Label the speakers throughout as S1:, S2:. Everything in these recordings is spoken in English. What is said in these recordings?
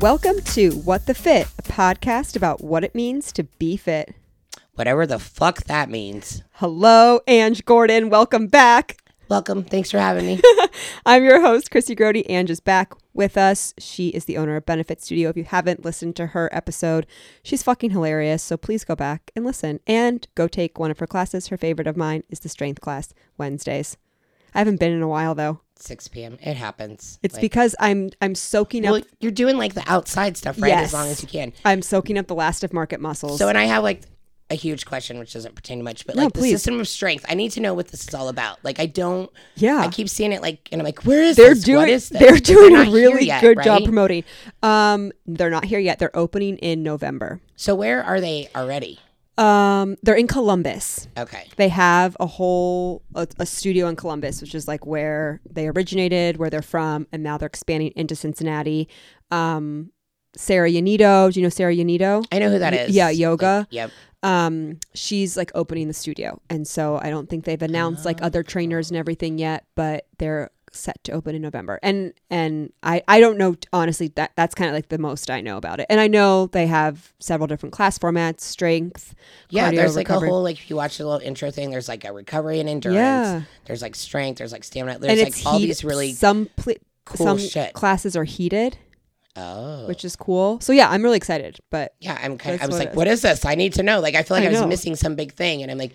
S1: Welcome to What the Fit, a podcast about what it means to be fit.
S2: Whatever the fuck that means.
S1: Hello, Ange Gordon. Welcome back.
S2: Welcome. Thanks for having me.
S1: I'm your host, Christy Grody. Ange is back with us. She is the owner of Benefit Studio. If you haven't listened to her episode, she's fucking hilarious. So please go back and listen and go take one of her classes. Her favorite of mine is the strength class Wednesdays. I haven't been in a while though.
S2: 6 p.m. It happens.
S1: It's
S2: Like-
S1: because I'm I'm soaking up
S2: well, you're doing like the outside stuff, right?
S1: Yes.
S2: As long as you can.
S1: I'm soaking up the last of market muscles.
S2: So, and I have like a huge question, which doesn't pertain to much, but
S1: No,
S2: like
S1: please.
S2: the system of strength. I need to know what this is all about. Like, I don't.
S1: Yeah.
S2: I keep seeing it, like, and I'm like, where is
S1: they're
S2: this?
S1: doing
S2: What is this?
S1: they're doing
S2: not
S1: a
S2: here
S1: really
S2: yet,
S1: good job
S2: right?
S1: promoting. Um, they're not here yet. They're opening in November.
S2: So, where are they already?
S1: Um, they're in Columbus.
S2: Okay.
S1: They have a whole a, a studio in Columbus, which is like where they originated, where they're from, and now they're expanding into Cincinnati. Um, Sarah Yanito, do you know Sarah Yanito?
S2: I know who that
S1: Y-
S2: is.
S1: yeah, yoga.
S2: Like, yep.
S1: um she's like opening the studio and so i don't think they've announced like
S2: Ah.
S1: other trainers and everything yet but they're set to open in november and and i i don't know honestly that that's kind of like the most i know about it and i know they have several different class formats strength
S2: Yeah,
S1: cardio,
S2: there's like
S1: recovery.
S2: a whole like if you watch the little intro thing, there's like a recovery and endurance.
S1: Yeah.
S2: There's like strength. There's like stamina. There's
S1: and
S2: like
S1: it's
S2: all
S1: heat-
S2: these really
S1: some pl-
S2: cool
S1: some
S2: shit.
S1: classes are heated
S2: oh.
S1: which is cool so yeah i'm really excited but
S2: yeah, I'm kind of,
S1: That's
S2: I
S1: what
S2: was
S1: it
S2: like,
S1: is.
S2: what is this? I need to know. Like, I feel like
S1: I
S2: I, was
S1: know.
S2: missing some big thing, and I'm like,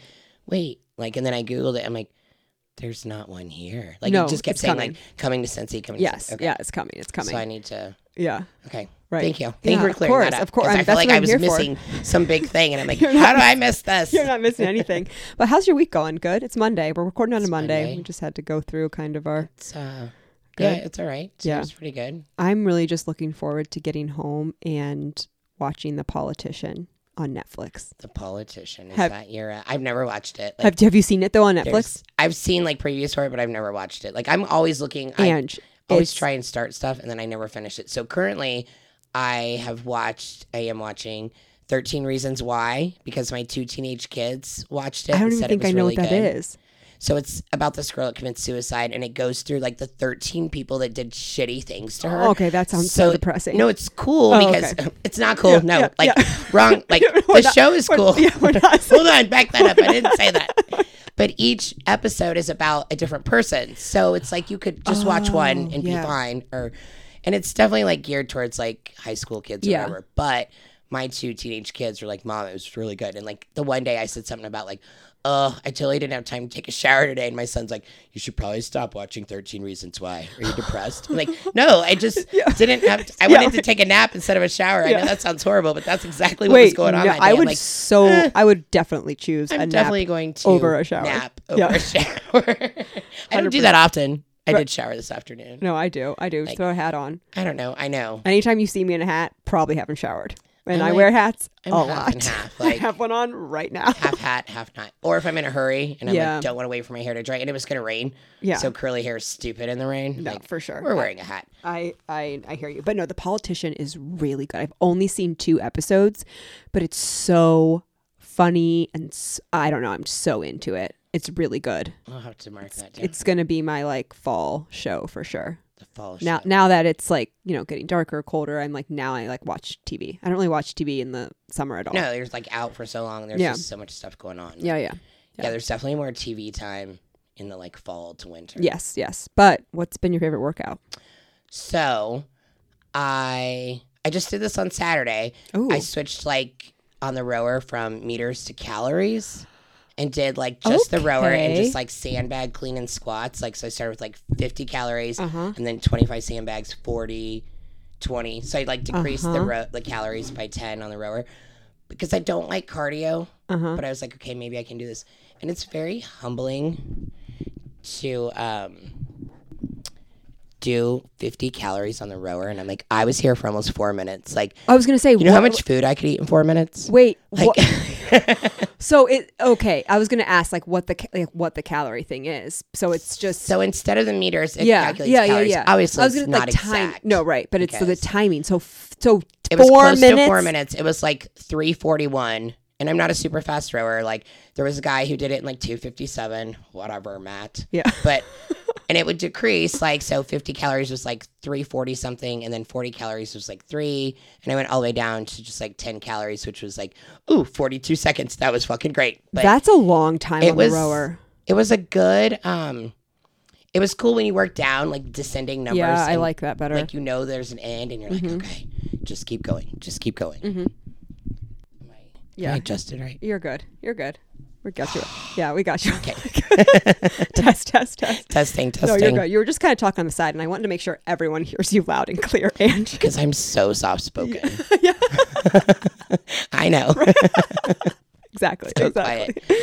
S2: wait, like, and then I googled it. I'm like, there's not one here. Like,
S1: No,
S2: you just kept
S1: it's
S2: saying
S1: coming.
S2: like coming to Sensi, coming. to
S1: yes
S2: Sensi.
S1: yeah it's coming it's coming
S2: So I need to.
S1: yeah
S2: Okay.
S1: Right.
S2: Thank you. Thank
S1: Yeah,
S2: you for
S1: of
S2: clearing
S1: course,
S2: that up.
S1: of course.
S2: 'cause
S1: I'm-
S2: I
S1: that's
S2: feel like
S1: what
S2: I
S1: I'm
S2: was
S1: here for.
S2: missing some big thing, and I'm like,
S1: You're not
S2: how do I miss this?
S1: You're not missing anything. But how's your week going? Good. It's Monday. We're recording on a Monday.
S2: Monday.
S1: We just had to go through kind of our.
S2: It's, uh, yeah,
S1: Good.
S2: it's all right.
S1: Yeah.
S2: Yeah, it's pretty good.
S1: I'm really just looking forward to getting home and watching The Politician on Netflix.
S2: The Politician. Is
S1: Have-
S2: that your? Uh, I've never watched it.
S1: have, have you seen it though on Netflix?
S2: there's- I've seen like previews for it, but I've never watched it. Like I'm always looking. I
S1: And
S2: always
S1: it's-
S2: try and start stuff, and then I never finish it. So currently, I have watched. I am watching. 13 Reasons Why, because my two teenage kids watched it.
S1: I don't
S2: and
S1: even
S2: said
S1: think
S2: it
S1: I
S2: was
S1: know
S2: really
S1: what that
S2: good.
S1: is.
S2: So it's about this girl that commits suicide, and it goes through like the 13 people that did shitty things to her.
S1: Okay, that sounds so, depressing.
S2: No, it's cool
S1: Oh,
S2: because
S1: okay.
S2: it's not cool.
S1: Yeah,
S2: no,
S1: yeah,
S2: like
S1: yeah.
S2: wrong. Like
S1: We're
S2: the
S1: not-
S2: show is
S1: we're-
S2: cool.
S1: yeah, we're not saying-
S2: Hold on, back that up. I didn't say that. But each episode is about a different person, so it's like you could just watch one
S1: Oh,
S2: and
S1: yeah.
S2: be fine, or and it's definitely like geared towards like high school kids or
S1: Yeah.
S2: whatever. But my two teenage kids were like, "Mom, it was really good." And like the one day I said something about like, "Oh, I totally didn't have time to take a shower today," and my son's like, "You should probably stop watching Thirteen Reasons Why." Are you depressed? I'm like, no, I just didn't have. To, I
S1: Yeah.
S2: wanted to take a nap instead of a shower. I
S1: Yeah.
S2: know that sounds horrible, but that's exactly what was
S1: Wait,
S2: going on.
S1: no,
S2: that day.
S1: I
S2: I'm
S1: would
S2: like,
S1: so
S2: "Eh,
S1: I would definitely choose a
S2: I'm
S1: nap.
S2: definitely going to
S1: over a shower.
S2: Nap over
S1: Yeah.
S2: a shower. I don't do that often. I did shower this afternoon.
S1: No, I do. I do. Throw a hat on.
S2: I don't know. I know.
S1: Anytime you see me in a hat, probably haven't showered. And
S2: I'm
S1: I
S2: like-
S1: wear hats
S2: I'm
S1: a
S2: half and
S1: lot.
S2: half,
S1: I
S2: like-
S1: have one on right now.
S2: Half hat, half not. Or if I'm in a hurry and I
S1: Yeah.
S2: like, don't want to wait for my hair to dry, and it was going to rain.
S1: Yeah.
S2: So curly hair is stupid in the rain.
S1: No,
S2: like,
S1: for sure.
S2: We're wearing a hat.
S1: I, I I hear you. But no, The Politician is really good. I've only seen two episodes, but it's so funny and s I don't know, I'm so into it. It's really good.
S2: I'll have to mark that down.
S1: It's going to be my like fall show for sure.
S2: the fall
S1: Now
S2: show.
S1: now that it's like, you know, getting darker, colder, I'm like now I like watch TV. I don't really watch TV in the summer at all.
S2: No, there's like out for so long. There's
S1: Yeah.
S2: just so much stuff going on.
S1: Yeah, yeah.
S2: yeah. There's definitely more TV time in the like fall to winter.
S1: Yes, yes. But what's been your favorite workout?
S2: So, I I just did this on Saturday.
S1: Ooh.
S2: I switched like on the rower from meters to calories and did like just the rower and
S1: Okay.
S2: just like sandbag clean and squats. Like, so I started with like 50 calories
S1: Uh-huh.
S2: and then 25 sandbags, 40, 20. So I like decreased
S1: Uh-huh.
S2: the, ro- the calories by 10 on the rower because I don't like cardio.
S1: Uh-huh.
S2: But I was like, okay, maybe I can do this. And it's very humbling to um, do 50 calories on the rower. And I'm like, I was here for almost four minutes. Like,
S1: I was going to say
S2: you know how
S1: what-
S2: much food I could eat in four minutes?
S1: Wait,
S2: Like,
S1: what- So it okay. I was gonna ask like what the ca- like, what the calorie thing is. So it's just
S2: so instead of the meters, it
S1: yeah,
S2: calculates
S1: yeah, yeah,
S2: calories.
S1: yeah.
S2: Obviously,
S1: I was gonna
S2: it's not
S1: like time.
S2: exact.
S1: No, right. But it's so the
S2: because-
S1: timing. So f- so
S2: it was
S1: four
S2: close
S1: minutes.
S2: to four minutes. It was like 341. And I'm not a super fast thrower. Like there was a guy who did it in like 257, whatever, Matt.
S1: Yeah.
S2: But and it would decrease like so 50 calories was like 340 something and then 40 calories was like 3 and I went all the way down to just like 10 calories which was like ooh 42 seconds. That was fucking great. But
S1: That's a long time
S2: it
S1: on
S2: was-
S1: the rower.
S2: it was a good um it was cool when you worked down like descending numbers.
S1: Yeah, I
S2: and,
S1: like that better.
S2: like you know there's an end and you're like
S1: Mm-hmm.
S2: okay, just keep going. Just keep going.
S1: Mhm.
S2: Am I-
S1: Yeah.
S2: Am I adjusted right?
S1: You're good. You're good. We got you. Yeah, we got you.
S2: Okay.
S1: test, test, test.
S2: testing,
S1: No,
S2: testing.
S1: you're good. You were just kind of talking on the side, and I wanted to make sure everyone hears you loud and clear. And
S2: Because I'm so soft spoken.
S1: yeah,
S2: I know.
S1: exactly.
S2: quiet.
S1: exactly.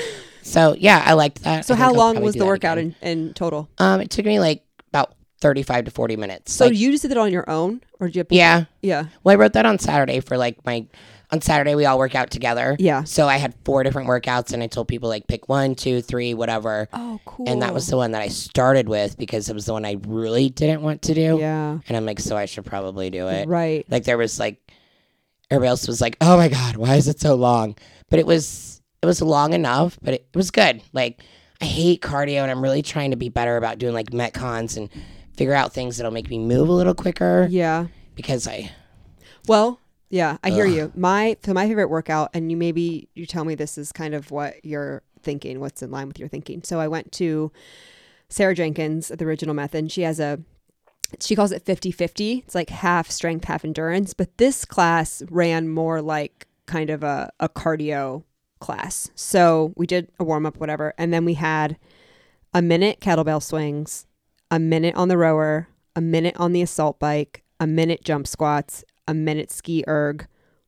S2: So yeah, I liked that.
S1: So
S2: I
S1: how
S2: think I'll
S1: long
S2: probably
S1: was
S2: do
S1: the
S2: that
S1: workout
S2: again.
S1: in, in total?
S2: um, it took me like about thirty-five to forty minutes.
S1: So
S2: Like,
S1: you just did it on your own, or did you? Have people-
S2: yeah.
S1: yeah,
S2: Well, I wrote that on Saturday for like my. On Saturday, we all work out together.
S1: Yeah.
S2: So I had four different workouts, and I told people like pick one, two, three, whatever.
S1: Oh, cool.
S2: And that was the one that I started with because it was the one I really didn't want to do.
S1: yeah,
S2: And I'm like, so I should probably do it.
S1: right.
S2: Like there was like everybody else was like, "Oh my god, why is it so long?" But it was it was long enough, but it, it was good. Like I hate cardio and I'm really trying to be better about doing like metcons and figure out things that'll make me move a little quicker
S1: Yeah.
S2: because I
S1: Well, yeah, I hear you. My so my favorite workout, and you maybe you tell me this is kind of what you're thinking, what's in line with your thinking. So I went to Sarah Jenkins at the Original Method. and She has a she calls it 50-50. It's like half strength, half endurance. But this class ran more like kind of a, a cardio class. So we did a warm up, whatever, and then we had a minute kettlebell swings, a minute on the rower, a minute on the assault bike, a minute jump squats, a minute ski erg,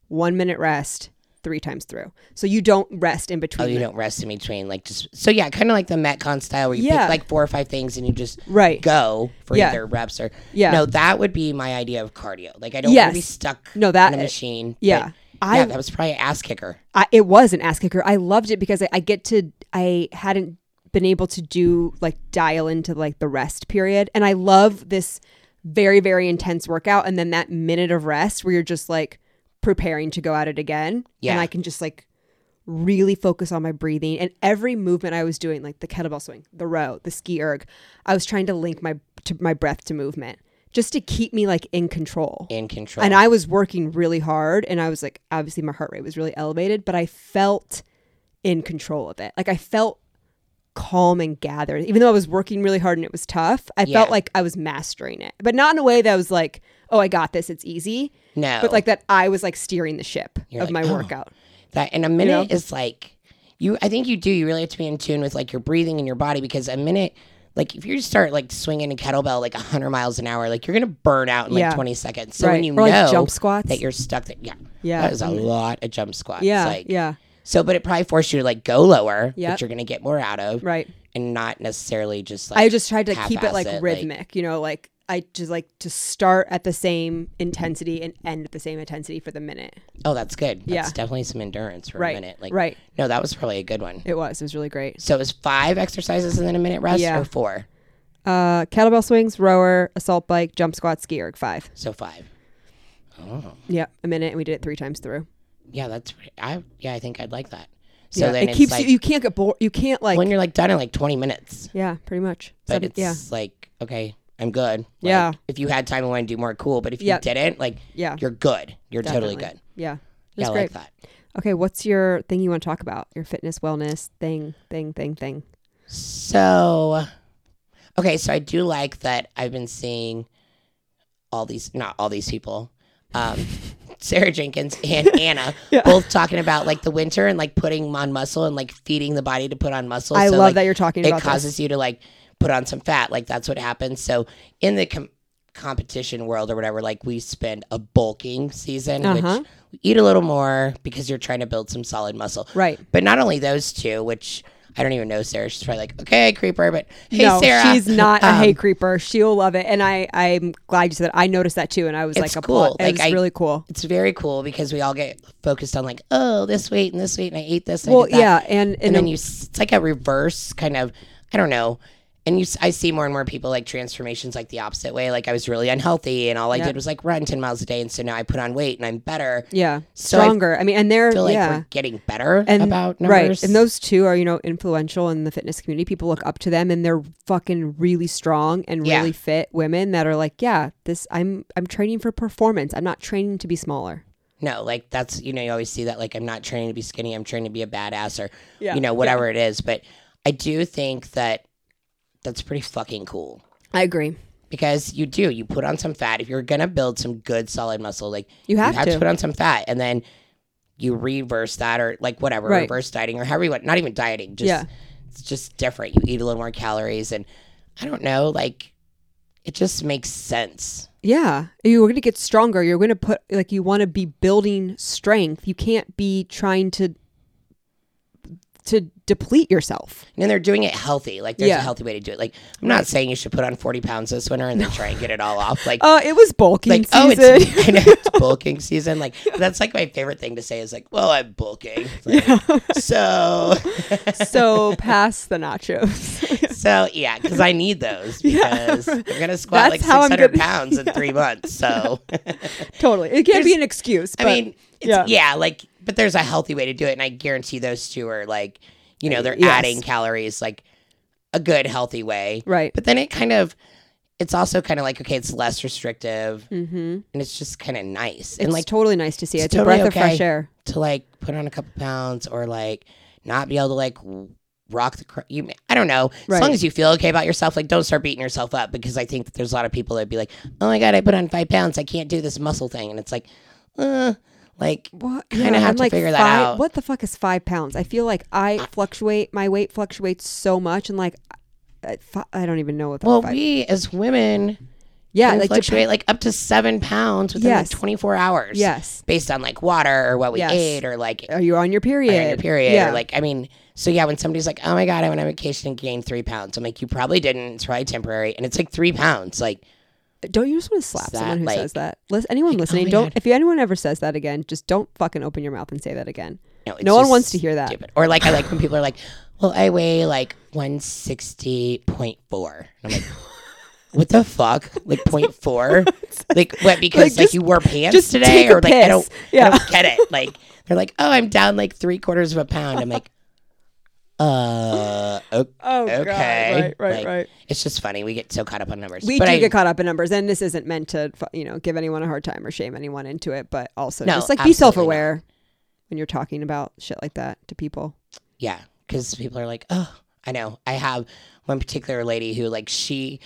S1: one minute rest, three times through. So you don't rest in
S2: oh,
S1: between.
S2: you
S1: them.
S2: don't rest in between like just so yeah, kind of like the metcon style where you
S1: Yeah.
S2: pick like four or five things and you just
S1: Right.
S2: go for
S1: Yeah.
S2: either reps or
S1: Yeah.
S2: No, that would be my idea of cardio. Like I don't want to be
S1: Yes.
S2: stuck
S1: No, that-
S2: in a machine. but
S1: Yeah. I
S2: yeah, that was probably an ass kicker.
S1: I, it was an ass kicker. I loved it because I, I get to I hadn't been able to do like dial into like the rest period, and I love this very very intense workout, and then that minute of rest where you're just like preparing to go at it again,
S2: Yeah.
S1: and I can just like really focus on my breathing and every movement I was doing, like the kettlebell swing, the row, the ski erg, I was trying to link my to my breath to movement just to keep me like in control.
S2: In control.
S1: And I was working really hard and I was like obviously my heart rate was really elevated, but I felt in control of it. Like I felt calm and gathered. Even though I was working really hard and it was tough, I felt
S2: Yeah.
S1: like I was mastering it. But not in a way that was like, oh, I got this, it's easy.
S2: no.
S1: But like that I was like steering the ship
S2: You're
S1: of
S2: like,
S1: my
S2: "Oh."
S1: workout.
S2: that and a minute
S1: know?
S2: is like you i think you do you really have to be in tune with like your breathing and your body because a minute like if you just start like swinging a kettlebell like 100 miles an hour like you're gonna burn out in like
S1: Yeah.
S2: 20 seconds so
S1: Right.
S2: when you
S1: Or, like,
S2: know
S1: jump squats.
S2: that you're stuck that yeah
S1: Yeah.
S2: that is a lot of jump squats
S1: Yeah.
S2: like
S1: yeah.
S2: so but it probably forced you to like go lower
S1: Yep.
S2: which you're gonna get more out of
S1: Right.
S2: and not necessarily just like
S1: I just tried to keep it like
S2: half-ass it,
S1: rhythmic, you know, like I just like to start at the same intensity and end at the same intensity for the minute.
S2: oh that's good that's
S1: Yeah.
S2: definitely some endurance for
S1: Right.
S2: a minute like
S1: right.
S2: no that was probably a good one
S1: It was. It was really great.
S2: so it was five exercises and then a minute rest
S1: Yeah.
S2: or four
S1: Uh, kettlebell swings, rower, assault bike, jump squat, ski erg five.
S2: so five oh
S1: Yep, a minute, and we did it three times through.
S2: Yeah, that's re- I yeah, I think I'd like that. So
S1: yeah,
S2: then
S1: it
S2: it's
S1: keeps
S2: like
S1: you. You can't get bored. You can't like.
S2: when you're like done in like 20 minutes,
S1: yeah, pretty much.
S2: but
S1: Seven-
S2: it's
S1: yeah,
S2: like okay, I'm good. Like,
S1: Yeah.
S2: If you had time and want to do more, cool. But if you
S1: Yeah.
S2: didn't, like
S1: yeah,
S2: you're good. You're totally
S1: definitely.
S2: good.
S1: Yeah, it was
S2: Yeah, I
S1: great.
S2: like that.
S1: Okay, what's your thing you want to talk about? Your fitness, wellness thing, thing, thing, thing.
S2: So okay, so I do like that I've been seeing all these not all these people. Um Sarah Jenkins and Anna
S1: Yeah.
S2: both talking about like the winter and like putting on muscle and like feeding the body to put on muscle.
S1: I
S2: so,
S1: love
S2: like,
S1: that you're talking about
S2: it causes you to like put on some fat like that's what happens so in the com- competition world or whatever like we spend a bulking season
S1: Uh-huh.
S2: which we eat a little more because you're trying to build some solid muscle
S1: this. Right.
S2: but not only those two which i don't even know sarah she's probably like okay creeper but hey
S1: no,
S2: sarah
S1: she's not a
S2: Um,
S1: hay creeper. She'll love it, and I, I'm glad you said. That. I noticed that too, and I was
S2: It's
S1: like,
S2: cool.
S1: applaud-
S2: Like,
S1: It was
S2: I-
S1: really cool.
S2: it's very cool because we all get focused on like oh this weight and this weight and i ate this and I
S1: Well,
S2: did that.
S1: yeah, and and,
S2: and then
S1: a-
S2: you s- it's like a reverse kind of i don't know and you, s- I see more and more people like transformations like the opposite way. Like I was really unhealthy, and all I
S1: Yeah.
S2: did was like run ten miles a day, and so now I put on weight and I'm better.
S1: Yeah.
S2: So I
S1: Stronger. I, mean, and they're,
S2: I feel like
S1: yeah.
S2: we're getting better about numbers.
S1: right and those two are you know influential in the fitness community people look up to them and they're fucking really strong and
S2: Yeah.
S1: really fit women that are like yeah this i'm i'm training for performance i'm not training to be smaller
S2: No, like that's you know you always see that like I'm not trying to be skinny, I'm trying to be a badass or
S1: Yeah,
S2: you know whatever it is. But I do think that that's pretty fucking cool
S1: i agree
S2: because you do you put on some fat if you're gonna build some good solid muscle like
S1: you have,
S2: you have to.
S1: to,
S2: put on some fat and then you reverse that or like whatever
S1: Right.
S2: reverse dieting or however you want not even dieting just
S1: Yeah.
S2: it's just different you eat a little more calories and I don't know like it just makes sense
S1: yeah you're gonna get stronger you're gonna put like you want to be building strength you can't be trying to to deplete yourself
S2: And then they're doing it healthy. Like there's a
S1: Yeah.
S2: healthy way to do it. Like I'm not saying you should put on 40 pounds this winter and then try and get it all off. Like,
S1: uh it was bulking
S2: like
S1: season
S2: oh, it's, I know, it's bulking season. Like that's like my favorite thing to say is like, well, I'm bulking. It's like, So,
S1: so past the nachos
S2: so yeah, because I need those
S1: Yeah,
S2: because I'm gonna squat
S1: That's
S2: like
S1: how I'm
S2: 600
S1: gonna-
S2: pounds in three months. So
S1: totally it can't be an excuse
S2: I
S1: but-
S2: mean, it's, yeah.
S1: yeah.
S2: like, but there's a healthy way to do it, and I guarantee those two are like, you know, they're
S1: Uh, Yes.
S2: adding calories like a good healthy way.
S1: right
S2: But then it kind of, it's also kind of like, okay, it's less restrictive
S1: mm-hmm
S2: and it's just kind of nice.
S1: It's
S2: and like
S1: totally nice to see.
S2: it's
S1: It's,
S2: totally
S1: a breath of fresh
S2: okay.
S1: air.
S2: to like put on a couple pounds or like not be able to like w- rock the, cr- you, I don't know. As
S1: Right.
S2: long as you feel okay about yourself, like don't start beating yourself up because I think that there's a lot of people that'd be like, oh my God, I put on five pounds. I can't do this muscle thing. And it's like, uh, like,
S1: What?
S2: Kinda have to figure that
S1: five,
S2: out.
S1: What the fuck is five pounds? I feel like I fluctuate. My weight fluctuates so much, and like, I, fi- I don't even know what. The
S2: well,
S1: five,
S2: we as women
S1: yeah,
S2: can
S1: like dep-
S2: fluctuate like up to seven pounds within
S1: Yes.
S2: like 24 hours.
S1: yes.
S2: Based on like water or what we
S1: Yes.
S2: ate or like
S1: Are you on your period?
S2: Or in your period.
S1: Yeah.
S2: Or like, I mean, so yeah, when somebody's like, oh my God, I went on vacation and gained three pounds, I'm like, you probably didn't. It's probably temporary. And it's like three pounds. Like,
S1: don't you just want to slap
S2: that,
S1: someone who
S2: like- oh
S1: says that? Listen, anyone listening,
S2: my
S1: don't.
S2: God.
S1: If anyone ever says that again, just don't fucking open your mouth and say that again.
S2: no, it's
S1: No one
S2: just
S1: wants to hear that.
S2: Stupid. Or like, I like when people are like, well, I weigh like 160.4. And I'm like, what the fuck? Like 0.4? like, what? Because like,
S1: just-
S2: you wore pants
S1: just
S2: today?
S1: take a
S2: Or like, I,
S1: piss.
S2: don't,
S1: Yeah.
S2: I don't get it. Like, they're like, oh, I'm down like three quarters of a pound. I'm like, uh, okay.
S1: Oh
S2: okay.
S1: Right. Right.
S2: Like,
S1: right.
S2: It's just funny. We get so caught up on numbers.
S1: We
S2: but
S1: do
S2: I,
S1: get caught up in numbers, and this isn't meant to, fu- you know, give anyone a hard time or shame anyone into it. But also,
S2: No,
S1: just like
S2: absolutely
S1: be
S2: not.
S1: self-aware when you're talking about shit like that to people.
S2: Yeah, because people are like, oh, I know. I have one particular lady who, like, she,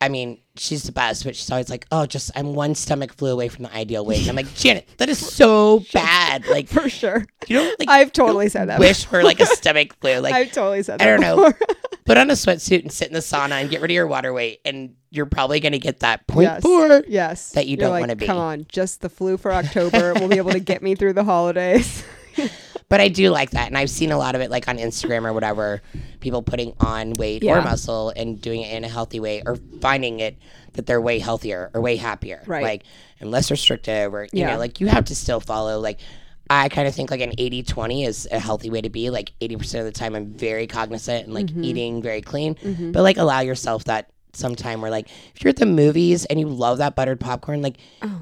S2: I mean, she's the best, but she's always like, oh, just I'm one stomach flu away from the ideal weight. And I'm like, Janet, that is so bad. Like,
S1: For sure,
S2: you don't like
S1: I've totally said that.
S2: wish for like a stomach flu. Like,
S1: I've totally said
S2: I
S1: that.
S2: don't know.
S1: before.
S2: put on a sweatsuit and sit in the sauna and get rid of your water weight, and you're probably gonna get that point
S1: Yes.
S2: four.
S1: yes,
S2: That you
S1: You're
S2: don't
S1: like,
S2: wanna be.
S1: Come on, just the flu for October will be able to get me through the holidays.
S2: But I do like that, and I've seen a lot of it, like on Instagram or whatever, people putting on weight or
S1: Yeah.
S2: muscle and doing it in a healthy way, or finding it that they're way healthier or way happier,
S1: Right.
S2: Like and less restrictive, or you
S1: Yeah.
S2: know, like you have to still follow. Like I kind of think like an 80-20 is a healthy way to be. Like eighty percent of the time, I'm very cognizant and like
S1: Mm-hmm.
S2: eating very clean, but like allow yourself that some time where like if you're at the movies and you love that buttered popcorn, like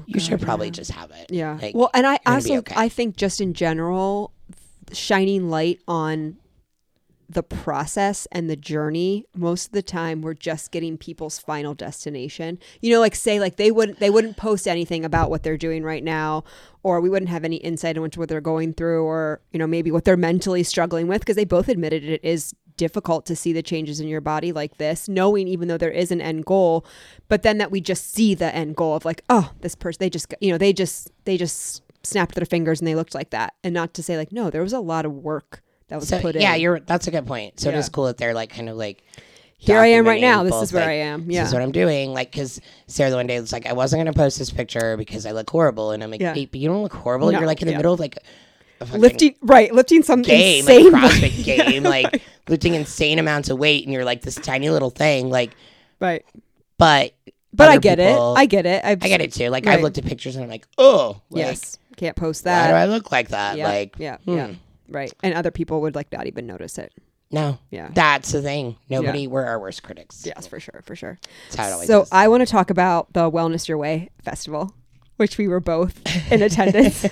S2: you should probably just have it.
S1: Oh, Yeah.
S2: Like,
S1: well, and I
S2: gonna be
S1: also
S2: okay.
S1: I think just in general, shining light on the process and the journey. Most of the time, we're just getting people's final destination. You know, like say like they wouldn't they wouldn't post anything about what they're doing right now, or we wouldn't have any insight into what they're going through, or you know maybe what they're mentally struggling with because they both admitted it is difficult to see the changes in your body like this knowing even though there is an end goal but then that we just see the end goal of like oh this person they just you know they just they just snapped their fingers and they looked like that and not to say like no there was a lot of work that was
S2: So,
S1: put in
S2: yeah, you're that's a good point. So it
S1: Yeah.
S2: is cool that they're like kind of like
S1: here I am right
S2: documenting
S1: now. This
S2: both,
S1: is where
S2: like,
S1: I am.
S2: This
S1: Yeah.
S2: is what I'm doing. Like, because Sarah the one day was like, I wasn't gonna post this picture because I look horrible, and I'm like,
S1: Yeah.
S2: "Wait, but you don't look horrible.
S1: No,
S2: You're like in the
S1: yeah.
S2: middle of like a fucking
S1: lifting right, lifting something
S2: game, like
S1: insane.
S2: CrossFit game, like lifting insane amounts of weight, and you're like this tiny little thing. Like,
S1: right.
S2: but
S1: But I
S2: other
S1: get
S2: people-
S1: it. I get it. I've,
S2: I get it too. Like, I've
S1: Right.
S2: looked at pictures and I'm like, oh, like,
S1: Yes. Can't post
S2: Why do
S1: that.
S2: I look like that?
S1: yeah.
S2: Like,
S1: yeah.
S2: hmm.
S1: Yeah. Right. And other people would like not even notice it.
S2: No.
S1: Yeah.
S2: That's the thing. Nobody, we're our worst critics.
S1: Yes, for sure, for sure.
S2: That's how it always
S1: So
S2: is.
S1: I want to talk about the Wellness Your Way festival, which we were both in attendance.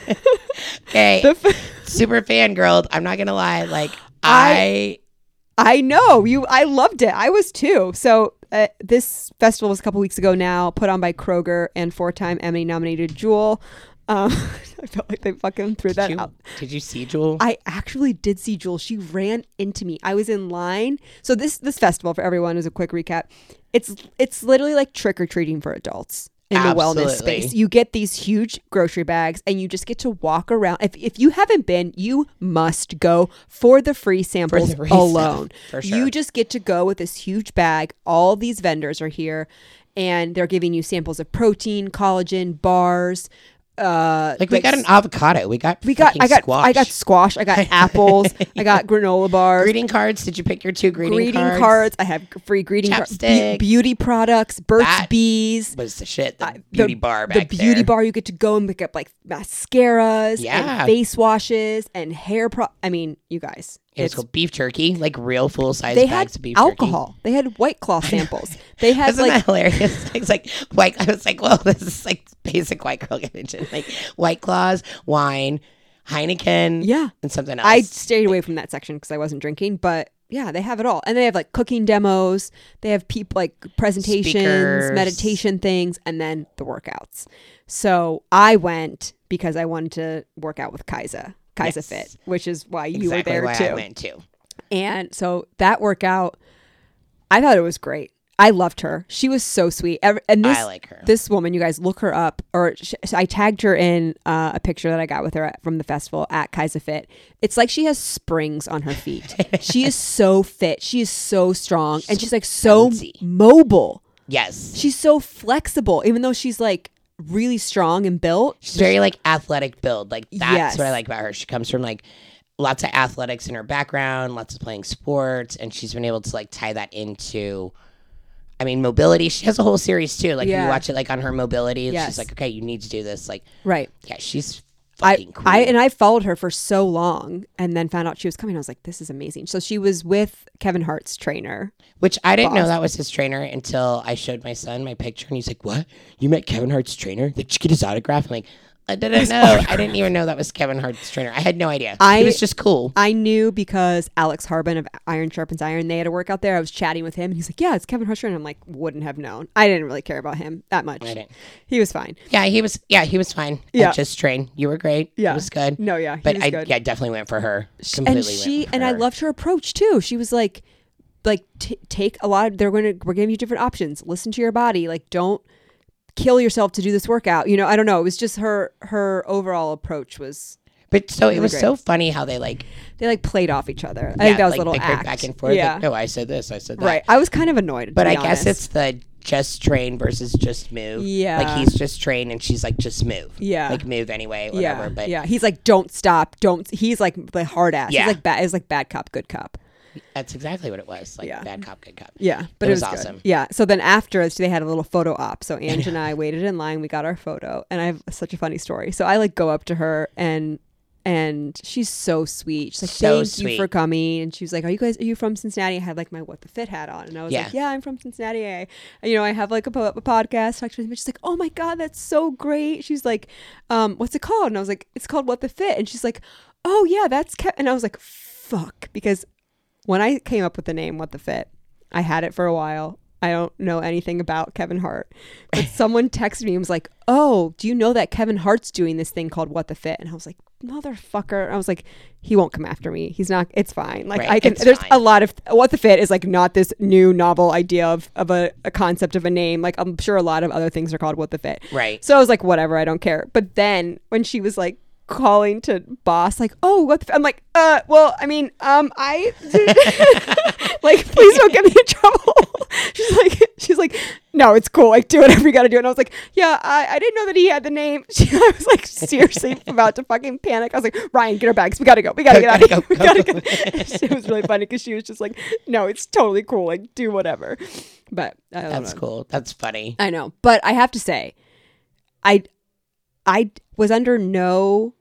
S2: Okay.
S1: The f-
S2: Super fangirled. I'm not going to lie. Like, I,
S1: I- I know you. I loved it. I was too. So uh, this festival was a couple weeks ago now, put on by Kroger and four-time Emmy-nominated Jewel. Um, I felt like they fucking threw that
S2: did, you,
S1: out.
S2: did you see Jewel?
S1: I actually did see Jewel. She ran into me. I was in line. So this this festival for everyone is a quick recap. It's it's literally like trick or treating for adults in the wellness
S2: Absolutely.
S1: space. You get these huge grocery bags and you just get to walk around. If if you haven't been, you must go for the free samples
S2: free stuff,
S1: alone.
S2: for sure.
S1: You just get to go with this huge bag. All these vendors are here and they're giving you samples of protein, collagen, bars, uh
S2: like, we got an avocado. We got
S1: we got.
S2: fucking
S1: I got.
S2: squash.
S1: I got squash. I got apples. I got granola bars.
S2: greeting cards. Did you pick your two greeting,
S1: Greeting,
S2: cards?
S1: cards. I have free greeting cards.
S2: Chapstick.
S1: beauty products. Burt's
S2: That-
S1: Bees.
S2: Was the shit the
S1: the-
S2: beauty bar
S1: The
S2: back
S1: beauty
S2: there.
S1: bar. You get to go and pick up like mascaras.
S2: Yeah.
S1: And face washes and hair pro. I mean, you guys.
S2: It was
S1: it's-
S2: called beef turkey, like real full size
S1: they
S2: bags
S1: had
S2: of beef
S1: alcohol. They had white cloth samples. They
S2: turkey.
S1: had
S2: Isn't
S1: like
S2: that hilarious? It's like white. I was like, whoa, this is like basic white girl kitchen. Like white claws, wine, Heineken,
S1: yeah.
S2: and something else.
S1: I stayed away from that section because I wasn't drinking, but yeah, they have it all. And they have like cooking demos, they have people like presentations,
S2: Speakers.
S1: meditation things, and then the workouts. So I went because I wanted to work out with Kaiza, Kaiza
S2: Yes.
S1: Fit, which is why you
S2: exactly
S1: were there
S2: why
S1: too.
S2: I went too.
S1: And so that workout, I thought it was great. I loved her. She was so sweet. Every, and this
S2: I like her.
S1: this woman, you guys look her up, or sh so I tagged her in uh, a picture that I got with her at, from the festival at Kaiser Fit. It's like she has springs on her feet. she is so fit. She is so strong, and she's like so
S2: bouncy.
S1: mobile.
S2: yes,
S1: She's so flexible, even though she's like really strong and built.
S2: she's very like athletic build. Like that's
S1: Yes.
S2: what I like about her. She comes from like lots of athletics in her background, lots of playing sports, and she's been able to like tie that into. I mean, mobility. She has a whole series too. Like
S1: Yeah.
S2: you watch it, like on her mobility, she's
S1: Yes.
S2: like, okay, you need to do this. Like,
S1: Right.
S2: yeah, she's
S1: I,
S2: fucking cool.
S1: I and I followed her for so long, and then found out she was coming. I was like, "This is amazing!" So she was with Kevin Hart's trainer.
S2: Which I didn't know that was his trainer until I showed my son my picture, and he's like, "What? You met Kevin Hart's trainer? Did you get his autograph?" I'm like, "I didn't know. I didn't even know that was Kevin Hart's trainer. I had no idea.
S1: I-
S2: he was just cool.
S1: I knew because Alex Harbin of Iron Sharpens Iron, they had a workout there. I was chatting with him. and He's like, "Yeah, it's Kevin Husher," and I'm like, "Wouldn't have known. I didn't really care about him that much.
S2: I didn't.
S1: He was fine.
S2: Yeah, he was. Yeah, he was fine.
S1: Yeah.
S2: Yeah, just train. You were great.
S1: Yeah.
S2: it was good.
S1: No, yeah, he
S2: but
S1: was
S2: I
S1: good.
S2: yeah definitely went for her. Completely
S1: and she
S2: went for
S1: and I
S2: her.
S1: loved her approach too. She was like, like t- take a lot. Of, they're going to we're giving you different options. Listen to your body. Like, don't kill yourself to do this workout. You know, I don't know. It was just her her overall approach was
S2: But so it was
S1: great.
S2: so funny how they like.
S1: they like played off each other. I think that was
S2: like,
S1: a little
S2: bickered
S1: act.
S2: back and forth.
S1: Yeah,
S2: Like, no, I said this. I said that.
S1: right. I was kind of annoyed, to
S2: But
S1: be
S2: I guess
S1: honest.
S2: it's the just train versus just move.
S1: Yeah.
S2: Like he's just train and she's like just move.
S1: Yeah.
S2: Like move anyway,
S1: Yeah,
S2: whatever. but
S1: yeah, he's like, don't stop, don't. He's like the hard ass.
S2: Yeah.
S1: he's like bad. He's like bad cop, good cop.
S2: that's exactly what it was. Like
S1: Yeah.
S2: bad cop, good cop.
S1: Yeah, but
S2: It
S1: it
S2: was
S1: was,
S2: awesome.
S1: awesome. Yeah. So then after they had a little photo op. So Ange and I waited in line. We got our photo, and I have such a funny story. So I like go up to her and and she's so sweet. She's like,
S2: So
S1: "Thank
S2: sweet.
S1: you for coming." And she was like, "Are you guys? Are you from Cincinnati?" I had like my what the fit hat on, and I was like,
S2: Yeah.
S1: "Yeah, I'm from Cincinnati." I, you know, I have like a, po- a podcast. Talked to her, and she's like, "Oh my god, that's so great." She's like, um, "What's it called?" And I was like, "It's called What the Fit." And she's like, "Oh yeah, that's," Ke-. and I was like, "Fuck," because when I came up with the name What the Fit, I had it for a while. I don't know anything about Kevin Hart. But someone texted me and was like, Oh, do you know that Kevin Hart's doing this thing called What the Fit? And I was like, Motherfucker. I was like, He won't come after me. He's not, it's fine. Like,
S2: Right,
S1: I can,
S2: it's
S1: there's
S2: fine.
S1: a lot of, What the Fit is like not this new novel idea of, of a, a concept of a name. Like, I'm sure a lot of other things are called What the Fit.
S2: Right.
S1: So I was like, whatever, I don't care. But then when she was like calling to boss, like, oh, what? The f-? I'm like, uh, well, I mean, um, I like, please don't get me in trouble. she's like, she's like, no, it's cool. Like, do whatever you got to do. And I was like, yeah, I, I didn't know that he had the name. She, I was like, seriously, about to fucking panic. I was like, Ryan, get our bags. We gotta go. We gotta get out of here.
S2: gotta
S1: we gotta
S2: go,
S1: go. it was really funny because she was just like, no, it's totally cool. Like, do whatever. But I don't know.
S2: That's cool. That's funny.
S1: I know, but I have to say, I, I was under no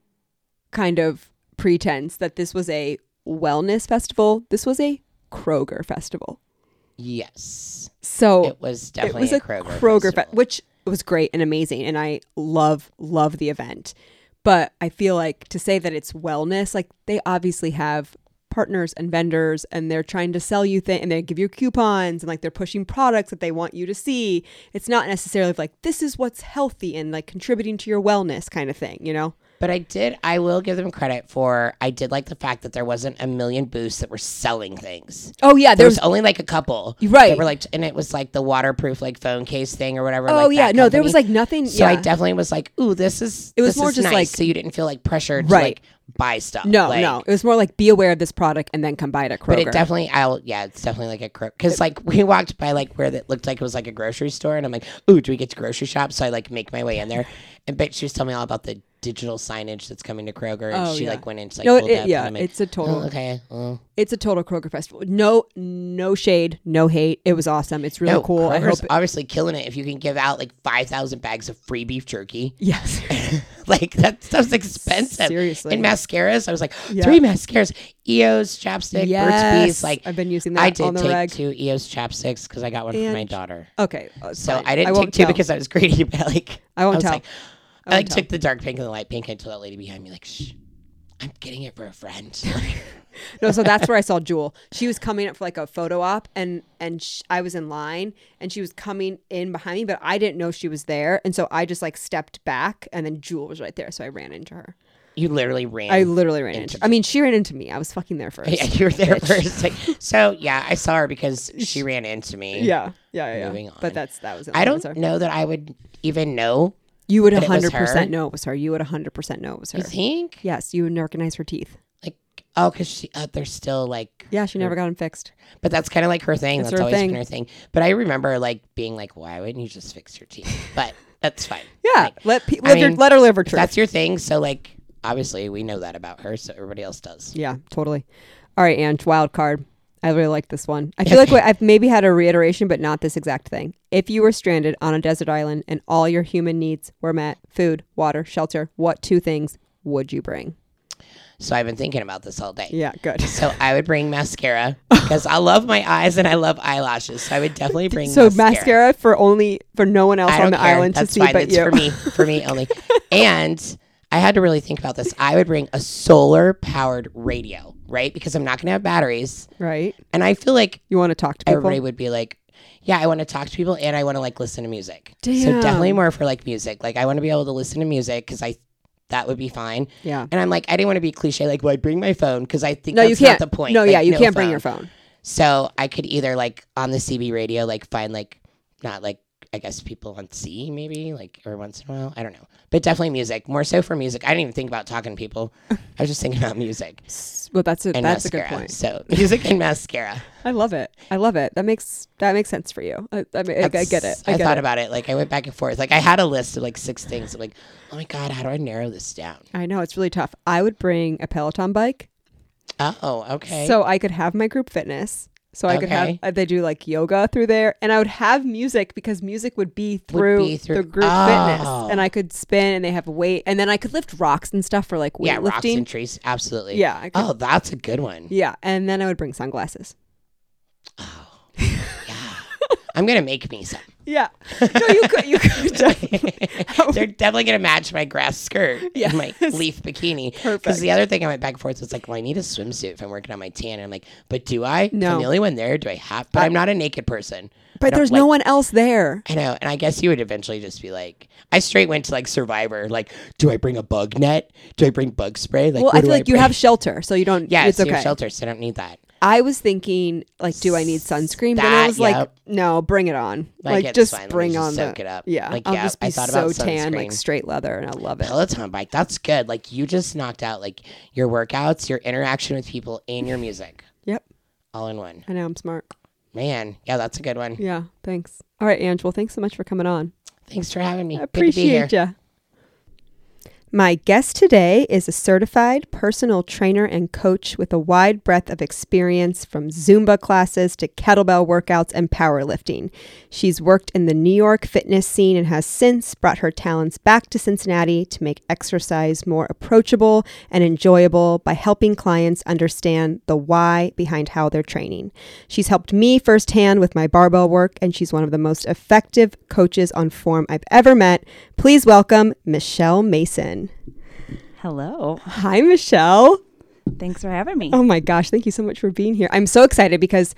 S1: kind of pretense that this was a wellness festival. This was a Kroger Festival.
S2: Yes.
S1: So
S2: It was
S1: it
S2: definitely
S1: was
S2: a,
S1: a
S2: Kroger.
S1: Kroger
S2: festival.
S1: Fe- which was great and amazing, and I love love the event. But I feel like to say that it's wellness, like they obviously have partners and vendors, and they're trying to sell you things, and they give you coupons, and like they're pushing products that they want you to see. It's not necessarily like this is what's healthy and like contributing to your wellness kind of thing, you know?
S2: But I did, I will give them credit for, I did like the fact that there wasn't a million booths that were selling things.
S1: Oh yeah,
S2: There
S1: there's
S2: was only like a couple.
S1: Right.
S2: That were like, and it was like the waterproof like phone case thing or whatever.
S1: oh
S2: like,
S1: yeah,
S2: that
S1: no, there
S2: company.
S1: was like nothing.
S2: So
S1: yeah.
S2: I definitely was like, ooh, this is.
S1: It was
S2: this
S1: more
S2: is
S1: just,
S2: nice,
S1: like-
S2: so you didn't feel like pressured to
S1: Right.
S2: like buy stuff.
S1: no,
S2: Like,
S1: no, it was more like be aware of this product and then come buy it at Kroger.
S2: But it definitely, I'll yeah, it's definitely like a Kroger because like we walked by like where that looked like it was like a grocery store, and I'm like, ooh, do we get to grocery shop? So I like make my way in there, and but she was telling me all about the digital signage that's coming to Kroger, and
S1: Oh,
S2: she
S1: yeah.
S2: like went into like
S1: no, it,
S2: pulled
S1: it-
S2: up,
S1: yeah,
S2: and I'm like,
S1: it's a total.
S2: oh, okay, well,
S1: It's a total Kroger festival. No, no shade, no hate. It was awesome. It's really
S2: no,
S1: cool. I
S2: Kroger's
S1: hope. It,
S2: obviously killing it if you can give out like five thousand bags of free beef jerky.
S1: yes,
S2: like that stuff's expensive.
S1: Seriously.
S2: and mascaras, I was like
S1: Yeah.
S2: three mascaras, Eos chapstick, Burt's Bees.
S1: yes.
S2: Like
S1: I've been using that
S2: I did
S1: on the
S2: take
S1: reg.
S2: two Eos chapsticks because I got one for my
S1: And-
S2: daughter.
S1: Okay, uh, it's
S2: So
S1: fine.
S2: I didn't
S1: won't
S2: take two
S1: tell.
S2: because I was greedy, but like
S1: I won't
S2: was
S1: tell.
S2: like, I,
S1: won't
S2: like
S1: tell.
S2: took the dark pink and the light pink. I told that lady behind me like, "Shh, I'm getting it for a friend."
S1: no, so that's where I saw Jewel. She was coming up for like a photo op, and and sh- I was in line, and she was coming in behind me, but I didn't know she was there, and so I just like stepped back, and then Jewel was right there, so I ran into her.
S2: you literally ran.
S1: I literally ran into. I mean, she ran into me. I was fucking there first.
S2: yeah, you were there first. Like, so yeah, I saw her because she ran into me.
S1: yeah, yeah, yeah.
S2: Moving on.
S1: But that's that was.
S2: I
S1: that was
S2: don't know that I would even know.
S1: You would
S2: But it was
S1: 100%
S2: her?
S1: know it was her. You would 100% know it was her.
S2: You think?
S1: Yes, you would recognize her teeth.
S2: Like, oh, because she uh, they're still like
S1: Yeah, she never got them fixed.
S2: But that's kind of like her thing.
S1: It's
S2: That's,
S1: her
S2: always
S1: thing.
S2: been her thing. But I remember like being like, why wouldn't you just fix your teeth? But that's fine.
S1: Yeah,
S2: Like,
S1: let pe-
S2: I
S1: live your,
S2: mean,
S1: let her live her truth.
S2: that's your thing. So like, obviously we know that about her. So everybody else does.
S1: yeah, totally. All right, Ange, wild card. I really like this one. I feel like what- I've maybe had a reiteration, but not this exact thing. If you were stranded on a desert island and all your human needs were met food, water, shelter what two things would you bring?
S2: So I've been thinking about this all day.
S1: Yeah, good.
S2: So I would bring mascara because I love my eyes and I love eyelashes. So I would definitely bring
S1: So mascara for only for no one else
S2: I
S1: on
S2: don't
S1: the
S2: care.
S1: island
S2: That's
S1: to see
S2: fine.
S1: but
S2: It's
S1: you.
S2: for me, for me only. and I had to really think about this. I would bring a solar powered radio, right? Because I'm not going to have batteries.
S1: right?
S2: And I feel like
S1: You want to talk to people?
S2: everybody would be like, yeah, I want to talk to people and I want to like listen to music. So
S1: Damn.
S2: definitely more for like music. Like I want to be able to listen to music because I that would be fine.
S1: yeah.
S2: And I'm like, I didn't want to be cliche. Like, well, I bring my phone because I think
S1: No, you
S2: that's
S1: can't.
S2: not the point.
S1: No,
S2: Like,
S1: yeah, you can't bring your phone.
S2: So I could either like on the CB radio, like find like not like I guess people on C maybe like every once in a while. I don't know, but definitely music more so for music. I didn't even think about talking to people. I was just thinking about music
S1: Well, that's a
S2: and
S1: that's
S2: mascara.
S1: a good point.
S2: So music and mascara.
S1: I love it. I love it. That makes that makes sense for you. I, I, mean, I, I get it.
S2: That's-
S1: I,
S2: I,
S1: get
S2: thought
S1: it.
S2: about it. Like I went back and forth. Like I had a list of like six things. I'm like, oh my god, how do I narrow this down?
S1: I know it's really tough. I would bring a Peloton bike
S2: Oh, okay.
S1: so I could have my group fitness. So I could have
S2: Okay.
S1: uh, they do like yoga through there, and I would have music because music would be through,
S2: be through-
S1: the group
S2: Oh.
S1: fitness, and I could spin, and they have a weight, and then I could lift rocks and stuff for like weightlifting.
S2: yeah, rocks and trees. Absolutely.
S1: Yeah, I could-
S2: Oh, that's a good one.
S1: yeah, and then I would bring sunglasses.
S2: Yeah. I'm gonna make me some.
S1: Yeah, no, you could you could definitely.
S2: They're definitely gonna match my grass skirt and my
S1: Yes.
S2: leaf bikini.
S1: Perfect.
S2: Because the other thing I went back and forth was like, well, I need a swimsuit if I'm working on my tan. And I'm like, but do I?
S1: No.
S2: I'm the only one there. Do I have? But I, am not a naked person. I
S1: But
S2: don't
S1: there's
S2: like
S1: no one else there.
S2: I know, and I guess you would eventually just be like, I straight went to like Survivor. Like, do I bring a bug net? Do I bring bug spray? Like,
S1: Well,
S2: what
S1: I
S2: do
S1: feel like you
S2: bring?
S1: have shelter, so you don't.
S2: yeah,
S1: it's
S2: so you
S1: okay.
S2: have shelter, so I don't need that.
S1: I was thinking, like, do I need sunscreen? but I
S2: That-
S1: was like,
S2: yep.
S1: no, bring it on. Like,
S2: Like, it's
S1: just
S2: fine. Let me
S1: bring
S2: just
S1: on
S2: soak
S1: the.
S2: it up.
S1: Yeah,
S2: Like,
S1: I'll
S2: yeah,
S1: just be
S2: I thought
S1: so
S2: about
S1: tan, like
S2: sunscreen.
S1: straight leather, and I love it.
S2: Peloton bike, that's good. Like, you just knocked out like your workouts, your interaction with people, and your music
S1: Yep,
S2: all in one.
S1: I know I'm smart.
S2: Man, yeah, that's a good one.
S1: Yeah, thanks. All right, Ange. Well, thanks so much for coming on.
S2: Thanks for having me.
S1: I
S2: Good to be here.
S1: appreciate you. My guest today is a certified personal trainer and coach with a wide breadth of experience from Zumba classes to kettlebell workouts and powerlifting. She's worked in the New York fitness scene and has since brought her talents back to Cincinnati to make exercise more approachable and enjoyable by helping clients understand the why behind how they're training. She's helped me firsthand with my barbell work, and she's one of the most effective coaches on form I've ever met. Please welcome Michelle Mason.
S3: Hello.
S1: Hi, Michelle.
S3: Thanks for having me.
S1: Oh my gosh, thank you so much for being here. I'm so excited because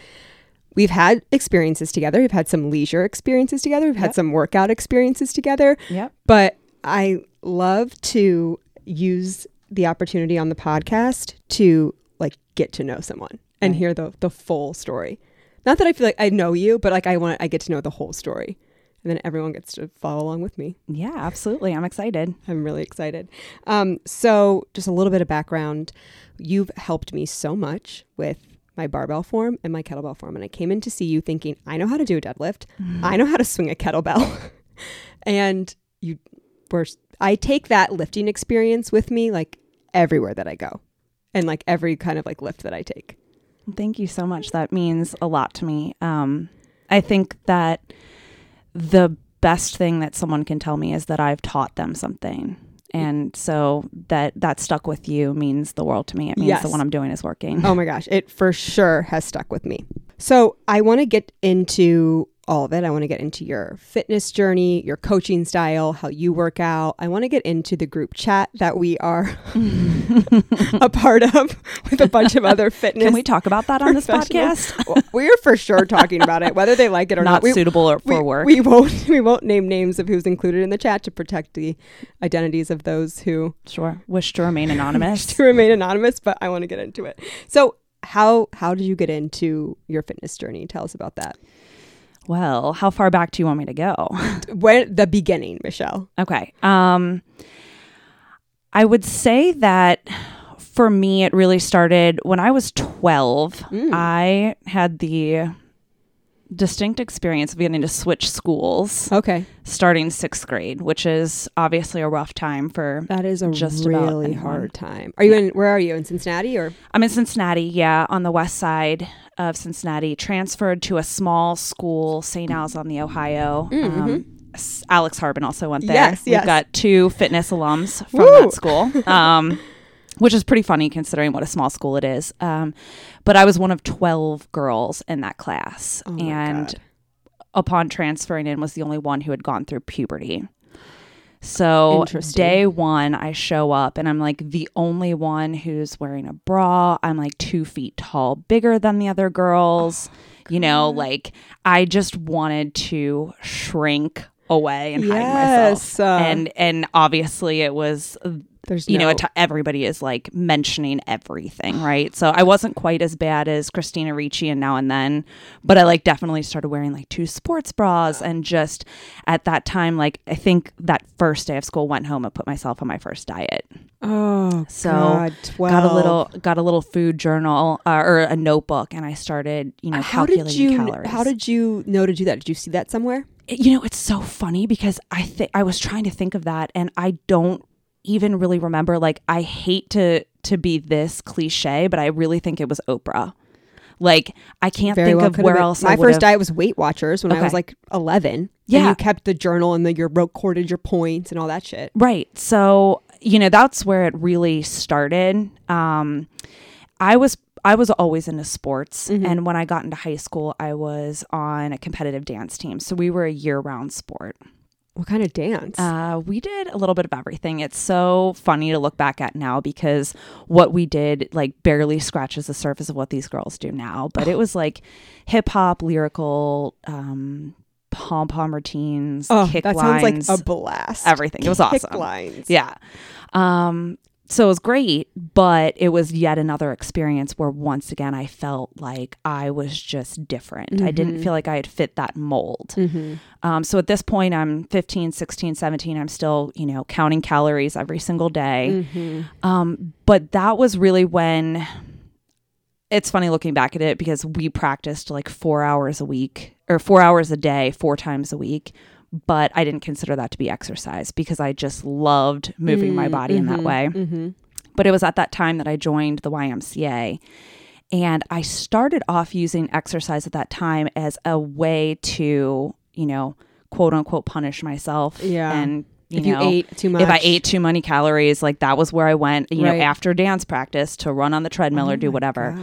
S1: we've had experiences together. We've had some leisure experiences together. We've had
S3: Yep.
S1: some workout experiences together.
S3: Yep.
S1: But I love to use the opportunity on the podcast to like get to know someone and
S3: Right.
S1: hear the the full story. Not that I feel like I know you, but like I want I get to know the whole story. And then everyone gets to follow along with me.
S3: Yeah, absolutely. I'm excited.
S1: I'm really excited. Um, so, just a little bit of background. You've helped me so much with my barbell form and my kettlebell form. And I came in to see you thinking, I know how to do a deadlift, I know how to swing a kettlebell. and you were, I take that lifting experience with me like everywhere that I go and like every kind of like lift that I take.
S3: Thank you so much. That means a lot to me. Um, I think that the best thing that someone can tell me is that I've taught them something. And so that that stuck with you means the world to me. It means
S1: Yes.
S3: that what I'm doing is working.
S1: Oh my gosh, it for sure has stuck with me. So I want to get into all of it. I want to get into your fitness journey, your coaching style, how you work out. I want to get into the group chat that we are a part of with a bunch of other fitness.
S3: Can we talk about that on this
S1: professionals.
S3: podcast?
S1: We're for sure talking about it, whether they like it or not.
S3: Not
S1: We-
S3: suitable or
S1: we,
S3: for work.
S1: we won't. We won't name names of who's included in the chat to protect the identities of those who
S3: sure. Wish to remain anonymous.
S1: to remain anonymous, but I want to get into it. So, how how did you get into your fitness journey? Tell us about that.
S3: well, how far back do you want me to go?
S1: When the beginning, Michelle.
S3: Okay. Um, I would say that for me, it really started when I was 12. I had the distinct experience of getting to switch schools
S1: Okay,
S3: starting sixth grade, which is obviously a rough time for.
S1: that is a
S3: Just about
S1: really
S3: anyone.
S1: hard time. Are you in? Where are you in Cincinnati or?
S3: I'm in Cincinnati, yeah, on the west side of Cincinnati, transferred to a small school, St. Al's on the Ohio. Um, S- Alex Harbin also went there.
S1: Mm-hmm. Yes, yes.
S3: We've got two fitness alums from
S1: Woo!
S3: that school. Um, which is pretty funny considering what a small school it is. Um, but I was one of 12 girls in that class.
S1: Oh my
S3: and
S1: God.
S3: upon transferring in, was the only one who had gone through puberty. So
S1: Interesting.
S3: day one, I show up and I'm like the only one who's wearing a bra. I'm like two feet tall, bigger than the other girls. you know, like I just wanted to shrink away and hide myself.
S1: Yes, uh,
S3: and and obviously it was
S1: There's
S3: you know,
S1: no-
S3: it- everybody is like mentioning everything, right? So I wasn't quite as bad as Christina Ricci and now and then, but I like definitely started wearing like two sports bras and just at that time, like I think that first day of school went home and put myself on my first diet.
S1: oh,
S3: So
S1: God, 12.
S3: Got a little, got a little food journal uh, or a notebook, and I started, you know,
S1: How
S3: calculating
S1: did you?
S3: uh, calories.
S1: How did you know to do that? Did you see that somewhere?
S3: you know it's so funny because i think i was trying to think of that and i don't even really remember like i hate to to be this cliche but i really think it was oprah like i can't think
S1: well
S3: of
S1: could've
S3: where
S1: been.
S3: else
S1: My
S3: I
S1: first
S3: would've-
S1: diet was Weight Watchers when I was
S3: Okay.
S1: like 11. and
S3: Yeah.
S1: you kept the journal and then you recorded your points and all that shit.
S3: Right. So, you know, that's where it really started. Um, I was I was always into sports
S1: Mm-hmm.
S3: and when I got into high school, I was on a competitive dance team. So we were a year-round sport.
S1: What kind of dance?
S3: Uh, we did a little bit of everything. It's so funny to look back at now because what we did like barely scratches the surface of what these girls do now. But
S1: Oh.
S3: it was like hip hop, lyrical, um, pom pom routines,
S1: oh,
S3: kick
S1: that
S3: lines,
S1: sounds like a blast.
S3: everything. It was
S1: Kick
S3: awesome.
S1: lines.
S3: Yeah. Um, so it was great, but it was yet another experience where once again I felt like I was just different. I didn't feel like I had fit that mold. Um, so at this point, I'm 15, 16, 17. I'm still, you know, counting calories every single day. Um, but that was really when it's funny looking back at it because we practiced like four hours a week or four hours a day, four times a week. but I didn't consider that to be exercise because I just loved moving my
S1: Mm,
S3: body in
S1: mm-hmm,
S3: that way. But it was at that time that I joined the YMCA. And I started off using exercise at that time as a way to, you know, quote unquote punish myself.
S1: Yeah.
S3: And, you
S1: if
S3: know,
S1: you ate too much,
S3: if I ate too many calories, like that was where I went, you
S1: Right. Oh
S3: know, after dance practice to run on the treadmill or do whatever.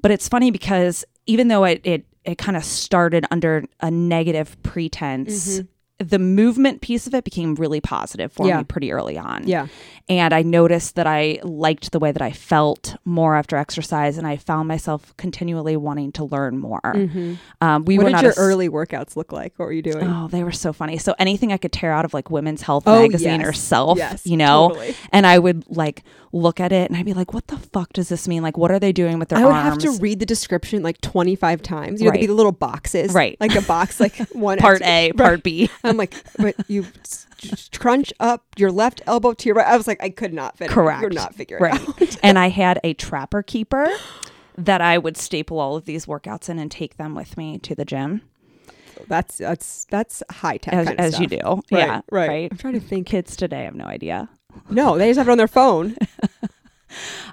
S3: But it's funny because even though it it, it kind of started under a negative pretense, the movement piece of it became really positive for
S1: Mm-hmm. Yeah.
S3: me pretty early on.
S1: yeah,
S3: And I noticed that I liked the way that I felt more after exercise, and I found myself continually wanting to learn more. Um, we
S1: Mm-hmm. what
S3: were
S1: did
S3: not
S1: your
S3: a s-
S1: early workouts look like? What were you doing?
S3: Oh, they were so funny. So anything I could tear out of like Women's Health
S1: Oh,
S3: magazine
S1: yes.
S3: or Self,
S1: Yes,
S3: you know,
S1: totally.
S3: and I would like look at it and I'd be like, "What the fuck does this mean? Like, what are they doing with their
S1: I would
S3: arms?"
S1: have to read the description like 25 times. You know, there'd be
S3: Right.
S1: the little boxes.
S3: Right.
S1: Like a box, like one
S3: part
S1: extra-
S3: A,
S1: right.
S3: part B.
S1: I'm like, but you s- s- crunch up your left elbow to your right. I was like, I could not fit. It. You're
S3: Correct.
S1: not figuring
S3: Right.
S1: out.
S3: and I had a trapper keeper that I would staple all of these workouts in and take them with me to the gym,
S1: That's that's that's high tech.
S3: as,
S1: kind of
S3: as you do.
S1: stuff. Right,
S3: yeah,
S1: right.
S3: right.
S1: I'm trying to think.
S3: Kids today have no idea.
S1: No, they just have it on their phone.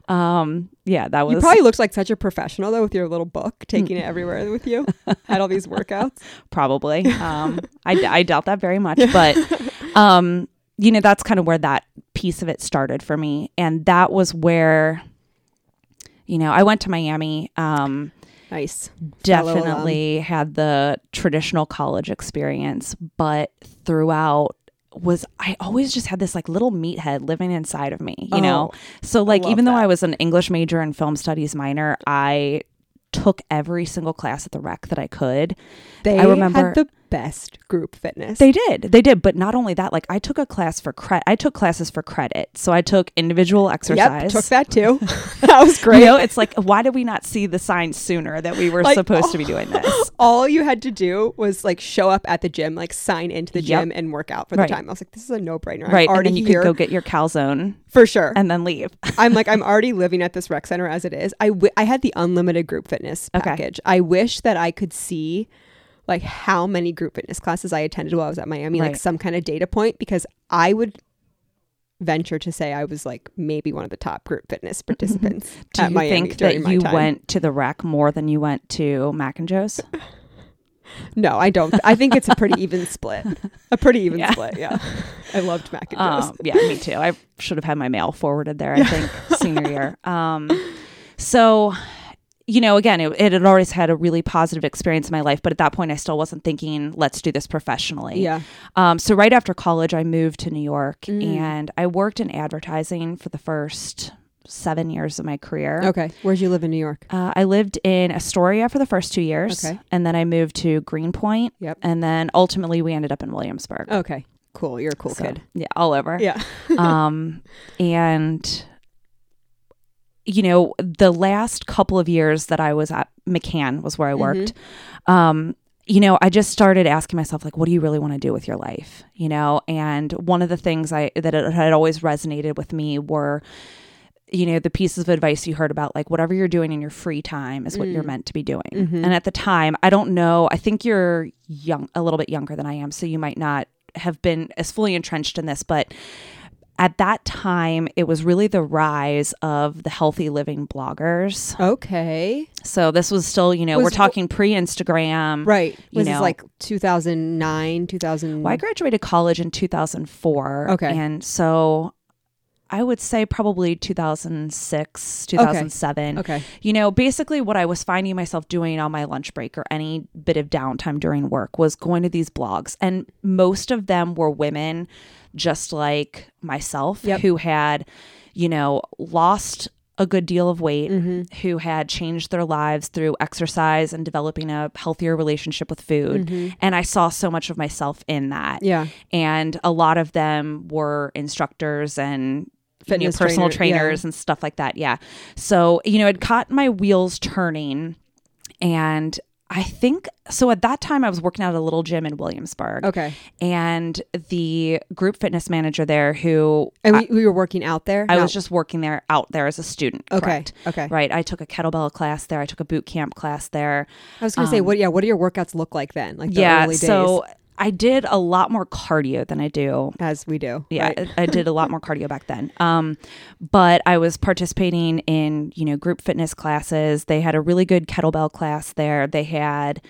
S3: Um, yeah, that
S1: You
S3: was Mm.
S1: probably looked like such a professional though with your little book, taking it everywhere with you. Had all these workouts.
S3: probably. Um, I, I doubt that very much, but um, you know, that's kind of where that piece of it started for me, and that was where, you know, I went to Miami. Um,
S1: Nice. Fellow alum.
S3: definitely had the traditional college experience, but throughout was I always just had this like little meathead living inside of me, you know. So like
S1: Oh, love
S3: even though
S1: that.
S3: I was an English major and film studies minor, I took every single class at the rec that I could.
S1: They
S3: remember-
S1: had the best group fitness.
S3: They did. They did, but not only that, like I took a class for credit. I took classes for credit. So I took individual exercise.
S1: Yep, took that too. that was great.
S3: You know, it's like why did we not see the signs sooner that we were
S1: Like,
S3: supposed to be doing this?
S1: all you had to do was like show up at the gym, like sign into the
S3: Yep.
S1: gym and work out for
S3: Right.
S1: the time. I was like, this is a no brainer. I'm
S3: Right. And
S1: already
S3: then you
S1: here
S3: could go get your calzone
S1: for sure.
S3: and then leave.
S1: I'm like, I'm already living at this rec center as it is. I wi- I had the unlimited group fitness
S3: Okay.
S1: package. I wish that I could see like how many group fitness classes I attended while I was at Miami, like
S3: Right.
S1: some kind of data point, because I would venture to say I was like maybe one of the top group fitness participants
S3: Do
S1: at
S3: you
S1: Miami
S3: think
S1: during
S3: that
S1: my
S3: you
S1: time.
S3: went to the rec more than you went to Mac and Joe's?
S1: No, I don't. I think it's a pretty even split. A pretty even
S3: Yeah.
S1: split. Yeah. I loved mac and cheese.
S3: um, yeah, me too. I should have had my mail forwarded there. I think senior year. Um, so, you know, again, it, it had always had a really positive experience in my life, but at that point, I still wasn't thinking, "Let's do this professionally."
S1: yeah.
S3: Um, so right after college, I moved to New York
S1: Mm.
S3: and I worked in advertising for the first seven years of my career.
S1: Okay. Where'd you live in New York?
S3: Uh, I lived in Astoria for the first two years,
S1: Okay.
S3: and then I moved to Greenpoint,
S1: Yep.
S3: and then ultimately we ended up in Williamsburg.
S1: Okay. Cool. You're a cool
S3: So,
S1: kid.
S3: yeah, all over.
S1: Yeah.
S3: um, and you know, the last couple of years that I was at McCann was where I worked. Um, you know, I just started asking myself, like, what do you really want to do with your life? You know, and one of the things I that it had always resonated with me were you know the pieces of advice you heard about like whatever you're doing in your free time is what you're meant to be doing
S1: Mm-hmm.
S3: and at the time i don't know i think you're young a little bit younger than i am so you might not have been as fully entrenched in this but at that time it was really the rise of the healthy living bloggers
S1: Okay.
S3: so this was still you know
S1: Was-
S3: we're talking pre-instagram
S1: Right.
S3: Mm-hmm. You
S1: This is
S3: know.
S1: like 2009, 2000.
S3: Well, I graduated college in 2004.
S1: Okay.
S3: And so I would say probably 2006, 2007.
S1: Okay.
S3: You know, basically what I was finding myself doing on my lunch break or any bit of downtime during work was going to these blogs. And most of them were women just like myself
S1: Yep.
S3: who had, you know, lost a good deal of weight who had changed their lives through exercise and developing a healthier relationship with food and i saw so much of myself in that
S1: Yeah.
S3: and a lot of them were instructors and you know,
S1: Fitness
S3: personal
S1: trainer, yeah.
S3: trainers and stuff like that. Yeah. So, you know, it caught my wheels turning. And I think so at that time, I was working at a little gym in Williamsburg.
S1: Okay.
S3: And the group fitness manager there, who
S1: And we, we were working out there.
S3: I
S1: No.
S3: was just working there out there as a student.
S1: Okay.
S3: correct?
S1: Okay.
S3: Right. I took a kettlebell class there. I took a boot camp class there.
S1: I was going to say, what, yeah, what do your workouts look like then? Like the
S3: um, yeah
S1: early days.
S3: so I did a lot more cardio than I do
S1: as we do.
S3: yeah
S1: right?
S3: I, I did a lot more cardio back then um but i was participating in you know group fitness classes they had a really good kettlebell class there they had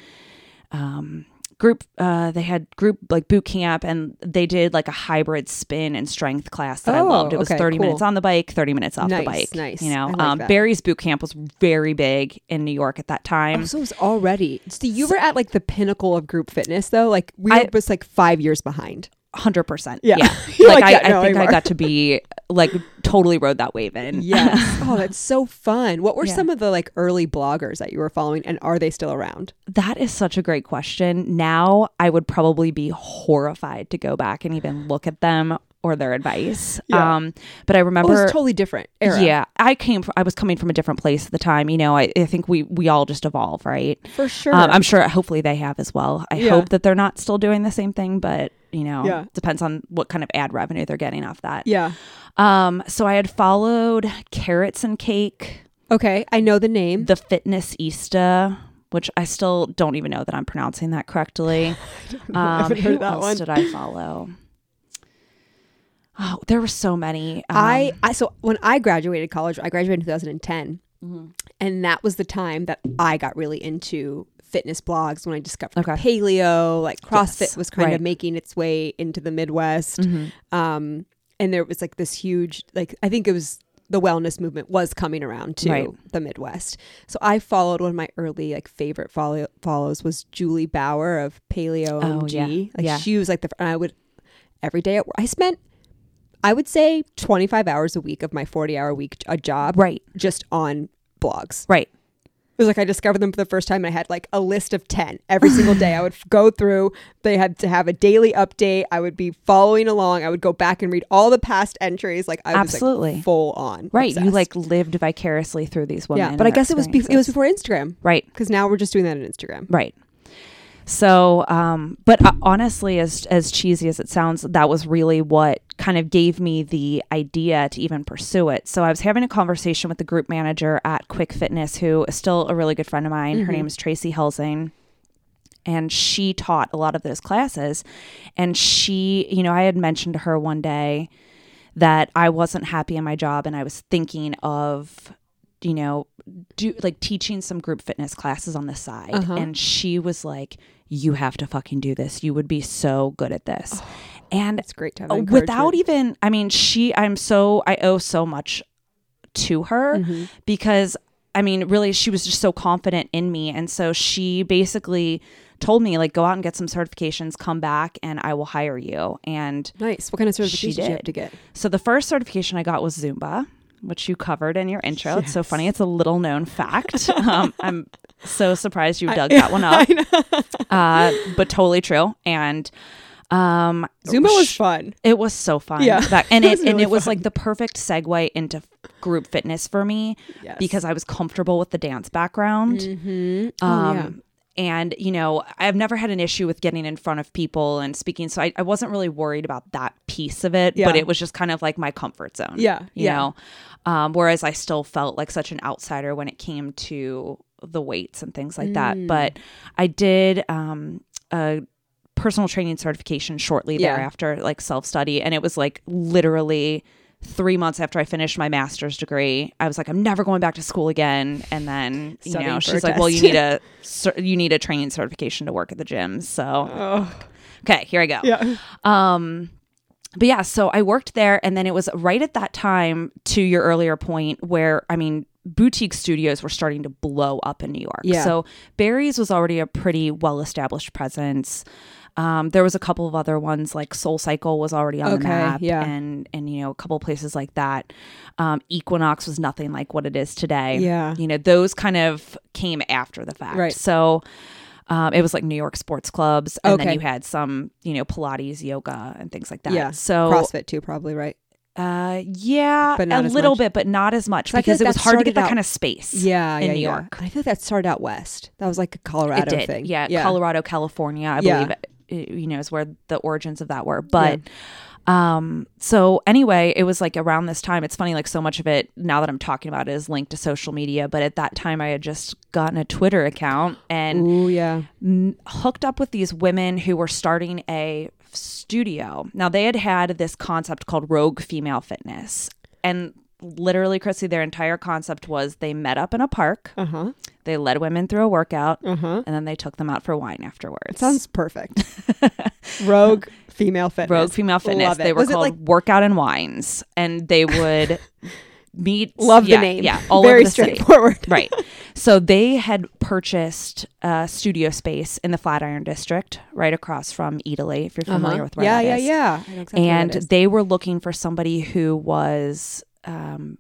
S3: um group uh they had group like boot camp and they did like a hybrid spin and strength class that i
S1: Oh,
S3: loved it was
S1: okay,
S3: 30
S1: cool.
S3: minutes on the bike 30 minutes off
S1: Nice,
S3: the bike
S1: nice.
S3: you know
S1: I like
S3: um
S1: that.
S3: barry's boot camp was very big in new york at that time
S1: So it was already. So you were at like the pinnacle of group fitness, though. Like we
S3: I-
S1: were was like five years behind.
S3: hundred percent.
S1: Yeah.
S3: Yeah,
S1: You're
S3: like,
S1: like,
S3: I,
S1: yeah,
S3: I
S1: no,
S3: think
S1: you
S3: I
S1: are.
S3: got to be like totally rode that wave in.
S1: Yes. oh, that's so fun. What were
S3: Yeah.
S1: some of the like early bloggers that you were following, and are they still around?
S3: that is such a great question. Now I would probably be horrified to go back and even look at them or their advice.
S1: Yeah.
S3: Um, but I
S1: Oh, it was
S3: remember.
S1: a totally different era.
S3: Yeah, I came. From, I was coming from a different place at the time. You know, I, I think we we all just evolve, right?
S1: for sure.
S3: Um, I'm sure. Hopefully, they have as well. I
S1: Yeah.
S3: hope that they're not still doing the same thing, but you know,
S1: Yeah.
S3: depends on what kind of ad revenue they're getting off that.
S1: yeah.
S3: Um, so I had followed Carrots and Cake,
S1: Okay, I know the name.
S3: the Fitness Ista, which I still don't even know that I'm pronouncing that correctly.
S1: I
S3: Um,
S1: haven't
S3: who
S1: heard that
S3: else
S1: one.
S3: did I follow? Oh, there were so many. Um,
S1: I, I so when I graduated college, I graduated in 2010,
S3: Mm-hmm.
S1: and that was the time that I got really into fitness blogs when I discovered
S3: Okay.
S1: paleo, like CrossFit
S3: Yes,
S1: was kind of
S3: right.
S1: making its way into the Midwest,
S3: Mhm.
S1: um, and there was like this huge, like I think it was the wellness movement was coming around to
S3: Right.
S1: the Midwest. So I followed one of my early like favorite follow- follows was Julie Bauer of Paleo
S3: Oh,
S1: OMG.
S3: yeah.
S1: Like
S3: Yeah.
S1: she was like the and I would every day at work. I spent I would say 25 hours a week of my 40 hour week a job
S3: right,
S1: just on blogs.
S3: right.
S1: It was like I discovered them for the first time. and I had like a list of 10 every single day. I would f- go through, they had to have a daily update. I would be following along. I would go back and read all the past entries. Like I was
S3: Absolutely.
S1: like full on.
S3: Right, you
S1: obsessed.
S3: like lived vicariously through these women.
S1: yeah, but I
S3: and their
S1: guess it was be- it was
S3: experiences.
S1: before Instagram
S3: right.
S1: because now we're just doing that on Instagram.
S3: Right. So, um, but uh, honestly, as as cheesy as it sounds, that was really what kind of gave me the idea to even pursue it. So, I was having a conversation with the group manager at Quick Fitness, who is still a really good friend of mine. Her name is Tracy Helsing, and she taught a lot of those classes. And she, you know, I had mentioned to her one day that I wasn't happy in my job, and I was thinking of you know, do like teaching some group fitness classes on the side. And she was like, You have to fucking do this. You would be so good at this. and
S1: It's great to have
S3: uh,
S1: encouragement.
S3: without even, I mean, she, I'm so, I owe so much to her
S1: Mm-hmm.
S3: because I mean, really, she was just so confident in me. And so she basically told me, like, go out and get some certifications, come back, and I will hire you. And
S1: nice. What kind of
S3: e-, She
S1: certification did you have
S3: did.
S1: to get?
S3: so the first certification I got was Zumba, which you covered in your intro. It's so funny. It's a little known fact. um, I'm so surprised you dug that one up, uh, but totally true. And um,
S1: Zumba was fun.
S3: it was so fun.
S1: Yeah.
S3: That- and
S1: It
S3: it,
S1: was
S3: and
S1: really
S3: it was
S1: fun.
S3: like the perfect segue into group fitness for me
S1: Yes. Mm. Mm-hmm.
S3: because I was comfortable with the dance background.
S1: Oh,
S3: Um, And, you know, I've never had an issue with getting in front of people and speaking. So I, I wasn't really worried about that piece of it,
S1: Yeah.
S3: but it was just kind of like my comfort zone.
S1: Yeah,
S3: You
S1: yeah.
S3: know, um, whereas I still felt like such an outsider when it came to the weights and things like
S1: Mm.
S3: that. But I did um, a personal training certification shortly
S1: Yeah.
S3: thereafter, like self study. And it was like literally three months after I finished my master's degree, I was like, I'm never going back to school again. And then, you
S1: Studying
S3: know,
S1: for
S3: she's
S1: a
S3: like, well, you
S1: test.
S3: need a, cer- you need a training certification to work at the gym. So,
S1: Oh,
S3: okay, here I go.
S1: yeah.
S3: Um, but yeah, so I worked there, and then it was right at that time, to your earlier point, where I mean, boutique studios were starting to blow up in New York.
S1: Yeah.
S3: So Barry's was already a pretty well established presence. Um, there was a couple of other ones like Soul Cycle was already on the
S1: Okay,
S3: map,
S1: yeah.
S3: and and you know a couple places like that. Um, Equinox was nothing like what it is today.
S1: Yeah.
S3: you know those kind of came after the fact.
S1: Right.
S3: So um, it was like New York sports clubs, and
S1: Okay.
S3: then you had some, you know, Pilates, yoga, and things like that.
S1: Yeah.
S3: So,
S1: CrossFit too, probably right.
S3: uh, yeah,
S1: But not
S3: a
S1: as
S3: little
S1: much.
S3: bit, but not as much
S1: So I feel
S3: because it
S1: like
S3: was
S1: that
S3: hard to get
S1: started
S3: that
S1: out-
S3: kind of space.
S1: Yeah,
S3: in
S1: yeah,
S3: New
S1: yeah.
S3: York.
S1: I think that started out west. That was like a
S3: it
S1: Colorado
S3: did.
S1: thing.
S3: Yeah, Colorado, California, I uh,
S1: Yeah.
S3: believe. uh, You know, is where the origins of that were, but Um, so anyway, it was like around this time. It's funny, like so much of it now that I'm talking about it is linked to social media, but at that time I had just gotten a Twitter account and
S1: Ooh, yeah.
S3: m- hooked up with these women who were starting a studio. Now they had had this concept called rogue female fitness, and literally, Chrissy, their entire concept was they met up in a park,
S1: Uh huh.
S3: they led women through a workout,
S1: Uh huh.
S3: and then they took them out for wine afterwards.
S1: Sounds perfect. Rogue female fitness.
S3: rogue female fitness.
S1: Love it.
S3: They were
S1: Was it
S3: called
S1: like-
S3: workout and wines, and they would meet.
S1: Love
S3: yeah,
S1: the name.
S3: Yeah, all
S1: Very
S3: over the city.
S1: straightforward.
S3: right. So they had purchased uh, studio space in the Flatiron District, right across from Italy, if you're familiar with where
S1: Uh-huh. yeah,
S3: that
S1: yeah,
S3: is.
S1: yeah. I know exactly where
S3: and
S1: that is.
S3: they were looking for somebody who was um,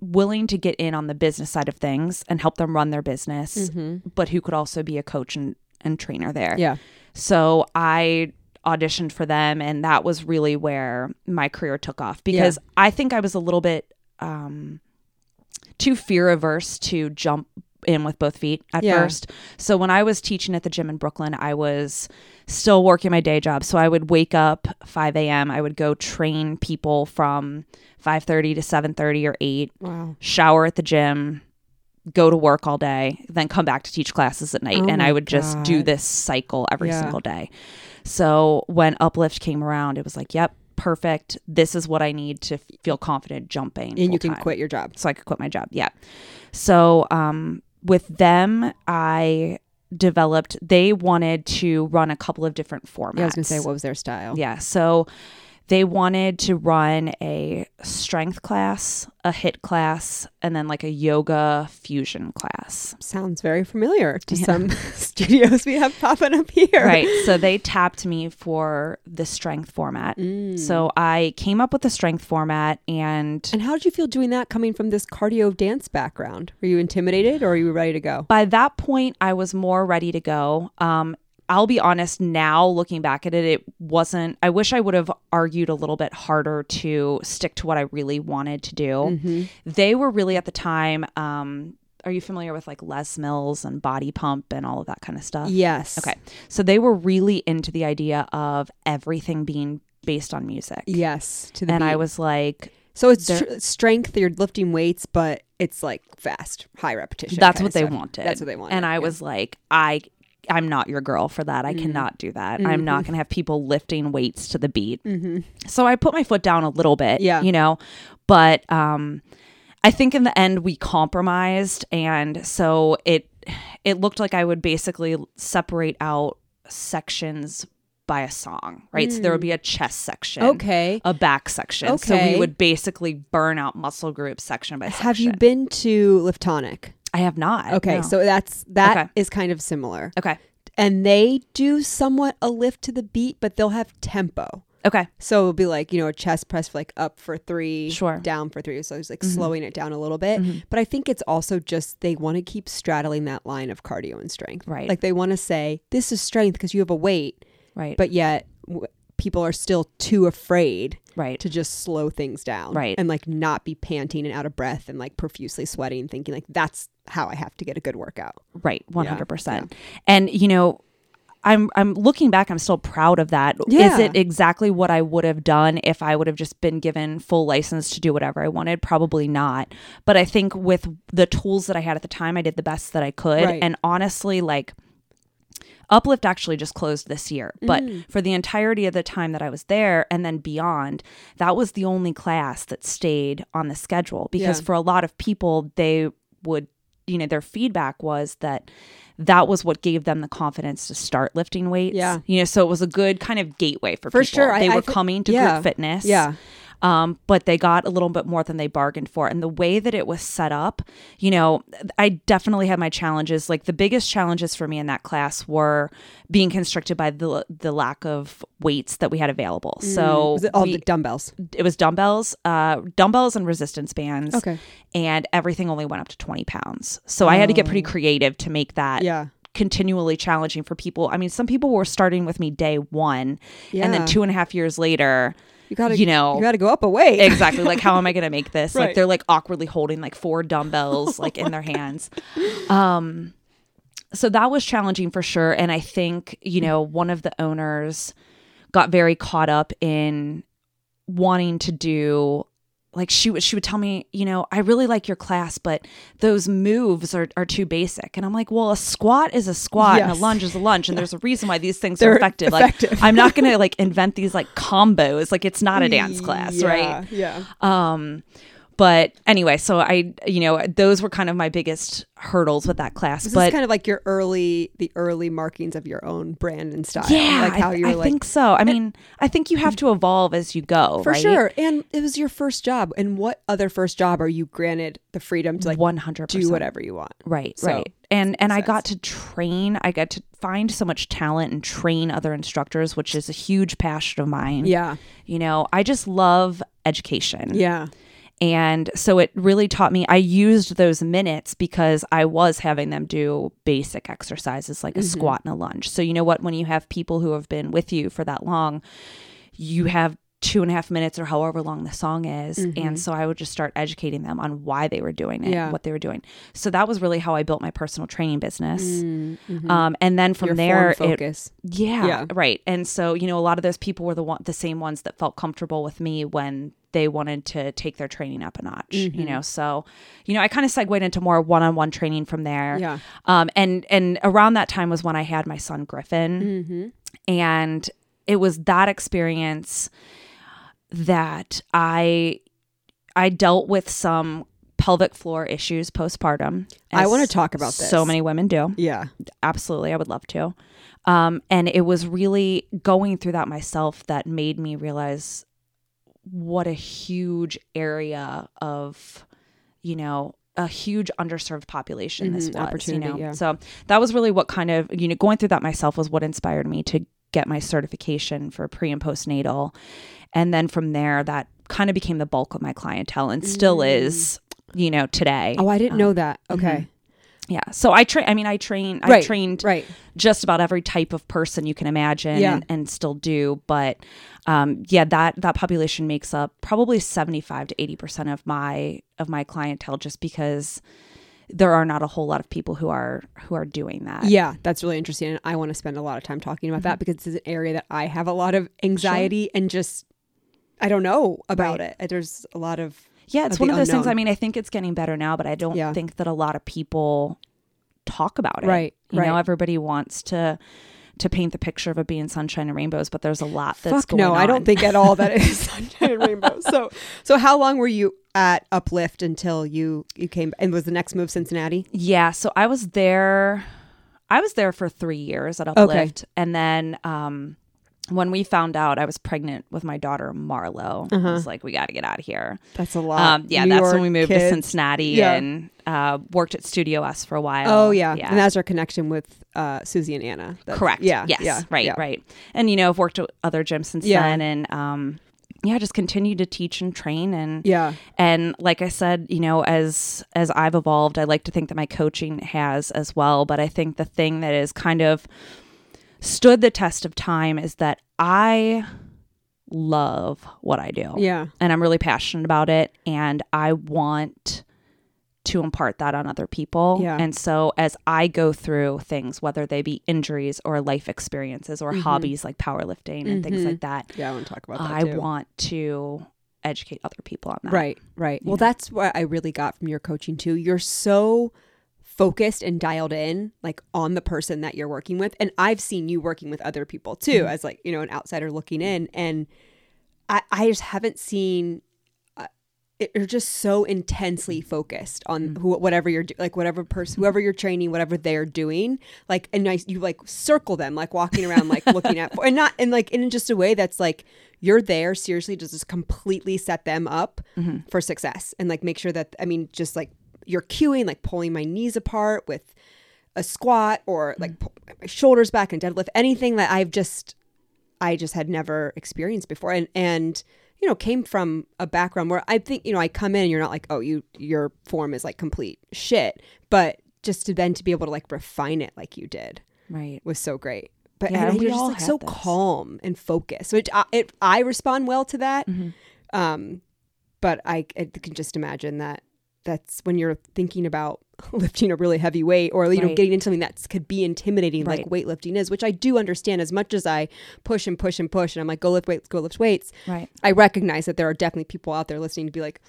S3: willing to get in on the business side of things and help them run their business,
S1: Mm-hmm.
S3: but who could also be a coach and, and trainer there.
S1: yeah.
S3: So I auditioned for them, and that was really where my career took off because I think I was a little bit um, too fear averse to jump in with both feet at
S1: Yeah.
S3: first. So when I was teaching at the gym in Brooklyn, I was still working my day job. So I would wake up 5 a.m. I would go train people from 5:30 to 7:30 or 8
S1: Wow.
S3: shower at the gym, go to work all day, then come back to teach classes at night.
S1: Oh
S3: and
S1: my
S3: I would just do
S1: God.
S3: this cycle every
S1: Yeah.
S3: single day. So when Uplift came around, it was like, yep, perfect. This is what I need to feel confident jumping.
S1: And you can
S3: full-time.
S1: quit your job.
S3: So I could quit my job. Yeah. So um, with them, I developed, they wanted to run a couple of different formats.
S1: Yeah, I was gonna say, what was their style?
S3: Yeah. So they wanted to run a strength class, a hit class, and then like a yoga fusion class.
S1: Sounds very familiar to some studios we have popping up here.
S3: Right. So they tapped me for the strength format.
S1: Mm.
S3: So I came up with the strength format and
S1: And how did you feel doing that coming from this cardio dance background? Were you intimidated or are you ready to go?
S3: by that point I was more ready to go. Um I'll be honest now looking back at it it wasn't I wish I would have argued a little bit harder to stick to what I really wanted to do.
S1: Mm-hmm.
S3: They were really at the time um are you familiar with like Les Mills and Body Pump and all of that kind of stuff?
S1: Yes.
S3: Okay. So they were really into the idea of everything being based on music.
S1: Yes. To the
S3: And I
S1: beat.
S3: was like,
S1: So it's
S3: They're-
S1: tr- strength. You're lifting weights, but it's like fast, high repetition.
S3: that's
S1: kinda
S3: what they
S1: stuff.
S3: wanted.
S1: That's what they wanted.
S3: And I
S1: yeah. Mm-hmm.
S3: was like, I I'm not your girl for that. I cannot do that. I'm not going to have people lifting weights to the beat.
S1: Mm-hmm.
S3: So I put my foot down a little bit,
S1: Yeah.
S3: you know, but um I think in the end we compromised and so it it looked like I would basically separate out sections by a song, right? So there would be a chest section.
S1: Mm. okay.
S3: A back section. So
S1: Okay.
S3: we would basically burn out muscle groups section by section.
S1: Have you been to Liftonic?
S3: I have not.
S1: Okay,
S3: no.
S1: so that's that is
S3: Okay.
S1: kind of similar,
S3: Okay.
S1: and they do somewhat a lift to the beat, but they'll have tempo.
S3: Okay.
S1: So it'll be like you know a chest press like up for three,
S3: Sure.
S1: down for three. So it's like slowing it down a little bit. But I think it's also just they want to keep straddling that line of cardio and strength.
S3: Right.
S1: Like they want to say this is strength because you have a weight,
S3: Right.
S1: but yet w- people are still too afraid
S3: right.
S1: to just slow things down,
S3: Right.
S1: And like not be panting and out of breath and like profusely sweating, thinking like that's how I have to get a good workout.
S3: Right. 100%. And you know, I'm I'm looking back I'm still proud of that. Is
S1: Yeah.
S3: it exactly what I would have done if I would have just been given full license to do whatever I wanted? Probably not. But I think with the tools that I had at the time, I did the best that I could.
S1: Right.
S3: And honestly, like Uplift actually just closed this year, but
S1: Mm.
S3: for the entirety of the time that I was there and then beyond, that was the only class that stayed on the schedule because
S1: Yeah.
S3: for a lot of people, they would, you know, their feedback was that that was what gave them the confidence to start lifting weights.
S1: Yeah.
S3: You know, so it was a good kind of gateway for,
S1: For
S3: people.
S1: sure. I-
S3: They
S1: I
S3: were
S1: fe-
S3: coming to
S1: yeah.
S3: group fitness
S1: Yeah.
S3: um, but they got a little bit more than they bargained for. And the way that it was set up, you know, I definitely had my challenges. Like the biggest challenges for me in that class were being constricted by the the lack of weights that we had available. So
S1: Mm, Was it all
S3: we-
S1: the dumbbells?
S3: it was dumbbells, uh, dumbbells and resistance bands.
S1: Okay.
S3: And everything only went up to 20 pounds. So I had to get pretty creative to make that
S1: Oh. Yeah.
S3: continually challenging for people. I mean, some people were starting with me day one, and
S1: Yeah.
S3: then two and a half years later,
S1: You gotta,
S3: you know,
S1: you gotta go up a weight.
S3: exactly like how am i going to make this
S1: Right.
S3: like they're like awkwardly holding like four dumbbells like in their hands um so that was challenging for sure and i think you know one of the owners got very caught up in wanting to do like she would she would tell me, you know, I really like your class, but those moves are, are too basic. And I'm like, well, a squat is a squat and
S1: Yes.
S3: a lunge is a lunge, and there's a reason why these things
S1: They're
S3: are effective.
S1: effective.
S3: Like I'm not gonna like invent these like combos. Like it's not a dance class, right?
S1: Yeah.
S3: Um, but anyway, so I, you know, those were kind of my biggest hurdles with that class.
S1: This
S3: but
S1: is kind of like your early, the early markings of your own brand and style.
S3: yeah,
S1: like how
S3: I,
S1: you're
S3: I
S1: like
S3: think so. I mean, I think you have to evolve as you go,
S1: for
S3: right?
S1: sure. And it was your first job. And what other first job are you granted the freedom to like
S3: One hundred
S1: do
S3: percent.
S1: whatever you want?
S3: Right,
S1: So,
S3: right. And and I got to train. I got to find so much talent and train other instructors, which is a huge passion of mine.
S1: Yeah.
S3: You know, I just love education.
S1: Yeah.
S3: And so it really taught me. I used those minutes because I was having them do basic exercises like a
S1: Mm-hmm.
S3: squat and a lunge. So, you know what? When you have people who have been with you for that long, you have two and a half minutes or however long the song is. And so I would just start educating them on why they were doing it,
S1: Mm-hmm. Yeah.
S3: what they were doing. So that was really how I built my personal training business. Um, and then from there,
S1: Mm-hmm. form
S3: it,
S1: focus.
S3: yeah,
S1: Yeah.
S3: right. And so you know, a lot of those people were the one, the same ones that felt comfortable with me when they wanted to take their training up a notch. You
S1: Mm-hmm.
S3: know, so you know, I kind of segued into more one-on-one training from there.
S1: Yeah.
S3: Um, and and around that time was when I had my son Griffin,
S1: Mm. Mm-hmm.
S3: and it was that experience that I I dealt with some pelvic floor issues postpartum.
S1: I
S3: as
S1: want to talk about this.
S3: So many women do
S1: Yeah.
S3: absolutely i would love to um, and it was really going through that myself that made me realize what a huge area of you know a huge underserved population this
S1: Mhm,
S3: was
S1: opportunity,
S3: you know
S1: yeah.
S3: so that was really what kind of you know going through that myself was what inspired me to get my certification for pre and postnatal and then from there that kind of became the bulk of my clientele and still is you know today
S1: Mm. Oh, I didn't know that. Okay.
S3: yeah so i train i mean i train Um, i
S1: Right,
S3: trained
S1: Right.
S3: just about every type of person you can imagine
S1: Yeah.
S3: and, and still do but um, yeah that that population makes up probably 75 to 80% of my of my clientele just because there are not a whole lot of people who are who are doing that
S1: Yeah, that's really interesting. And I want to spend a lot of time talking about
S3: Mm-hmm.
S1: that because it's an area that I have a lot of anxiety and just I don't know about
S3: Right.
S1: it. There's a lot of
S3: yeah it's
S1: Of
S3: one
S1: the
S3: of those things
S1: unknown.
S3: i mean i think it's getting better now but i don't
S1: Yeah.
S3: think that a lot of people talk about it
S1: Right,
S3: you know
S1: right.
S3: everybody wants to to paint the picture of it being sunshine and rainbows but there's a lot that's
S1: fuck
S3: going
S1: no. I
S3: on.
S1: don't think at all that is sunshine and rainbow. So so how long were you at Uplift until you you came and was the next move Cincinnati?
S3: Yeah, so I was there I was there for 3 years at Uplift and then um when we found out I was pregnant with my daughter Marlo, I was like we got to get out of here.
S1: That's a Uh-huh. lot.
S3: Um yeah,
S1: New
S3: that's
S1: York
S3: when we moved to
S1: kids.
S3: Cincinnati
S1: Yeah.
S3: and uh worked at Studio S for a while.
S1: Oh yeah.
S3: Yeah.
S1: and that's our connection with uh, Susie and Anna. That's-
S3: Correct.
S1: Yeah.
S3: Yes.
S1: yeah,
S3: right.
S1: yeah.
S3: Right. And you know, I've worked at other gyms since
S1: Yeah.
S3: then, and um, yeah, just continue to teach and train, and
S1: Yeah.
S3: and like I said, you know, as as I've evolved, I like to think that my coaching has as well. But I think the thing that is kind of stood the test of time is that I love what I do
S1: Yeah.
S3: and I'm really passionate about it and I want to impart that on other people.
S1: Yeah.
S3: And so as I go through things, whether they be injuries or life experiences or hobbies like powerlifting and things like that,
S1: Yeah. I want to talk about Mm-hmm. that.
S3: I
S1: too.
S3: want to educate other people on that.
S1: Right, right. Well, that's what I really got from your coaching too. You're so focused and dialed in like on the person that you're working with and I've seen you working with other people too
S3: Mm-hmm.
S1: as like, you know, an outsider looking in and I I just haven't seen uh, it- you're just so intensely focused on who, whatever you're do, like whatever person whoever you're training whatever they're doing like and I, you like circle them like walking around like looking at and not and like in just a way that's like you're there seriously to just completely set them up for success and like make sure that I mean just like you're cueing like pulling my knees apart with a squat or like pull my shoulders back and deadlift anything that I've just I just had never experienced before and and you know came from a background where I think you know I come in and you're not like oh you your form is like complete shit but just to then to be able to like refine it like you did
S3: Right.
S1: was so great but
S3: Yeah,
S1: and
S3: and we
S1: you're just
S3: all
S1: like
S3: have
S1: so
S3: this.
S1: calm and focused which I, it,
S3: Mm-hmm.
S1: I respond well to that um but I, I can just imagine that that's when you're thinking about lifting a really heavy weight or you know
S3: Right.
S1: getting into something that could be intimidating like
S3: Right.
S1: weightlifting is which i do understand as much as i push and push and push and i'm like go lift weights go lift weights
S3: Right.
S1: i recognize that there are definitely people out there listening to be like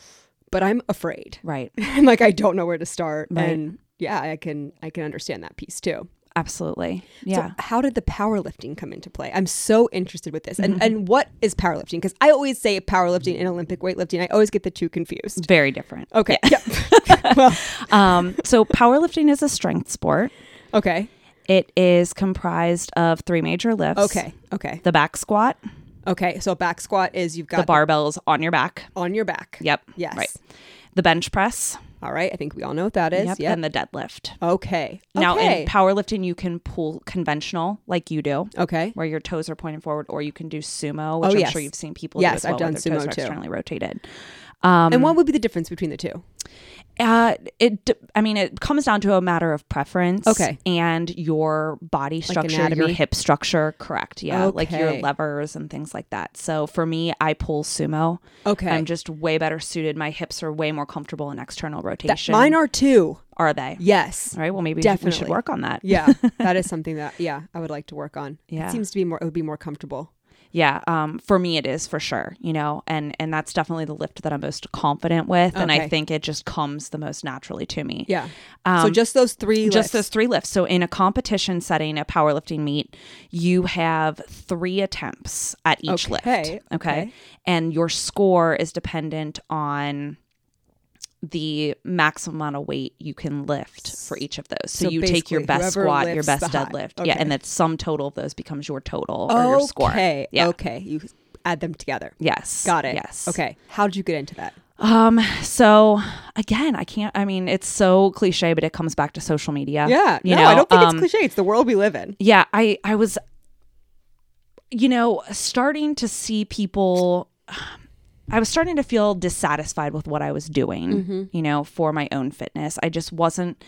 S1: but i'm afraid
S3: Right.
S1: and like i don't know where to start
S3: Right.
S1: and yeah i can i can understand that piece too
S3: Absolutely. Yeah.
S1: so how did the powerlifting come into play? I'm so interested with this.
S3: Mm-hmm.
S1: And and what is powerlifting? Because I always say powerlifting and Olympic weightlifting. I always get the two confused.
S3: very different.
S1: Okay. Yep. well,
S3: Um, so powerlifting is a strength sport.
S1: okay.
S3: It is comprised of three major lifts.
S1: Okay. Okay.
S3: The back squat,
S1: Okay. So back squat is you've
S3: the
S1: got
S3: barbells on your back.
S1: on your back.
S3: Yep.
S1: Yes.
S3: Right. The bench press.
S1: All right. I think we all know what that is.
S3: Yep.
S1: Yep.
S3: And the deadlift.
S1: okay.
S3: Now
S1: okay.
S3: in powerlifting, you can pull conventional like you do,
S1: okay.
S3: where your toes are pointed forward, or you can do sumo, which
S1: Oh,
S3: I'm
S1: yes.
S3: sure you've seen people
S1: Yes,
S3: do as well,
S1: I've done
S3: where their toes
S1: sumo
S3: are
S1: too.
S3: externally rotated. Um,
S1: and what would be the difference between the two?
S3: Uh, it. d- I mean, it comes down to a matter of preference.
S1: Okay.
S3: And your body structure, your
S1: anatomy?
S3: hip structure, correct? Yeah, like your
S1: Okay.
S3: levers and things like that. So for me, I pull sumo.
S1: Okay.
S3: I'm just way better suited. My hips are way more comfortable in external
S1: That-
S3: rotation.
S1: mine are two.
S3: Are they?
S1: Yes.
S3: All right. Well, maybe we- we should
S1: Definitely.
S3: work on that.
S1: Yeah. that is something that yeah, I would like to work on.
S3: Yeah.
S1: It seems to be more it would be more comfortable.
S3: Yeah, um, for me it is for sure, you know, and and that's definitely the lift that I'm most confident with, and I
S1: Okay.
S3: think it just comes the most naturally to me.
S1: Yeah.
S3: um,
S1: so just those three
S3: just
S1: lifts.
S3: those three lifts. So in a competition setting, a powerlifting meet, you have three attempts at each lift.
S1: Okay,
S3: okay,
S1: okay.
S3: and your score is dependent on the maximum amount of weight you can lift for each of those. So,
S1: So
S3: you take your
S1: basically,
S3: best
S1: whoever
S3: squat, your
S1: lifts
S3: best
S1: the high-
S3: deadlift, yeah,
S1: okay.
S3: and the sum total of those becomes your total or
S1: okay.
S3: your score.
S1: Okay.
S3: Yeah.
S1: Okay. You add them together.
S3: Yes.
S1: Got it.
S3: Yes.
S1: Okay. How did you get into that?
S3: Um, so again, I can't I mean, it's so cliche, but it comes back to social media.
S1: Yeah.
S3: Uh, You
S1: no,
S3: know,
S1: I don't think
S3: um,
S1: it's cliche. It's the world we live in.
S3: Yeah, I I was you know, starting to see people I was starting to feel dissatisfied with what I was doing,
S1: Mm-hmm.
S3: you know, for my own fitness. I just wasn't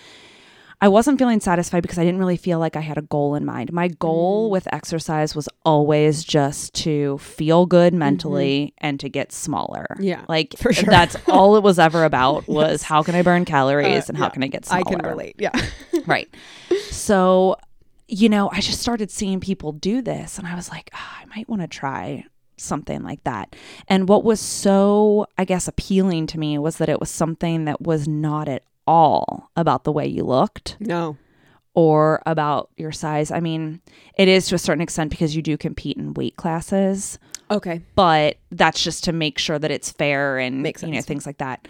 S3: I wasn't feeling satisfied because I didn't really feel like I had a goal in mind. My goal
S1: Mm-hmm.
S3: with exercise was always just to feel good mentally and to get smaller.
S1: Mm-hmm. Yeah,
S3: Like
S1: for sure.
S3: that's all it was ever about was how can I burn calories and how
S1: Uh, yeah,
S3: can I get smaller?
S1: I can relate. Yeah.
S3: right. So, you know, I just started seeing people do this and I was like, "Ah, I might want to try something like that. And what was so, I guess, appealing to me was that it was something that was not at all about the way you looked
S1: no.
S3: or about your size. I mean, it is to a certain extent because you do compete in weight classes,
S1: Okay.
S3: but that's just to make sure that it's fair and
S1: Makes
S3: you know
S1: sense.
S3: things like that.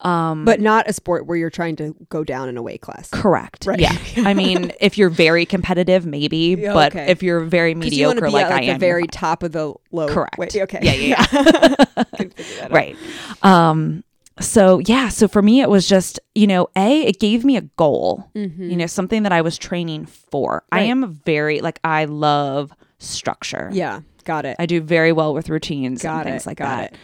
S3: Um,
S1: But not a sport where you're trying to go down in a weight class.
S3: Correct.
S1: Right.
S3: Yeah. I mean, if you're very competitive, maybe,
S1: Yeah,
S3: but
S1: okay.
S3: if you're very
S1: 'Cause you want to
S3: mediocre,
S1: be
S3: like,
S1: at like
S3: I
S1: the
S3: am,
S1: very top of the low.
S3: Correct.
S1: Weight. Okay.
S3: Yeah, yeah,
S1: Can figure that out.
S3: right. Um, so yeah, so for me, it was just you know, a it gave me a goal, you know, something that I was training for.
S1: Mm-hmm.
S3: I
S1: Right.
S3: am very like I love structure.
S1: Yeah. Got it.
S3: I do very well with routines
S1: Got
S3: and things
S1: it,
S3: like
S1: got
S3: that.
S1: it.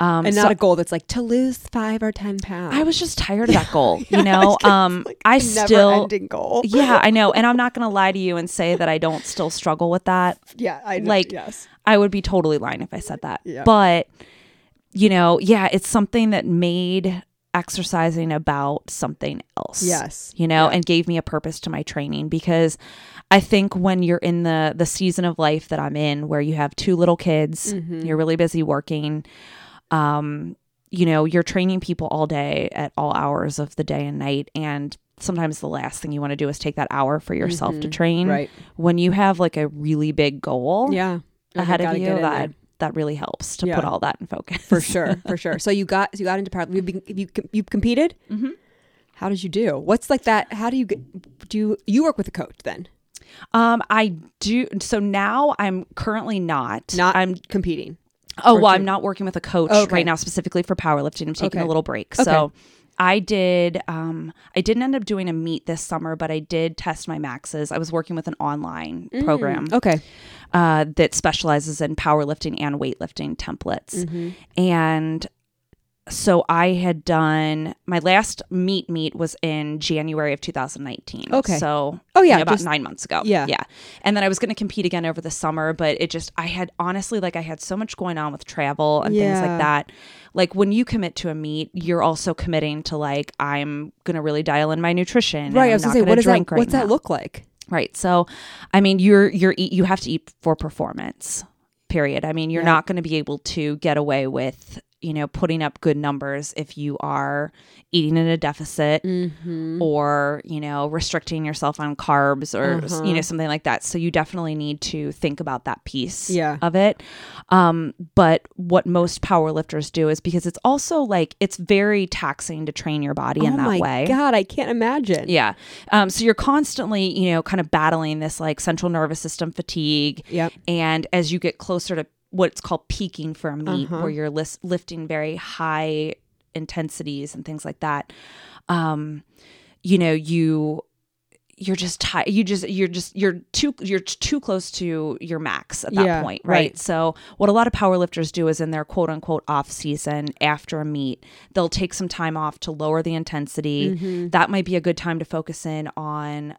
S3: Um,
S1: and
S3: so
S1: not a goal that's like to lose five or ten pounds.
S3: I was just tired of that goal, you know. um, I
S1: It's a
S3: still,
S1: never-ending goal.
S3: yeah, I know, and I'm not going to lie to you and say that I don't still struggle with that.
S1: Yeah. I know.
S3: like
S1: yes.
S3: I would be totally lying if I said that.
S1: Yeah.
S3: But you know, yeah, it's something that made exercising about something else.
S1: Yes.
S3: You know, and gave me a purpose to my training because I think when you're in the the season of life that I'm in where you have two little kids,
S1: Mm-hmm.
S3: you're really busy working, um you know, you're training people all day at all hours of the day and night and sometimes the last thing you want to do is take that hour for yourself to train.
S1: Mm-hmm. Right.
S3: When you have like a really big goal,
S1: Yeah. Like, I
S3: ahead of
S1: gotta
S3: you
S1: get in there.
S3: that that really helps to
S1: Yeah.
S3: put all that in focus
S1: for sure, for sure. So you got you got into power. You be- you, you competed. Mm-hmm. How did you do? What's like that? How do you get? Do you, you work with a coach then?
S3: um i do so now i'm currently not
S1: Not
S3: i'm
S1: competing.
S3: oh well i'm not working with a coach
S1: Okay.
S3: right now specifically for powerlifting i'm taking a
S1: Okay.
S3: little break so i did um i didn't end up doing a meet this summer but i did test my maxes i was working with an online
S1: Mm.
S3: program
S1: Okay.
S3: uh,
S1: Mm-hmm.
S3: that specializes in powerlifting and weightlifting templates. And so I had done my last meet meet was in January of 2019.
S1: Okay.
S3: So
S1: Oh, yeah,
S3: about
S1: just-
S3: nine months ago.
S1: Yeah.
S3: Yeah. And then I was going to compete again over the summer, but it just I had honestly like I had so much going on with travel and things
S1: Yeah.
S3: like that. Like when you commit to a meet, you're also committing to like I'm going to really dial in my nutrition. and
S1: Right.
S3: I'm
S1: I was
S3: not
S1: gonna say,
S3: gonna
S1: what is that?
S3: drink right
S1: what's that
S3: now.
S1: look like?
S3: Right. So, I mean, you're you're eat, you have to eat for performance. Period. I mean, you're not going to be able to get away with you know putting up good numbers if you are eating in a deficit
S1: Mm-hmm.
S3: or you know restricting yourself on carbs or s-
S1: Uh-huh.
S3: you know something like that. So you definitely need to think about that piece
S1: Yeah.
S3: of it. Um, but what most powerlifters do is because it's also like it's very taxing to train your body in
S1: oh
S3: that
S1: my
S3: way.
S1: god, I can't imagine.
S3: Yeah. Um, so you're constantly, you know, kind of battling this like central nervous system fatigue.
S1: Yep.
S3: And as you get closer to what's called peaking for a meet,
S1: Uh-huh.
S3: where you're lis- lifting very high intensities and things like that, um, you know, you you're just tired you just you're just you're too you're t- too close to your max at that
S1: Yeah,
S3: point
S1: right.
S3: right? so what a lot of powerlifters do is in their quote unquote off season after a meet they'll take some time off to lower the intensity
S1: Mhm.
S3: that might be a good time to focus in on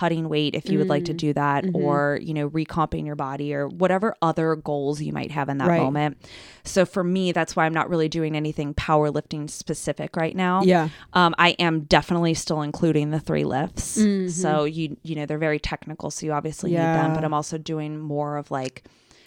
S3: cutting weight if you would like to
S1: Mm.
S3: do that
S1: Mhm.
S3: or you know recomping your body or whatever other goals you might have in that
S1: Right.
S3: moment so for me that's why i'm not really doing anything powerlifting specific right now
S1: Yeah.
S3: um, i am definitely still including the three lifts
S1: Mhm.
S3: so you you know they're very technical so you obviously need them
S1: Yeah.
S3: but i'm also doing more of like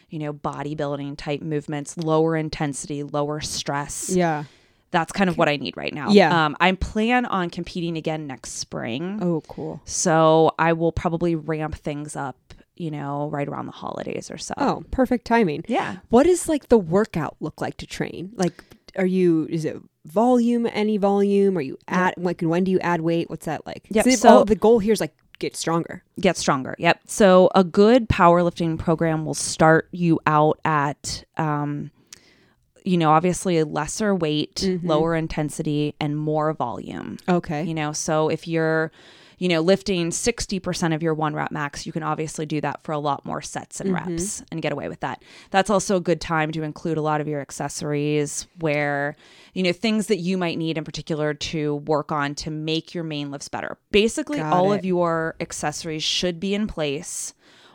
S3: you know bodybuilding type movements lower intensity lower stress
S1: Yeah.
S3: that's kind of what I need right now.
S1: Yeah.
S3: Um, I plan on competing again next spring.
S1: Oh, cool.
S3: So I will probably ramp things up, you know, right around the holidays or so.
S1: Oh, perfect timing.
S3: Yeah.
S1: What does like the workout look like to train? Like, are you is it volume any volume? Are you at like when do you add weight? What's that like?
S3: Yep,
S1: So,
S3: so-
S1: oh, the goal here is like get stronger.
S3: Get stronger. Yep. So a good powerlifting program will start you out at, um, you know, obviously a lesser weight, lower intensity, and more volume.
S1: Okay.
S3: You know, so if you're, you know, lifting 60% of your one rep max, you can obviously do that for a lot more sets and
S1: Mm-hmm.
S3: reps and get away with that. That's also a good time to include a lot of your accessories where, you know, things that you might need in particular to work on to make your main lifts better. Basically,
S1: Got
S3: all
S1: it.
S3: of your accessories should be in place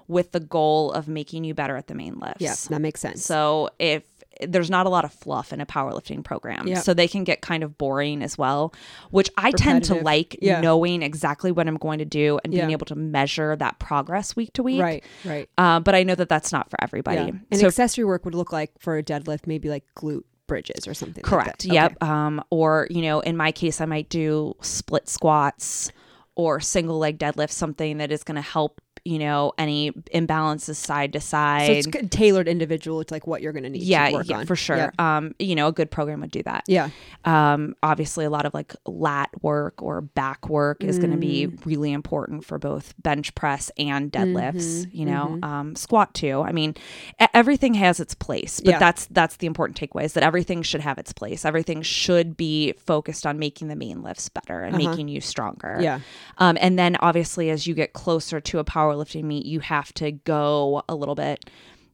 S3: with the goal of making you better at the main lifts.
S1: Yeah, that makes sense.
S3: So if there's not a lot of fluff in a powerlifting program,
S1: Yep.
S3: so they can get kind of boring as well, which I tend to
S1: Repetitive.
S3: like
S1: Yeah.
S3: knowing exactly what I'm going to do and being
S1: Yeah.
S3: able to measure that progress week to week.
S1: right. Right.
S3: Uh, but I know that that's not for everybody.
S1: Yeah. And
S3: So
S1: accessory work would look like for a deadlift, maybe like glute bridges or something. like that.
S3: correct.
S1: Okay.
S3: Yep. Um, or you know, in my case, I might do split squats or single leg deadlift, something that is going to help you know any imbalances side to side.
S1: So it's good- tailored individual to like what you're going to need.
S3: yeah,
S1: to work
S3: yeah,
S1: on.
S3: for sure.
S1: Yep.
S3: Um, you know, a good program would do that.
S1: Yeah.
S3: um, obviously a lot of like lat work or back work is going to be really important for both bench press and deadlifts you know um, squat too i mean e- everything has its place but
S1: Yeah.
S3: that's that's the important takeaway is that everything should have its place everything should be focused on making the main lifts better and making you stronger
S1: Yeah.
S3: um, and then obviously as you get closer to a powerlifting meet you have to go a little bit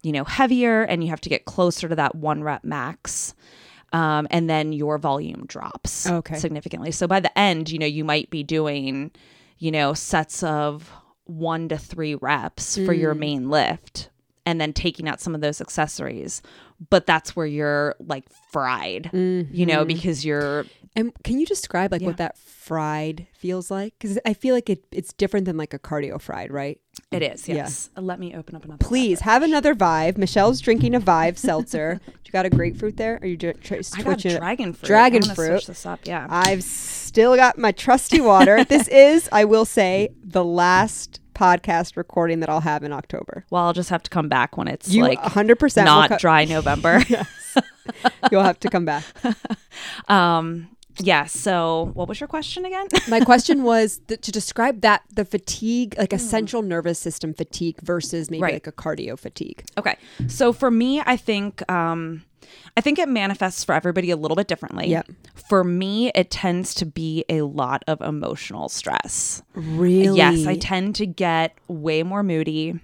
S3: you know heavier and you have to get closer to that one rep max um, and then your volume drops
S1: Okay.
S3: significantly. So by the end, you know, you might be doing, you know, sets of one to three reps for your main lift and then taking out some of those accessories. But that's where you're like fried, you know, because you're
S1: And can you describe like what that fried feels like? Because I feel like it, it's different than like a cardio fried, right?
S3: it is,
S1: Yeah.
S3: yes. Let me open up another.
S1: Please have another Vive. Michelle's drinking a Vive seltzer. You got a grapefruit there? Are you dr- tra-
S3: I got
S1: switching? it?
S3: dragon fruit.
S1: Dragon
S3: I'm gonna
S1: fruit.
S3: Switch this up. Yeah.
S1: I've still got my trusty water. this is, I will say, the last podcast recording that I'll have in October.
S3: well, I'll just have to come back when it's
S1: You
S3: like
S1: 100% will
S3: not
S1: co-
S3: dry November.
S1: You'll have to come back.
S3: um, yeah. So, what was your question again?
S1: My question was th- to describe that the fatigue, like a central nervous system fatigue versus maybe
S3: Right.
S1: like a cardio fatigue.
S3: Okay. So for me, I think um I think it manifests for everybody a little bit differently.
S1: Yep.
S3: For me, it tends to be a lot of emotional stress.
S1: Really?
S3: Yes, I tend to get way more moody,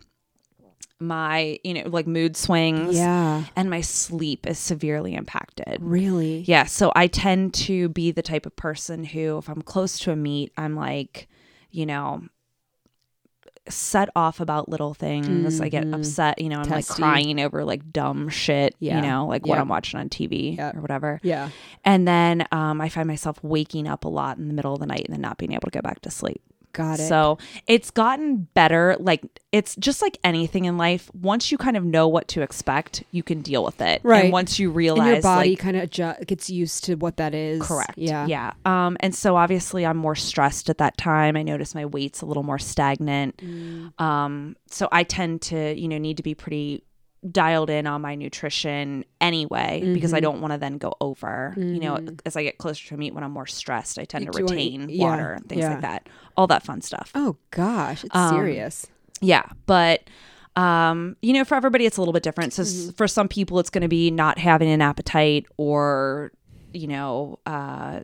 S3: my, you know, like mood swings.
S1: Yeah.
S3: And my sleep is severely impacted.
S1: Really?
S3: Yeah. So I tend to be the type of person who, if I'm close to a meet, I'm like, you know, set off about little things. I get upset, you know, I'm like
S1: Mm-hmm. Testy.
S3: crying over like dumb shit,
S1: Yeah.
S3: you know, like what
S1: Yep.
S3: I'm watching on TV
S1: Yep.
S3: or whatever.
S1: Yeah.
S3: And then um, I find myself waking up a lot in the middle of the night and then not being able to go back to sleep.
S1: Got it.
S3: So it's gotten better. Like it's just like anything in life. Once you kind of know what to expect, you can deal with it.
S1: Right.
S3: And once you
S1: and
S3: realize
S1: your body
S3: like,
S1: kind of adju- gets used to what that is.
S3: correct.
S1: Yeah.
S3: Yeah. Um, and so obviously I'm more stressed at that time. I notice my weight's a little more stagnant.
S1: Mm.
S3: Um, so I tend to, you know, need to be pretty dialed in on my nutrition anyway because I
S1: Mm-hmm.
S3: don't want to then go over. You know, as I get closer to a meet when I'm more stressed, I tend
S1: Mm. You
S3: to
S1: do wanna
S3: retain
S1: eat- yeah,
S3: water and things
S1: yeah.
S3: like that. All that fun stuff.
S1: Oh gosh, it's
S3: Um,
S1: serious.
S3: Yeah, but um, you know, for everybody, it's a little bit different. So s-
S1: Mm-hmm.
S3: for some people, it's going to be not having an appetite, or you know, uh,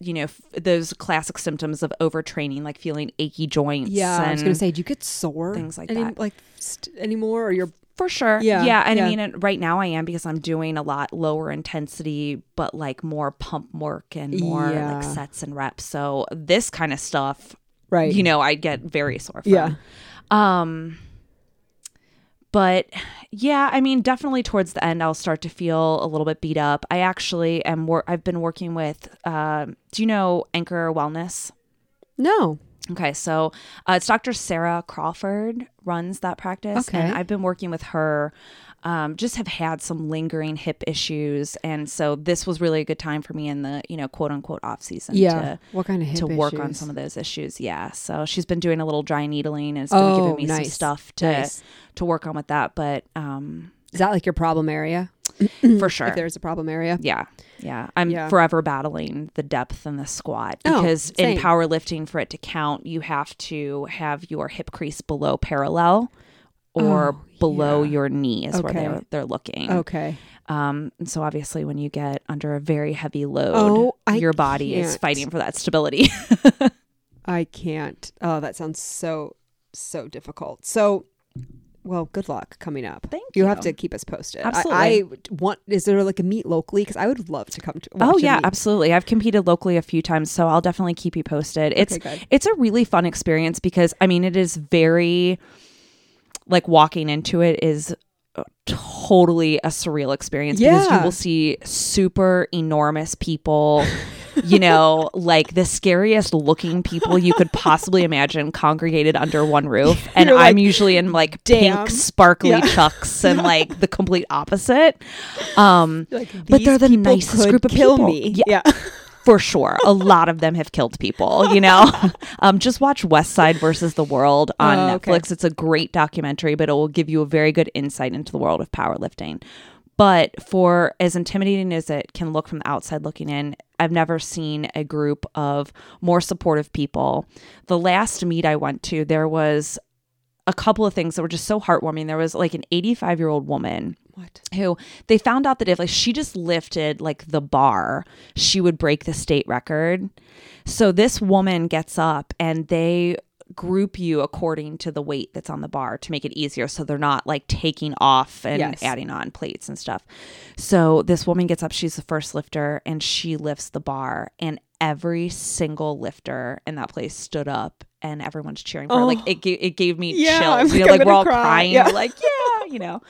S3: you know, f- those classic symptoms of overtraining, like feeling achy joints.
S1: Yeah.
S3: and
S1: I was gonna say, do you get sore?
S3: things like
S1: any,
S3: that.
S1: Like st- anymore, or your
S3: for sure.
S1: Yeah,
S3: yeah. And
S1: yeah.
S3: I mean, and right now I am because I'm doing a lot lower intensity, but like more pump work and more
S1: Yeah.
S3: like sets and reps. So this kind of stuff
S1: right?
S3: you know, I get very sore from.
S1: Yeah.
S3: Um but yeah, I mean, definitely towards the end I'll start to feel a little bit beat up. I actually am wor- I've been working with uh, do you know Anchor Wellness?
S1: No.
S3: Okay, so uh, it's Dr. Sarah Crawford runs that practice,
S1: Okay.
S3: and I've been working with her. Um, just have had some lingering hip issues, and so this was really a good time for me in the you know quote unquote off season
S1: Yeah.
S3: to
S1: what kind of hip
S3: to work on some of those issues. Yeah. So she's been doing a little dry needling and it's been
S1: Oh,
S3: giving me some
S1: nice.
S3: stuff to
S1: Nice.
S3: to work on with that. But um
S1: Is that like your problem area?
S3: for sure.
S1: Mm-hmm. If there's a problem area.
S3: Yeah. Yeah. I'm
S1: Yeah.
S3: forever battling the depth and the squat
S1: Oh,
S3: because
S1: same.
S3: in powerlifting for it to count, you have to have your hip crease below parallel or
S1: Oh,
S3: below
S1: yeah.
S3: your knee is where
S1: Okay. Oh.
S3: they're they're looking.
S1: Okay.
S3: Um and so obviously when you get under a very heavy load,
S1: Oh, I
S3: your body is
S1: can't.
S3: fighting for that stability.
S1: I can't. Oh, that sounds so so difficult. So, well, good luck coming up.
S3: Thank
S1: you. have
S3: you.
S1: to keep us posted. I- I,
S3: Absolutely.
S1: want. Is there like a meet locally? Because I would love to come to. watch
S3: Oh
S1: a
S3: yeah,
S1: meet.
S3: absolutely. I've competed locally a few times, so I'll definitely keep you posted. It's
S1: Okay, good.
S3: it's a really fun experience because I mean it is very like walking into it is totally a surreal experience because
S1: Yeah.
S3: you will see super enormous people you know like the scariest looking people you could possibly imagine congregated under one roof and
S1: You're
S3: i'm
S1: like,
S3: usually in like
S1: "Damn."
S3: pink sparkly
S1: Yeah.
S3: chucks and like the complete opposite um
S1: Like,
S3: but they're
S1: these
S3: the
S1: people
S3: nicest
S1: could
S3: group of
S1: kill
S3: people
S1: me.
S3: Yeah
S1: Yeah.
S3: for sure. A lot of them have killed people, you know? um, just watch West Side versus the World on
S1: Oh, okay.
S3: Netflix. It's a great documentary, but it will give you a very good insight into the world of powerlifting. But for as intimidating as it can look from the outside looking in, I've never seen a group of more supportive people. The last meet I went to, there was a couple of things that were just so heartwarming. There was like an 85 year old woman
S1: What?
S3: who they found out that if like she just lifted like the bar, she would break the state record. So this woman gets up and they group you according to the weight that's on the bar to make it easier so they're not like taking off and
S1: Yes.
S3: adding on plates and stuff. So this woman gets up, she's the first lifter and she lifts the bar and every single lifter in that place stood up and everyone's cheering for her. Like
S1: Oh.
S3: it gave, it gave me
S1: Yeah,
S3: chills.
S1: I'm
S3: you
S1: like, I'm
S3: know, like we're
S1: gonna
S3: all
S1: cry.
S3: crying.
S1: Yeah.
S3: We're like, yeah, you know.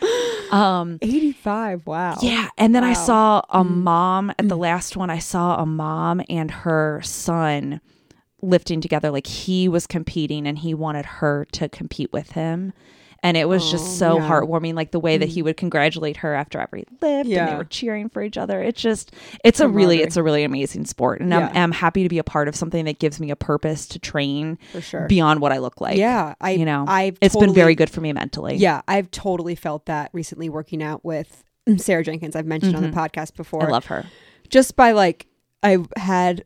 S3: Um
S1: Eighty-five. Wow.
S3: yeah. And then
S1: Wow.
S3: I
S1: Mm-hmm. Mm.
S3: saw a mom at the last one. I saw a mom and her son lifting together. Like he was competing and he wanted her to compete with him. And it was
S1: Aw,
S3: just so
S1: Oh, yeah. Mm.
S3: heartwarming, like the way that he would congratulate her after every lift, and
S1: Yeah.
S3: they were cheering for each other. It's just, it's a really,
S1: Camaraderie.
S3: it's a really amazing sport, and I'm,
S1: Yeah.
S3: I'm happy to be a part of something that gives me a purpose to train
S1: For sure.
S3: beyond what I look like.
S1: yeah. I.
S3: you know,
S1: I've.
S3: it's
S1: totally
S3: been very good for me mentally.
S1: Yeah, I've totally felt that recently working out with Sarah Jenkins. I've mentioned
S3: Mm-hmm.
S1: on the podcast before.
S3: I love her.
S1: just by like I had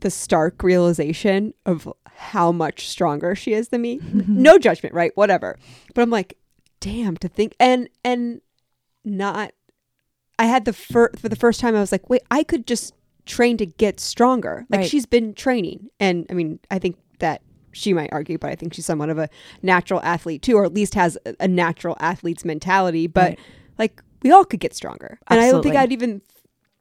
S1: the stark realization of how much stronger she is than me.
S3: Mm-hmm.
S1: no judgment, right? Whatever. But I'm like, damn, to think and and not I had the fir- for the first time I was like, wait, I could just train to get stronger. Like
S3: Right.
S1: she's been training and I mean, I think that she might argue, but I think she's somewhat of a natural athlete too, or at least has a- a natural athlete's mentality. But
S3: Right.
S1: like we all could get stronger, and I don't think
S3: Absolutely.
S1: I'd even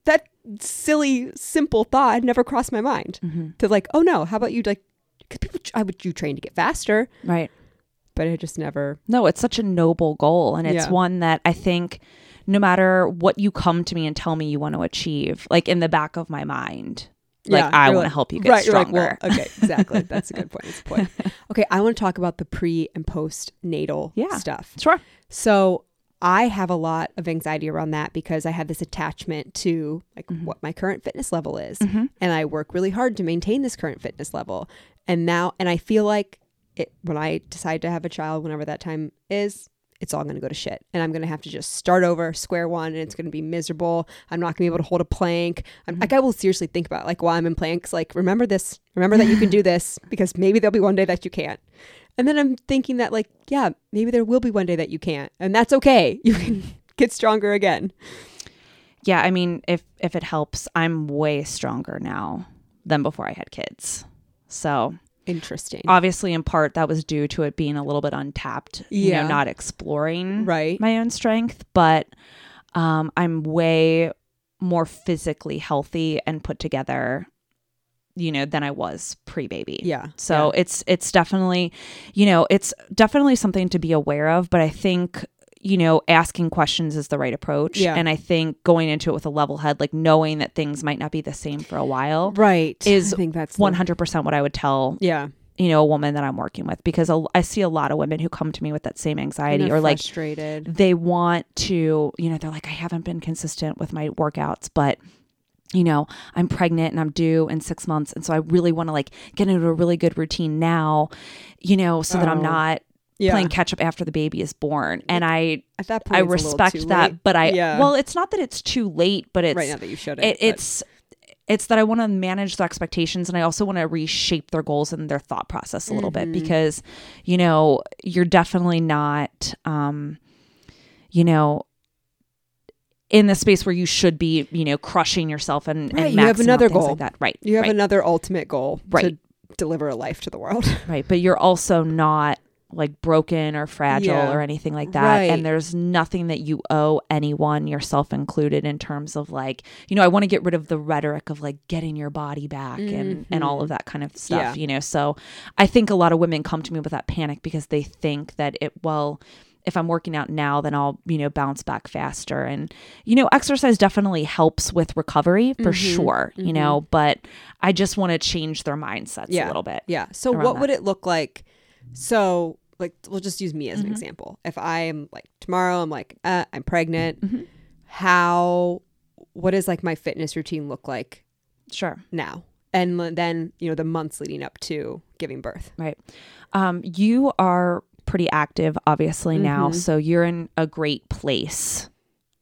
S1: that silly simple thought had never crossed my mind
S3: Mm-hmm.
S1: to like, oh no, how about you like because people tr- I would you train to get faster,
S3: Right.
S1: but I just never
S3: No, it's such a noble goal. And it's
S1: Yeah.
S3: one that I think no matter what you come to me and tell me you want to achieve, like in the back of my mind, like
S1: Yeah,
S3: I
S1: you're
S3: want to
S1: like-
S3: help you get
S1: you're like,
S3: stronger.
S1: well, okay, exactly. That's a good point. That's a point. Okay, I want to talk about the pre and postnatal
S3: Yeah.
S1: stuff.
S3: sure.
S1: So I have a lot of anxiety around that because I have this attachment to like what my current fitness level is, and I work really hard to maintain this current fitness level. And now, and I feel like it when I decide to have a child, whenever that time is. It's all going to go to shit, and I'm going to have to just start over, square one, and it's going to be miserable. I'm not going to be able to hold a plank. I'm, Like I will seriously think about like while I'm in planks, like remember this, remember that you can do this because maybe there'll be one day that you can't. And then I'm thinking that, like, yeah, maybe there will be one day that you can't, and that's okay. You can get stronger again.
S3: Yeah, I mean, if if it helps, I'm way stronger now than before I had kids. So
S1: Interesting.
S3: obviously, in part, that was due to it being a little bit untapped. You
S1: Yeah.
S3: know, not exploring
S1: right.
S3: my own strength, but um, I'm way more physically healthy and put together, you know, than I was pre baby.
S1: yeah.
S3: So it's it's definitely, you know, it's definitely something to be aware of. But I think you know asking questions is the right approach.
S1: Yeah.
S3: And I think going into it with a level head, like knowing that things might not be the same for a while,
S1: Right.
S3: Is
S1: I think that's the-
S3: one hundred percent what I would tell
S1: Yeah.
S3: you know a woman that I'm working with because a, I see a lot of women who come to me with that same anxiety
S1: They're
S3: or like
S1: frustrated.
S3: they want to, you know, they're like, I haven't been consistent with my workouts, but you know, I'm pregnant and I'm due in six months. And so I really want to like get into a really good routine now, you know, so that I'm
S1: Oh.
S3: not
S1: Yeah.
S3: playing catch up after the baby is born. And I,
S1: At that point,
S3: I
S1: it's a little too
S3: respect that,
S1: late.
S3: but I,
S1: yeah.
S3: well, it's not that it's too late, but it's,
S1: right now that you shouldn't.
S3: it,
S1: but-
S3: it's, it's that I want to manage their expectations and I also want to reshape their goals and their thought process a little
S1: Mm-hmm.
S3: bit because, you know, you're definitely not, um, you know, in the space where you should be, you know, crushing yourself and,
S1: Right,
S3: and
S1: you have
S3: maxing out
S1: another
S3: things like
S1: goal.
S3: that. Right.
S1: you have
S3: right,
S1: another ultimate goal
S3: Right.
S1: to deliver a life to the world.
S3: right. But you're also not like broken or fragile
S1: Yeah.
S3: or anything like that.
S1: Right.
S3: And there's nothing that you owe anyone, yourself included, in terms of like, you know, I want to get rid of the rhetoric of like getting your body back and, and all of that kind of stuff,
S1: Mm-hmm. Yeah.
S3: you know? So I think a lot of women come to me with that panic because they think that it, well, if I'm working out now, then I'll, you know, bounce back faster. And, you know, exercise definitely helps with recovery
S1: Mm-hmm.
S3: for sure, you know, but I just want to change their mindsets
S1: Yeah.
S3: a little bit.
S1: Yeah. So
S3: around
S1: what
S3: that.
S1: would it look like? So like we'll just use me as
S3: Mm-hmm.
S1: an example. If I am like tomorrow, I'm like uh, I'm pregnant.
S3: Mm-hmm.
S1: How? What does like my fitness routine look like
S3: Sure.
S1: now? And l- then you know the months leading up to giving birth.
S3: Right. Um, you are pretty active, obviously,
S1: Mm-hmm.
S3: now. So you're in a great place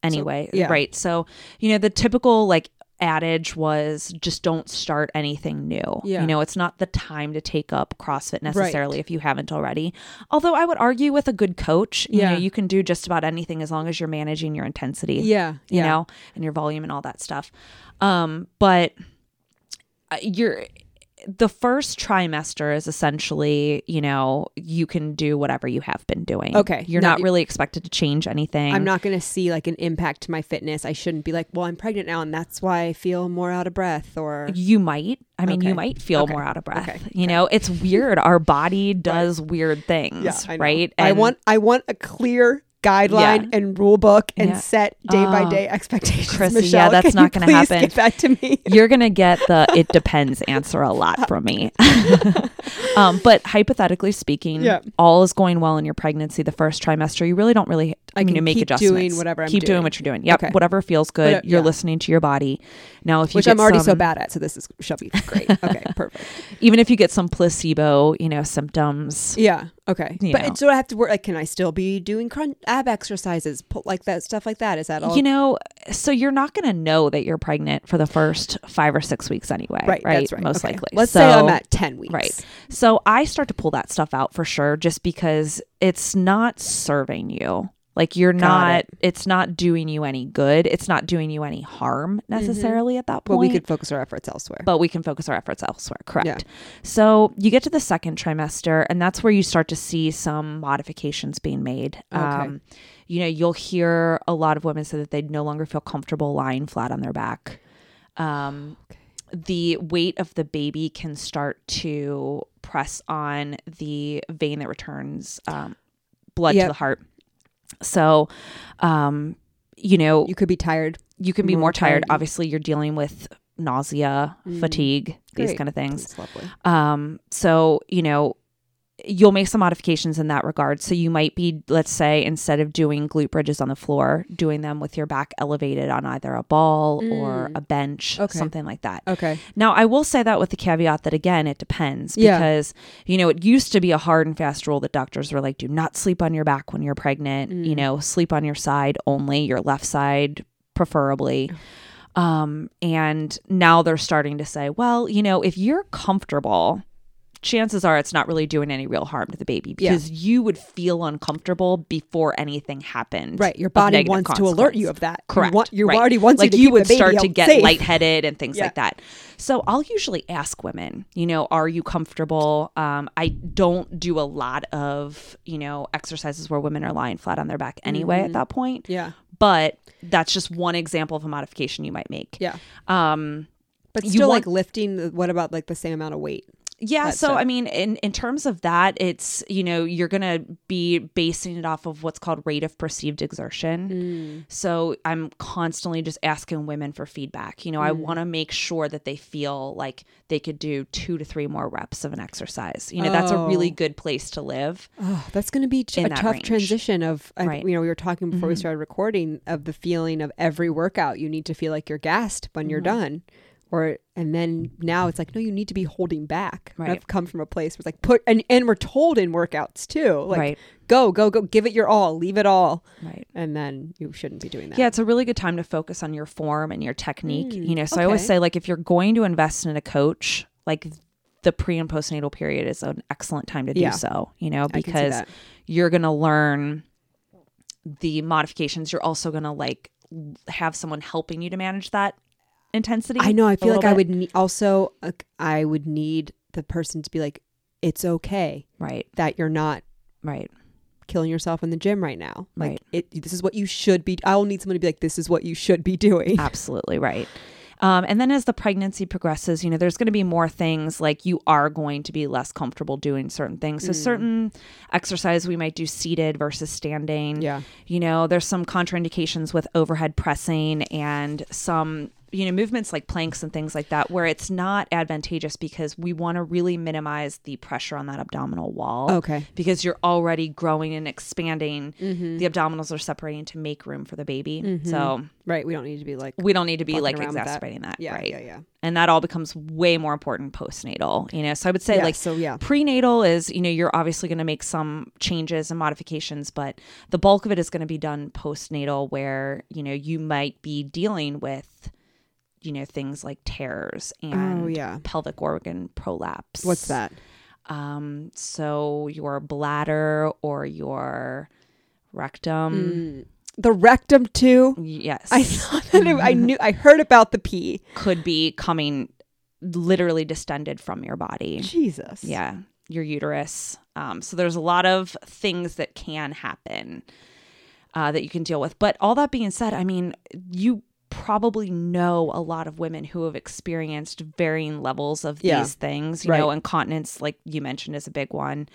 S3: anyway.
S1: yeah.
S3: Right. So, you know, the typical like adage was just don't start anything new.
S1: Yeah.
S3: You know, it's not the time to take up CrossFit necessarily if you haven't already. Although I would argue with a good coach, you
S1: Yeah.
S3: know, you can do just about anything as long as you're managing your intensity
S1: Yeah.
S3: you know, and your volume and all that stuff. Um, but uh, you're the first trimester is essentially, you know, you can do whatever you have been doing.
S1: Okay.
S3: You're
S1: Now
S3: not
S1: you-
S3: really expected to change anything.
S1: I'm not going to see like an impact to my fitness. I shouldn't be like, well, I'm pregnant now, and that's why I feel more out of breath. Or
S3: you might. I mean,
S1: Okay.
S3: you might feel
S1: Okay.
S3: more out of breath.
S1: Okay.
S3: You know, it's weird. Our body does weird things,
S1: I know.
S3: right?
S1: I
S3: And-
S1: want I want a clear guideline and rule book and
S3: Yeah.
S1: set day by
S3: Oh,
S1: day expectations.
S3: Chrissy,
S1: Michelle,
S3: yeah, that's
S1: can
S3: not
S1: you
S3: gonna
S1: please
S3: happen.
S1: Get back to me.
S3: you're gonna get the it depends answer a lot from me um, but hypothetically speaking
S1: Yeah.
S3: all is going well in your pregnancy the first trimester you really don't really i
S1: can
S3: make
S1: keep
S3: adjustments
S1: doing whatever I'm
S3: keep
S1: doing.
S3: what you're doing yep
S1: Okay.
S3: whatever feels good
S1: Whate-
S3: you're
S1: yeah.
S3: listening to your body now if you
S1: Which
S3: get
S1: I'm already so
S3: some-
S1: bad at, so this is shall be great. Okay, perfect.
S3: even if you get some placebo you know symptoms
S1: Yeah. Okay.
S3: You
S1: but
S3: know.
S1: so I have to work. Like, can I still be doing crunch ab exercises, pull, like that stuff like that? Is that all?
S3: you know so you're not going to know that you're pregnant for the first five or six weeks anyway
S1: right.
S3: right,
S1: That's right.
S3: most
S1: Okay.
S3: likely
S1: Let's say I'm
S3: So-
S1: at ten weeks.
S3: Right. So I start to pull that stuff out for sure just because it's not serving you Like you're
S1: Got
S3: not
S1: it.
S3: it's not doing you any good. It's not doing you any harm necessarily at that point.
S1: Mm-hmm. But we could focus our efforts elsewhere.
S3: but we can focus our efforts elsewhere, correct? So you get to the second trimester, and that's where you start to see some modifications being made.
S1: Okay.
S3: Um, you know, you'll hear a lot of women say that they no longer feel comfortable lying flat on their back. Um, The weight of the baby can start to press on the vein that returns um, blood
S1: Yep.
S3: to the heart. So, um, you know,
S1: You could be tired.
S3: you can be
S1: more
S3: more tired.
S1: tired. Mm.
S3: Obviously, you're dealing with nausea, fatigue, these
S1: Great.
S3: kind of things.
S1: That's lovely.
S3: Um, so, you know, you'll make some modifications in that regard. So you might be, let's say, instead of doing glute bridges on the floor, doing them with your back elevated on either a ball or
S1: Mm.
S3: a bench,
S1: Okay.
S3: something like that.
S1: Okay.
S3: Now, I will say that with the caveat that again, it depends
S1: Yeah.
S3: because you know it used to be a hard and fast rule that doctors were like, do not sleep on your back when you're pregnant. You
S1: Mm.
S3: know, sleep on your side only, your left side preferably. Um, and now they're starting to say, well, you know, if you're comfortable. Chances are it's not really doing any real harm to the baby
S1: Yeah.
S3: because you would feel uncomfortable before anything happened.
S1: Right. Your
S3: of
S1: body
S3: negative
S1: wants to alert you
S3: consequence.
S1: of that. You
S3: Correct.
S1: want- You,
S3: right.
S1: already wants
S3: like
S1: you to
S3: you
S1: keep
S3: would
S1: the baby
S3: start to
S1: out
S3: get
S1: safe.
S3: lightheaded and things
S1: Yeah.
S3: like that. So I'll usually ask women, you know, are you comfortable? Um, I don't do a lot of you know exercises where women are lying flat on their back anyway
S1: Mm-hmm.
S3: at that point.
S1: Yeah.
S3: But that's just one example of a modification you might make.
S1: Yeah.
S3: Um,
S1: But
S3: You
S1: still,
S3: want-
S1: like lifting. the- What about like the same amount of weight?
S3: Yeah,
S1: That's
S3: so
S1: it.
S3: I mean, in in terms of that, it's you know you're gonna be basing it off of what's called rate of perceived exertion.
S1: Mm.
S3: So I'm constantly just asking women for feedback. You know,
S1: Mm.
S3: I want to make sure that they feel like they could do two to three more reps of an exercise. You know, that's a really
S1: Oh.
S3: good place to live.
S1: Oh, that's going to be ch-
S3: In
S1: a
S3: that
S1: tough
S3: range.
S1: transition of, I-
S3: Right. Mm-hmm.
S1: you know, we were talking before we started recording of the feeling of every workout. You need to feel like you're gassed when you're
S3: Mm-hmm.
S1: done. Or, and then now it's like, no, you need to be holding back. And
S3: Right.
S1: I've come from a place where it's like, put, and, and we're told in workouts too, like,
S3: Right.
S1: go, go, go, give it your all, leave it all.
S3: Right.
S1: And then you shouldn't be doing that.
S3: Yeah, it's a really good time to focus on your form and your technique. you know, so I always
S1: Mm, okay.
S3: say like if you're going to invest in a coach, like the pre and postnatal period is an excellent time to do
S1: Yeah.
S3: so, you know,
S1: I can see
S3: because
S1: that.
S3: you're going to learn the modifications. You're also going to like l- have someone helping you to manage that intensity.
S1: I know. I
S3: a
S1: feel like
S3: little
S1: I
S3: bit.
S1: would ne- also, uh, I would need the person to be like, it's okay
S3: Right,
S1: that you're not
S3: right,
S1: killing yourself in the gym right now. Like
S3: Right.
S1: it this is what you should be I'll need someone to be like this is what you should be doing.
S3: absolutely right. Um, and then as the pregnancy progresses, you know, there's going to be more things like you are going to be less comfortable doing certain things.
S1: Mm.
S3: So, certain exercise we might do seated versus standing.
S1: Yeah.
S3: You know, there's some contraindications with overhead pressing and some, you know, movements like planks and things like that where it's not advantageous because we want to really minimize the pressure on that abdominal wall.
S1: Okay. Mm-hmm.
S3: Because you're already growing and expanding. The abdominals are separating to make room for the baby. So
S1: Right. We don't need to be like
S3: we don't need to be
S1: Fucking
S3: like
S1: around with that.
S3: exacerbating that.
S1: yeah,
S3: right.
S1: yeah, yeah.
S3: And that all becomes way more important postnatal, you know? So I would say
S1: Yeah,
S3: like
S1: so yeah.
S3: prenatal is you know you're obviously going to make some changes and modifications but the bulk of it is going to be done postnatal where you know you might be dealing with you know things like tears and
S1: Oh yeah.
S3: pelvic organ prolapse
S1: What's that?
S3: um so your bladder or your rectum
S1: Mm, The rectum too.
S3: yes
S1: Mm. I saw that it-
S3: Mm-hmm.
S1: I knew I heard about the pee.
S3: could be coming literally distended from your body
S1: Jesus.
S3: Yeah, your uterus. Um, so there's a lot of things that can happen uh, that you can deal with. But all that being said, I mean, you probably know a lot of women who have experienced varying levels of
S1: Yeah.
S3: these things. You know, incontinence, like you mentioned, is a big one.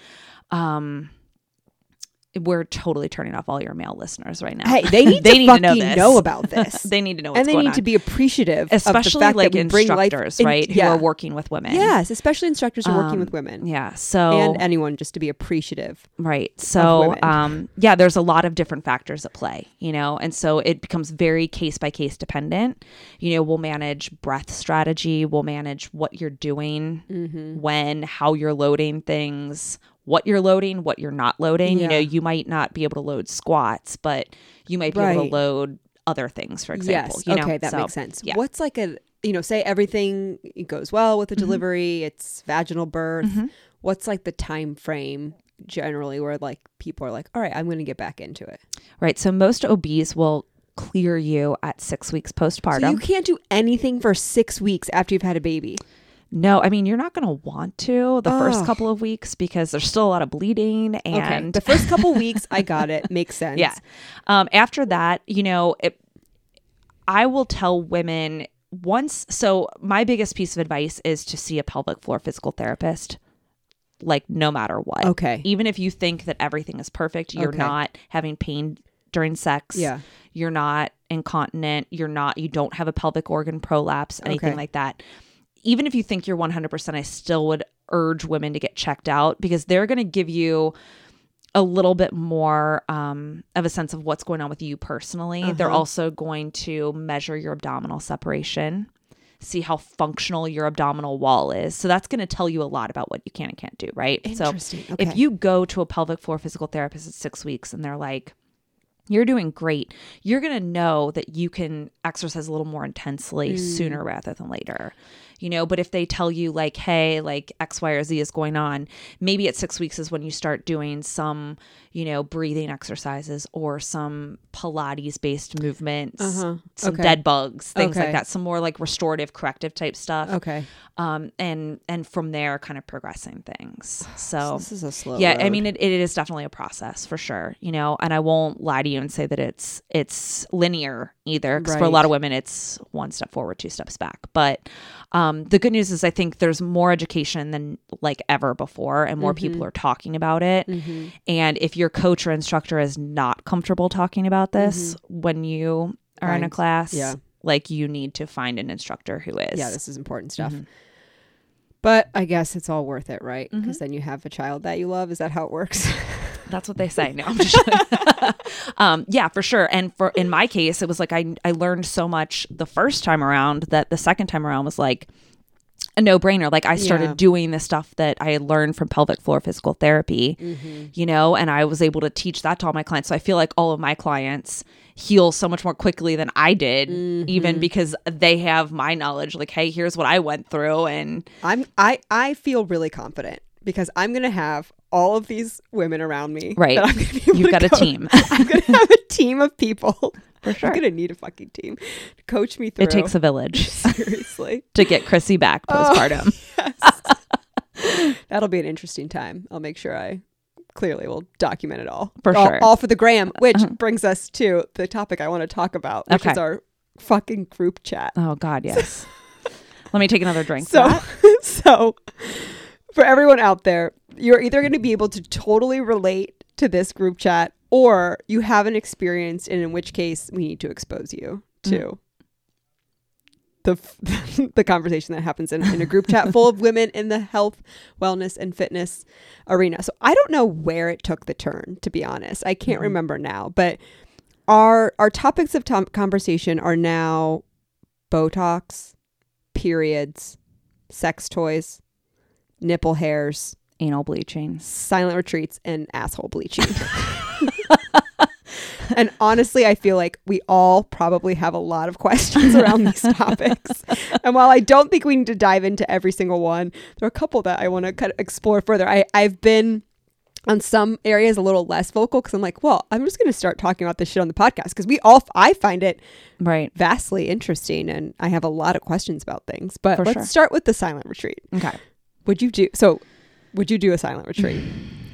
S3: Um, we're totally turning off all your male listeners right now.
S1: Hey, they need
S3: They
S1: to
S3: need to
S1: fucking
S3: know
S1: know,
S3: this.
S1: about this.
S3: they need to know what's
S1: and they
S3: going
S1: need
S3: on.
S1: to be appreciative of the
S3: especially
S1: fact
S3: like
S1: that we bring life
S3: instructors,
S1: in-
S3: right,
S1: yeah.
S3: who are working with women.
S1: Yes, especially instructors who are
S3: Um,
S1: working with women.
S3: Yeah. Oh. So
S1: And anyone just to be appreciative.
S3: Right. So,
S1: women.
S3: um, yeah, there's a lot of different factors at play, you know, and so it becomes very case by case dependent. You know, we'll manage breath strategy, we'll manage what you're doing,
S1: Mm-hmm.
S3: when, how you're loading things, what you're loading, what you're not loading. You know,
S1: Yeah.
S3: you might not be able to load squats, but you might be able
S1: Right.
S3: to load other things, for example.
S1: Yes.
S3: You know?
S1: okay, that
S3: So,
S1: makes sense.
S3: yeah.
S1: What's like a you know, say everything
S3: Mm-hmm.
S1: goes well with the delivery, it's vaginal birth. What's like the time frame generally where like people are like, all right, I'm going to get back into it.
S3: Right. So most OBs will clear you at six weeks postpartum.
S1: So you can't do anything for six weeks after you've had a baby.
S3: no, I mean, you're not going to want to the first
S1: Ugh.
S3: couple of weeks because there's still a lot of bleeding
S1: Okay.
S3: and
S1: The first couple weeks, I got it. Makes sense.
S3: Yeah. Um, after that, you know, it, I will tell women once. So, my biggest piece of advice is to see a pelvic floor physical therapist, like, no matter what.
S1: Okay.
S3: Even if you think that everything is perfect, you're
S1: Okay.
S3: not having pain during sex.
S1: Yeah.
S3: You're not incontinent. You're not, you don't have a pelvic organ prolapse, anything
S1: Okay.
S3: like that. Even if you think you're 100%, I still would urge women to get checked out because they're going to give you a little bit more um, of a sense of what's going on with you personally. They're
S1: Uh-huh.
S3: also going to measure your abdominal separation, see how functional your abdominal wall is. So that's going to tell you a lot about what you can and can't do, right?
S1: Interesting.
S3: So
S1: Okay.
S3: if you go to a pelvic floor physical therapist at six weeks and they're like, you're doing great. You're going to know that you can exercise a little more intensely
S1: Mm.
S3: sooner rather than later. You know, but if they tell you, like, hey, like X, Y, or Z is going on, maybe at six weeks is when you start doing some, you know, breathing exercises or some Pilates based movements,
S1: Uh-huh.
S3: some
S1: Okay.
S3: dead bugs, things
S1: Okay.
S3: like that, some more like restorative, corrective type stuff.
S1: Okay.
S3: Um, and, and from there, kind of progressing things. So,
S1: This is a slow.
S3: yeah i
S1: road.
S3: mean it, it is definitely a process for sure you know and i won't lie to you and say that it's it's linear either because for a
S1: Right.
S3: lot of women it's one step forward two steps back but um, the good news is i think there's more education than like ever before and more people
S1: Mm-hmm.
S3: are talking about it
S1: Mm.
S3: and if your coach or instructor is not comfortable talking about this when you are in a
S1: Find-
S3: class
S1: Mm-hmm. yeah.
S3: like you need to find an instructor who is
S1: yeah, this Mm-hmm. is important stuff. But I guess it's all worth it, right? Because then you have a child that you love. Is that how it works?
S3: That's what they say. No, I'm just um, yeah, for sure. And for in my case, it was like I I learned so much the first time around that the second time around was like a no brainer. Like I started
S1: Yeah.
S3: doing the stuff that I had learned from pelvic floor physical therapy, you know, and I was able to teach that to all my clients. So I feel like all of my clients heal so much more quickly than I did, even because they have my knowledge. Like, hey, here's what I went through, and
S1: I'm I I feel really confident because I'm gonna have all of these women around me.
S3: Right.
S1: that I'm gonna be able
S3: You've
S1: to
S3: got a
S1: go-
S3: team.
S1: I'm gonna have a team of people.
S3: For sure.
S1: I'm gonna need a fucking team to coach me through.
S3: it takes a village
S1: seriously.
S3: to get Chrissy back postpartum.
S1: That'll be an interesting time. I'll make sure I clearly will document it all
S3: For
S1: all,
S3: sure. Uh-huh.
S1: All for the gram, which brings us to the topic I want to talk about, which is
S3: Okay.
S1: our fucking group chat.
S3: Oh God, yes. Let me take another drink. for
S1: So,
S3: that.
S1: so for everyone out there, you're either going to be able to totally relate to this group chat or you haven't experienced, and in which case we need to expose you
S3: Mm.
S1: to the f- the conversation that happens in, in a group chat full of women in the health, wellness, and fitness arena. So I don't know where it took the turn, to be honest. I can't remember now, but our our topics of tom- conversation are now Botox, periods, sex toys, nipple hairs,
S3: anal bleaching.
S1: silent retreats, and asshole bleaching. and honestly, I feel like we all probably have a lot of questions around these topics. And while I don't think we need to dive into every single one, there are a couple that I want to kind of explore further. I, I've been on some areas a little less vocal because I'm like, well, I'm just going to start talking about this shit on the podcast because we all, I find it
S3: Right.
S1: vastly interesting and I have a lot of questions about things. But
S3: For
S1: let's
S3: sure.
S1: start with the silent retreat.
S3: Okay.
S1: Would you do so? Would you do a silent retreat?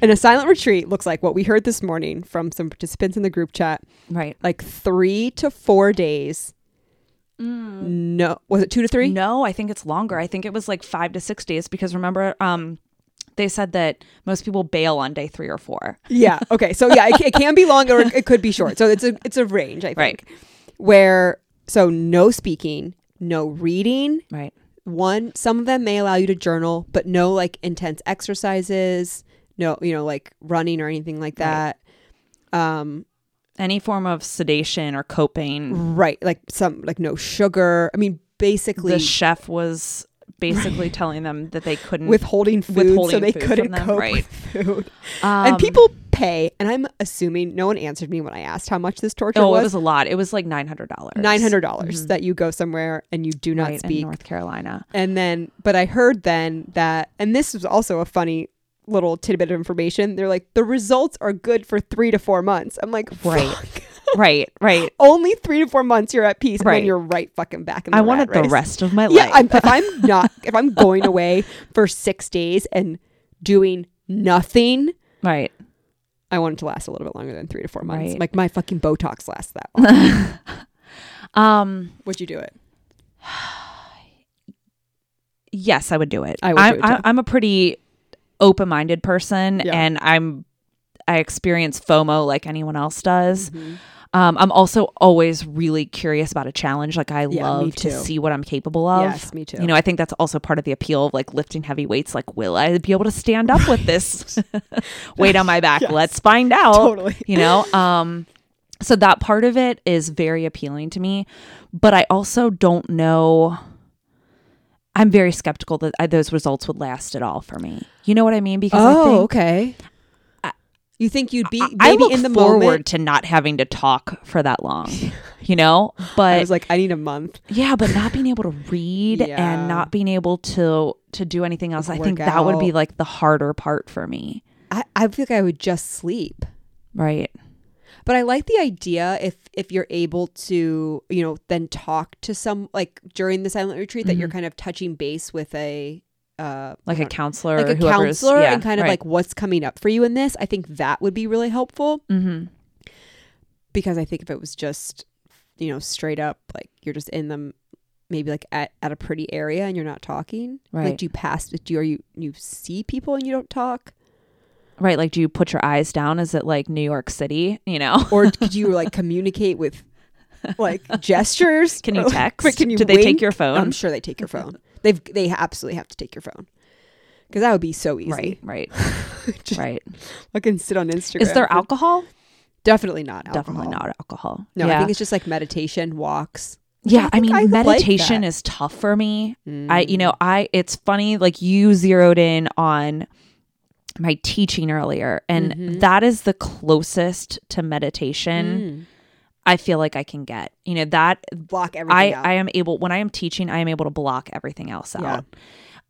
S1: and a silent retreat looks like what we heard this morning from some participants in the group chat
S3: Right.
S1: like three to four days.
S3: Mm.
S1: No, was it two to three?
S3: No, I think it's longer. I think it was like five to six days because remember, um, they said that most people bail on day three or four.
S1: Yeah. Okay. So yeah, it, it can be long or it could be short. So it's a it's a range, I think.
S3: Right.
S1: Where so no speaking, no reading,
S3: Right.
S1: one some of them may allow you to journal but no like intense exercises no you know like running or anything like that um
S3: Any form of sedation or coping.
S1: right like some like no sugar i mean basically
S3: The chef was basically telling them that they couldn't.
S1: withholding food so
S3: mm. withholding
S1: they
S3: food from
S1: couldn't
S3: them,
S1: cope
S3: right.
S1: with food
S3: um,
S1: and people pay and i'm assuming no one answered me when i asked how much this torture
S3: Oh, it
S1: was,
S3: was a lot. It was like nine hundred dollars.
S1: $900 dollars that you go somewhere and you do not
S3: Right, in
S1: speak
S3: North Carolina.
S1: And then, but I heard then that, and this was also a funny little tidbit of information. They're like, the results are good for three to four months. I'm like,
S3: Right.
S1: "Fuck."
S3: right, right.
S1: Only three to four months you're at peace, and
S3: Right.
S1: then you're right fucking back in the
S3: I wanted
S1: rat
S3: the
S1: race.
S3: rest of my
S1: Yeah,
S3: life.
S1: I'm, if I'm not, if I'm going away for six days and doing nothing,
S3: right.
S1: I want it to last a little bit longer than three to four months.
S3: Right.
S1: Like my fucking Botox lasts that long.
S3: Um.
S1: Would you do it?
S3: Yes, I would do it.
S1: I would
S3: I'm,
S1: do it, too.
S3: I- I'm a pretty open-minded person,
S1: Yeah.
S3: and I'm I experience FOMO like anyone else does.
S1: Mm-hmm.
S3: Um, I'm also always really curious about a challenge. Like I
S1: Yeah, me
S3: love
S1: too.
S3: to see what I'm capable of.
S1: Yes, me too.
S3: You know, I think that's also part of the appeal of like lifting heavy weights. Like, will I be able to stand up with this weight on my back?
S1: Yes.
S3: Let's find out.
S1: Totally.
S3: You know, um, so that part of it is very appealing to me, but I also don't know. I'm very skeptical that I, those results would last at all for me. You know what I mean? Because I think
S1: Oh, okay. you think you'd be
S3: I-
S1: maybe
S3: I look
S1: in the
S3: forward
S1: moment?
S3: to not having to talk for that long, you know.
S1: I
S3: But
S1: was like, I need a month.
S3: yeah, but not being able to read
S1: Yeah.
S3: and not being able to to do anything else, I think
S1: Work
S3: that would be
S1: out.
S3: like the harder part for me,
S1: I, I feel like I would just sleep.
S3: right?
S1: But I like the idea if if you're able to, you know, then talk to some like during the silent retreat that you're kind of touching base with a uh
S3: Like a counselor,
S1: Mm-hmm. like
S3: or
S1: a
S3: whoever is-
S1: counselor
S3: yeah,
S1: and kind of
S3: right.
S1: like what's coming up for you in this. I think that would be really helpful
S3: Mhm.
S1: because I think if it was just, you know, straight up like you're just in them maybe like at, at a pretty area and you're not talking. Like
S3: Right.
S1: do you pass do you are you you see people and you don't talk?
S3: right. Like, do you put your eyes down? Is it like New York City? You know,
S1: Or could you like communicate with like gestures?
S3: can you
S1: Or, like,
S3: text?
S1: Oh, but can you
S3: do they
S1: wink?
S3: take your phone?
S1: I'm sure they take your phone. They've they absolutely have to take your phone because that would be so easy.
S3: Right, right,
S1: Just
S3: right.
S1: fucking sit on Instagram.
S3: Is there alcohol?
S1: Definitely not. Alcohol.
S3: Definitely not alcohol.
S1: No,
S3: yeah.
S1: I think it's just like meditation, walks.
S3: yeah,
S1: I
S3: I,
S1: think
S3: mean,
S1: I like
S3: meditation
S1: that. Mm.
S3: is tough for me. I, you know, I, it's funny, like you zeroed in on my teaching earlier, and
S1: Mm-hmm.
S3: that is the closest to
S1: Mm.
S3: meditation I feel like I can get. You know, that
S1: block everything
S3: I,
S1: out.
S3: I am able, when I am teaching, I am able to block everything else
S1: Yeah.
S3: out.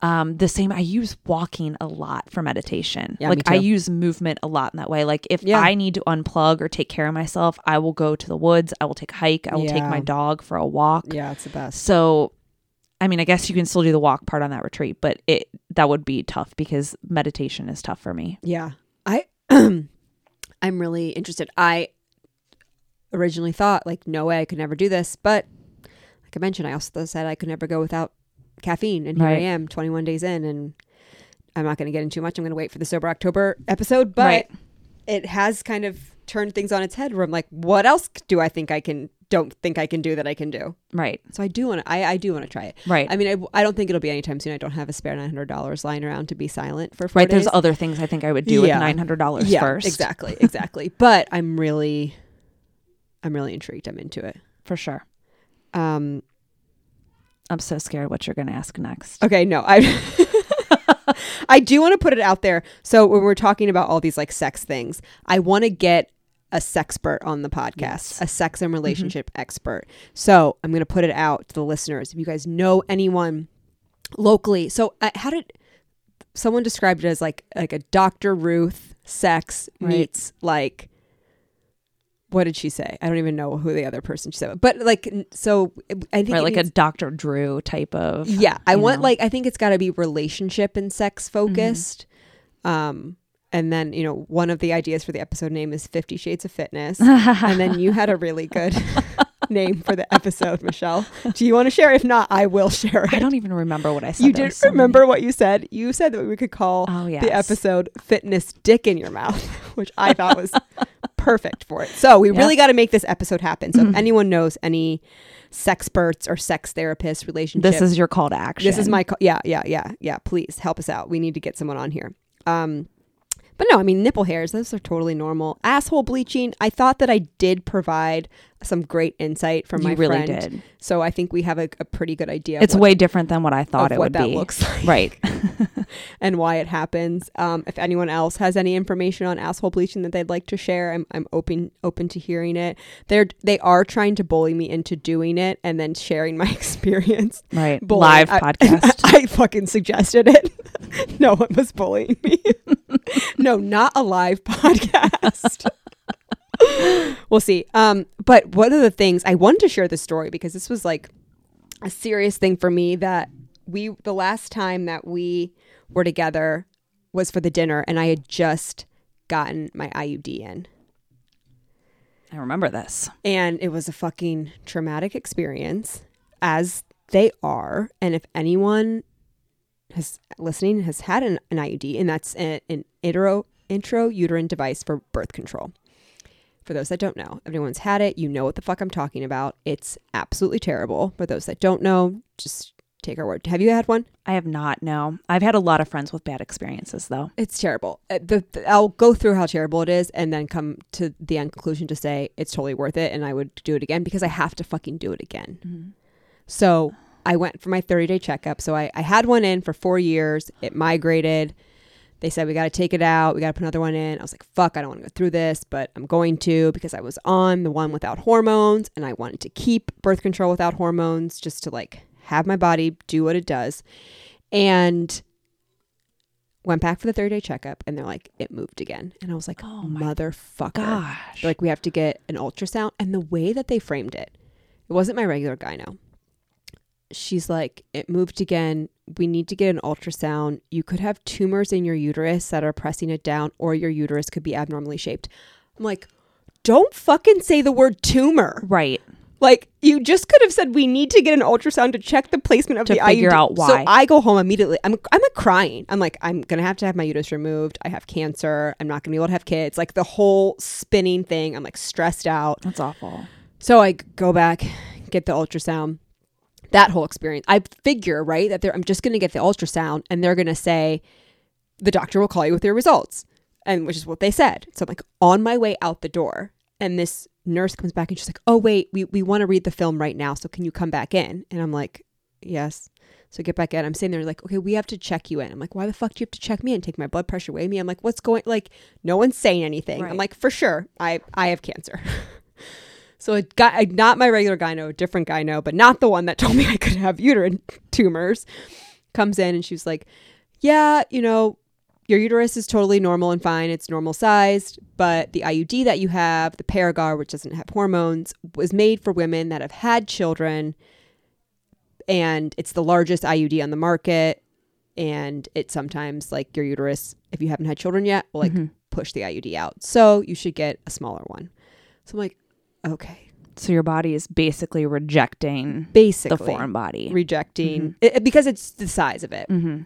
S3: Um, the same, I use walking a lot for meditation.
S1: Yeah, me
S3: like I
S1: too.
S3: use movement a lot in that way. Like if
S1: Yeah.
S3: I need to unplug or take care of myself, I will go to the woods, I will take a hike, I will take
S1: Yeah.
S3: my dog for a walk.
S1: yeah, it's the best.
S3: So, I mean, I guess you can still do the walk part on that retreat, but it that would be tough because meditation is tough for me.
S1: Yeah, I I'm really interested. I originally thought like no way I could never do this, but like I mentioned, I also said I could never go without caffeine, and here I
S3: Right.
S1: am, 21 days in, and I'm not going to get into much. I'm going to wait for the sober October episode, but
S3: Right.
S1: it has kind of turned things on its head. Where I'm like, what else do I think I can? Don't think I can do that I can do.
S3: Right.
S1: So I do want to. I, I do want to try it.
S3: Right.
S1: I mean, I, I don't think it'll be anytime soon. I don't have a spare nine hundred dollars lying around to be silent for four
S3: right.
S1: days.
S3: There's other things I think I would do
S1: Yeah.
S3: with nine hundred dollars first.
S1: Exactly, exactly. but I'm really I'm really intrigued. I'm into it.
S3: For sure.
S1: Um
S3: I'm so scared what you're gonna ask next.
S1: okay, no, I I do want to put it out there. So when we're talking about all these like sex things, I want to get a sexpert on the podcast,
S3: Yes. Mm-hmm.
S1: a sex and relationship expert. So I'm going to put it out to the listeners. If you guys know anyone locally, so uh, how did someone described it as like like a Dr. Ruth sex
S3: Right.
S1: meets like what did she say? I don't even know who the other person she said, but like n- so I think
S3: Right,
S1: it
S3: like a
S1: needs-
S3: Dr. Drew type of
S1: yeah, I
S3: you
S1: want
S3: know. Mm-hmm.
S1: like I think it's got to be relationship and sex focused. Um and then, you know, one of the ideas for the episode name is 50 Shades of Fitness. and then you had a really good name for the episode, Michelle. Do you want to share? If not, I will share
S3: I
S1: it.
S3: don't even remember what I said.
S1: You
S3: There
S1: did
S3: was so many.
S1: remember what you said. You said that we could call
S3: Oh yeah.
S1: the episode Fitness Dick in Your Mouth, which I thought was perfect for it. So we
S3: Yeah. Mm-hmm.
S1: really got to make this episode happen. So if anyone knows any sexperts or sex therapists, relationship
S3: This is your call to action.
S1: this is my co- yeah yeah yeah yeah please help us out we need to get someone on here um but no i mean nipple hairs those are totally normal asshole bleaching i thought that i did provide some great insight from
S3: You
S1: my
S3: really
S1: friend
S3: did.
S1: so i think we have a, a pretty good idea
S3: It's
S1: of what,
S3: way different than what I thought
S1: of
S3: it
S1: what
S3: would
S1: that
S3: be.
S1: looks like
S3: Right.
S1: and why it happens um if anyone else has any information on asshole bleaching that they'd like to share i'm, I'm open open to hearing it they're they are trying to bully me into doing it and then sharing my experience
S3: Right.
S1: bullying.
S3: Live
S1: I-
S3: podcast.
S1: I fucking suggested it. no one was bullying me. no, not a live podcast. we'll see. Um, but one of the things I wanted to share this story because this was like a serious thing for me that we the last time that we were together was for the dinner and I had just gotten my IUD in.
S3: I remember this.
S1: And it was a fucking traumatic experience, as they are. And if anyone has listening has had an, an IUD, and that's an, an intro intro uterine device for birth control. For those that don't know, if anyone's had it, you know what the fuck I'm talking about. It's absolutely terrible. For those that don't know, just take our word. Have you had one?
S3: I have not. No, I've had a lot of friends with bad experiences though.
S1: It's terrible. Uh, The, the- I'll go through how terrible it is and then come to the end conclusion to say it's totally worth it and I would do it again because I have to fucking do it again. So I went for my 30 day checkup. So I, I had one in for four years. It migrated. They said, we got to take it out. We got to put another one in. I was like, fuck, I don't want to go through this, but I'm going to because I was on the one without hormones and I wanted to keep birth control without hormones just to like have my body do what it does. And went back for the 30 day checkup and they're like, it moved again. And I was like, oh
S3: my
S1: motherfucker.
S3: Gosh.
S1: They're like, we have to get an ultrasound. And the way that they framed it, it wasn't my regular gyno. She's like, it moved again. We need to get an ultrasound. You could have tumors in your uterus that are pressing it down, or your uterus could be abnormally shaped. I'm like, don't fucking say the word tumor.
S3: Right.
S1: Like, you just could have said, we need to get an ultrasound to check the placement of
S3: To
S1: the
S3: figure
S1: IUD.
S3: out why.
S1: So I go home immediately. I'm, I'm like crying. I'm like, I'm going to have to have my uterus removed. I have cancer. I'm not going to be able to have kids. Like, the whole spinning thing. I'm like stressed out.
S3: That's awful.
S1: So I go back, get the ultrasound. That whole experience, I figure right that they're, I'm just going to get the ultrasound, and they're going to say the doctor will call you with your results, and which is what they said. So I'm like on my way out the door, and this nurse comes back and she's like, "Oh wait, we we want to read the film right now, so can you come back in?" And I'm like, "Yes." So I get back in. I'm sitting there like, "Okay, we have to check you in." I'm like, "Why the fuck do you have to check me and take my blood pressure away me?" I'm like, "What's going?" Like, no one's saying anything.
S3: Right.
S1: I'm like, "For sure, I I have cancer." So it got I- not my regular gyno, a different gyno, but not the one that told me I could have uterine tumors. Comes in and she's like, "Yeah, you know, your uterus is totally normal and fine. It's normal sized, but the IUD that you have, the Paragar, which doesn't have hormones, was made for women that have had children, and it's the largest IUD on the market. And it sometimes like your uterus, if you haven't had children yet, will like push the IUD out. So you should get a smaller one." So I'm like, okay,
S3: So your body is basically rejecting
S1: basically
S3: the foreign body.
S1: rejecting it, it- because it's the size of it.
S3: Mhm.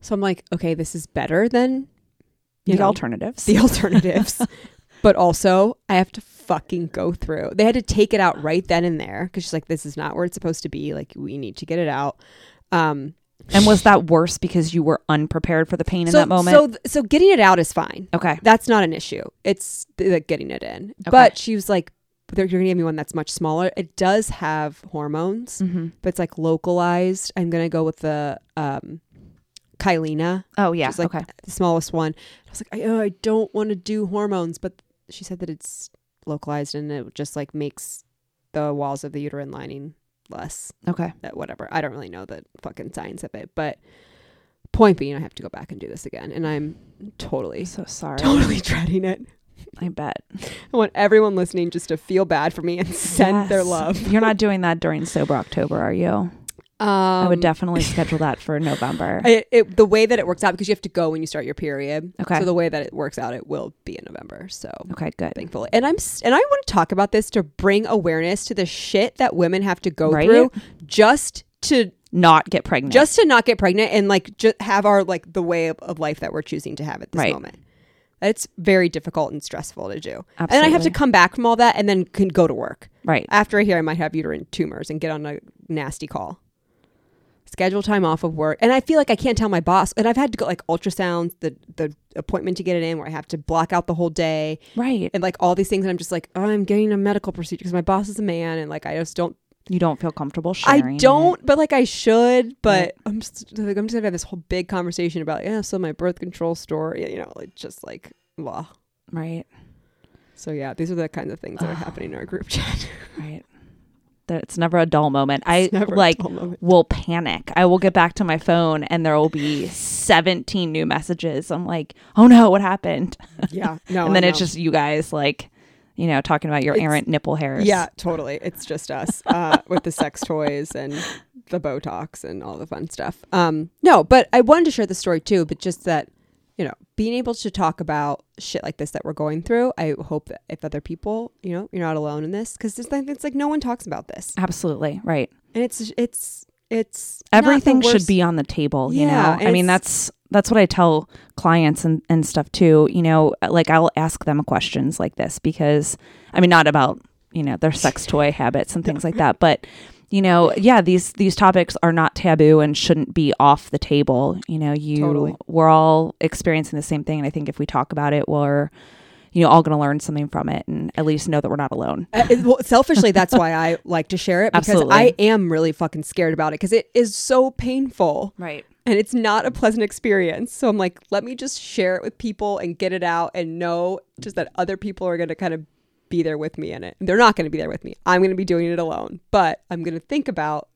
S1: So I'm like, okay, this is better than you
S3: the
S1: know,
S3: alternatives.
S1: the alternatives. but also, I have to fucking go through. They had to take it out right then and there because she's like, this is not where it's supposed to be. Like, we need to get it out. Um,
S3: and was that worse because you were unprepared for the pain in
S1: so,
S3: that moment?
S1: so, so getting it out is fine.
S3: okay.
S1: That's not an issue. It's the, the getting it in. But she was like, "They're- you're gonna give me one that's much smaller. It does have hormones.
S3: Mm-hmm.
S1: but it's like localized. I'm gonna go with the um Kylina,
S3: Oh yeah.
S1: She's like,
S3: okay.
S1: the smallest one. I was like, I, oh, I don't want to do hormones, but she said that it's localized and it just like makes the walls of the uterine lining less.
S3: Okay.
S1: That whatever. I don't really know the fucking science of it, but point being, I have to go back and do this again, and I'm totally,
S3: So sorry.
S1: totally dreading it.
S3: I bet.
S1: I want everyone listening just to feel bad for me and send their
S3: Yes.
S1: love.
S3: You're not doing that during sober October, are you?
S1: Um,
S3: I would definitely schedule that for November.
S1: It, it, the way that it works out because you have to go when you start your period.
S3: Okay.
S1: So the way that it works out, it will be in November. So
S3: okay. Good.
S1: thankfully, and I'm s- and I want to talk about this to bring awareness to the shit that women have to go
S3: Right?
S1: through just to
S3: Not get pregnant.
S1: just to not get pregnant and like just have our like the way of, of life that we're choosing to have at this
S3: Right.
S1: moment. It's very difficult and stressful to do. And I have to
S3: Absolutely.
S1: come back from all that and then can go to work.
S3: right.
S1: After I hear I might have uterine tumors and get on a nasty call. Schedule time off of work. And I feel like I can't tell my boss. And I've had to go like ultrasounds, the the appointment to get it in where I have to block out the whole day
S3: Right.
S1: and like all these things. And I'm just like, oh, I'm getting a medical procedure because my boss is a man. And like, I just don't,
S3: You don't feel comfortable sharing.
S1: I
S3: it.
S1: don't, but like I should. But
S3: Right.
S1: I'm just, like, I'm just gonna have this whole big conversation about, yeah, so my birth control story, you know, like just like, blah.
S3: Right.
S1: So yeah, these are the kinds of things that are happening in our group chat.
S3: Right. There- It's never a dull moment. I
S1: never a
S3: like
S1: dull moment.
S3: will panic. I will get back to my phone and there will be 17 new messages. I'm like, "Oh no, what happened?"
S1: Yeah. No.
S3: and then
S1: Oh, I
S3: it's
S1: know.
S3: just you guys like, you know, talking about your
S1: It's-
S3: errant nipple hairs.
S1: Yeah, totally. It's just us uh, with the sex toys and the Botox and all the fun stuff. Um, no, but I wanted to share the story too, but just that, you know, being able to talk about shit like this that we're going through, I hope that if other people, you know, you're not alone in this because it's like no one talks about this.
S3: Absolutely. Right.
S1: And it's, it's, it's not the
S3: everything should
S1: worst-
S3: be on the table you
S1: Yeah,
S3: know i
S1: it's-
S3: mean that's that's what i tell clients and, and stuff too you know like i'll ask them questions like this because i mean not about you know their sex toy habits and things like that but you know yeah these these topics are not taboo and shouldn't be off the table you know you
S1: Totally.
S3: we're all experiencing the same thing and i think if we talk about it we're you know all going to learn something from it and at least know that we're not alone
S1: Uh, it- well, selfishly, that's why I like to share it because
S3: Absolutely.
S1: I am really fucking scared about it because it is so painful.
S3: right
S1: and it's not a pleasant experience. So I'm like, let me just share it with people and get it out and know just that other people are going to kind of be there with me in it. They're not going to be there with me. I'm going to be doing it alone, but I'm going to think about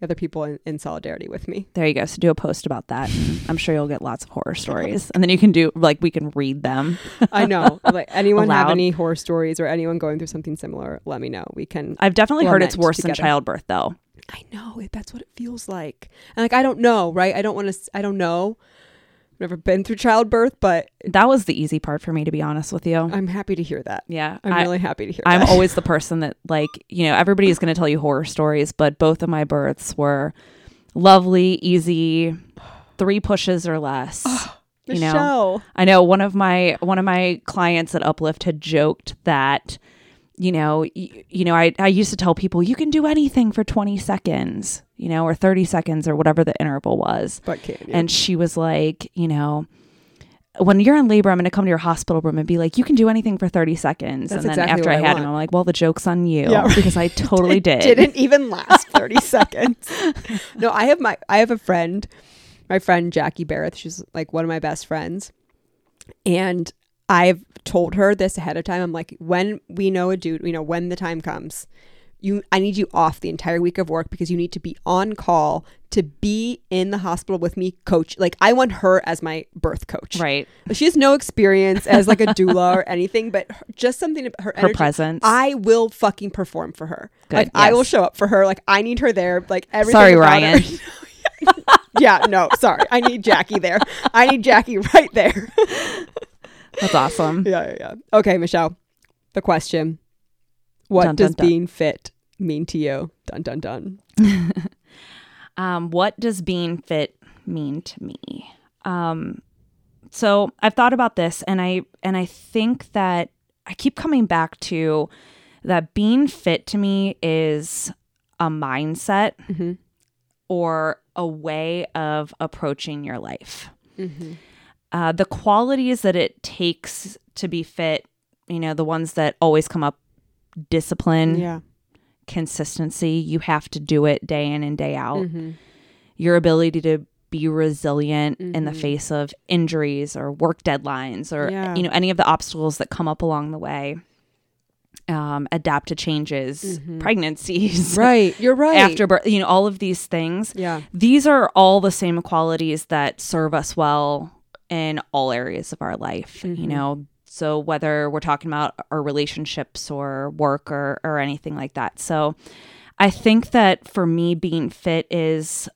S1: the other people in, in solidarity with me.
S3: There you go. So do a post about that. I'm sure you'll get lots of horror stories. And then you can do like we can read them.
S1: I know. like anyone have
S3: Aloud.
S1: any horror stories or anyone going through something similar, let me know. We can
S3: I've definitely heard it's
S1: Lament
S3: worse than
S1: together.
S3: childbirth though.
S1: I know it- that's what it feels like. And like I don't know, right? I don't want to I don't know. I've never been through childbirth, but
S3: That was the easy part for me to be honest with you.
S1: I'm happy to hear that.
S3: yeah.
S1: I'm
S3: Mm. I-
S1: really happy to hear
S3: I'm
S1: that.
S3: always the person that like, you know, everybody is going to tell you horror stories, but both of my births were lovely, easy, three pushes or less. you know.
S1: Michelle.
S3: I know one of my one of my clients at Uplift had joked that you know y- you know I, I used to tell people you can do anything for 20 seconds you know or 30 seconds or whatever the interval was
S1: But can you?
S3: and she was like you know when you're in labor i'm going to come to your hospital room and be like you can do anything for 30 seconds
S1: That's
S3: and then
S1: exactly
S3: after i
S1: what
S3: had
S1: I
S3: him
S1: want.
S3: i'm like well the joke's on you
S1: Yeah, right.
S3: because i totally did
S1: didn't even last 30 seconds. No, I have my I have a friend, my friend Jackie Barrett, she's like one of my best friends. And I've told her this ahead of time. I'm like, when we know a dude, you know, when the time comes, you I need you off the entire week of work because you need to be on call to be in the hospital with me coach. Like I want her as my birth coach.
S3: right
S1: She has no experience as like a doula or anything, but her, just something about her
S3: her
S1: energy.
S3: presence
S1: I will fucking perform for her.
S3: Good,
S1: like I will
S3: yes.
S1: show up for her. Like I need her there. Like everything.
S3: sorry
S1: about her-
S3: ryan
S1: yeah, no, sorry. I need Jackie there. I need Jackie right there.
S3: that's awesome
S1: yeah, yeah, yeah. Okay, Michelle. The question: What
S3: Dun, dun,
S1: does
S3: dun.
S1: being fit mean to you? Dun dun dun.
S3: Um, what does being fit mean to me? Um, so I've thought about this, and I and I think that I keep coming back to that being fit to me is a mindset
S1: Mhm.
S3: or a way of approaching your life.
S1: Mm-hmm.
S3: Uh, the qualities that it takes to be fit, you know, the ones that always come up: discipline,
S1: Yeah.
S3: consistency. You have to do it day in and day out
S1: Mm-hmm.
S3: your ability to be resilient in the
S1: Mhm.
S3: face of injuries or work deadlines or
S1: Yeah.
S3: you know any of the obstacles that come up along the way um, adapt to changes
S1: Mhm.
S3: pregnancies
S1: Right. You're right.
S3: after birth you know all of these things
S1: Yeah.
S3: these are all the same qualities that serve us well in all areas of our life you
S1: Mhm.
S3: know so whether we're talking about our relationships or work or or anything like that so i think that for me being fit is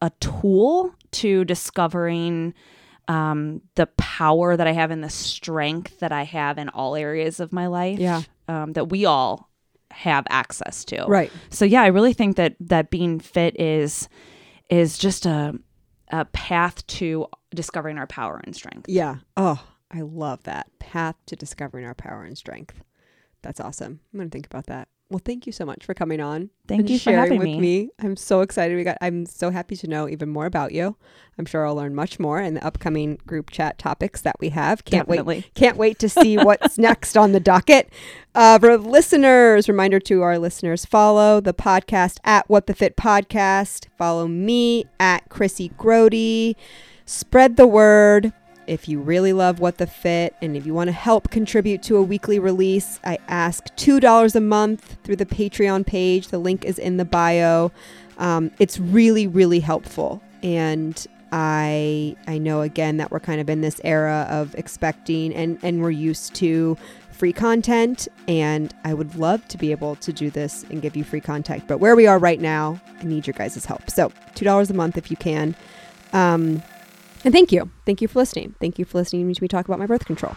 S3: a tool to discovering um, the power that i have and the strength that i have in all areas of my life
S1: Yeah.
S3: um, that we all have access to
S1: Right.
S3: so yeah, I really think that that being fit is is just a a path to discovering our power and strength.
S1: Yeah. Oh, I love that. Path to discovering our power and strength. That's awesome. I'm going to think about that. Well, thank you so much for coming on.
S3: Thank
S1: and
S3: you for
S1: sharing
S3: having
S1: with
S3: me.
S1: I'm so excited. We got I'm so happy to know even more about you. I'm sure I'll learn much more in the upcoming group chat topics that we have. Can't
S3: Definitely.
S1: wait. Can't wait to see what's next on the docket. Uh, for listeners, reminder to our listeners, follow the podcast at What the Fit Podcast. Follow me at Chrissy Grody. Spread the word. If you really love What the Fit and if you want to help contribute to a weekly release, I ask $2 a month through the Patreon page. The link is in the bio. Um, it's really, really helpful. And I I know again that we're kind of in this era of expecting and, and we're used to free content and I would love to be able to do this and give you free content. But where we are right now, I need your guys' help. So two dollars a month if you can. Um, and thank you. Thank you for listening. Thank you for listening to me talk about my birth control.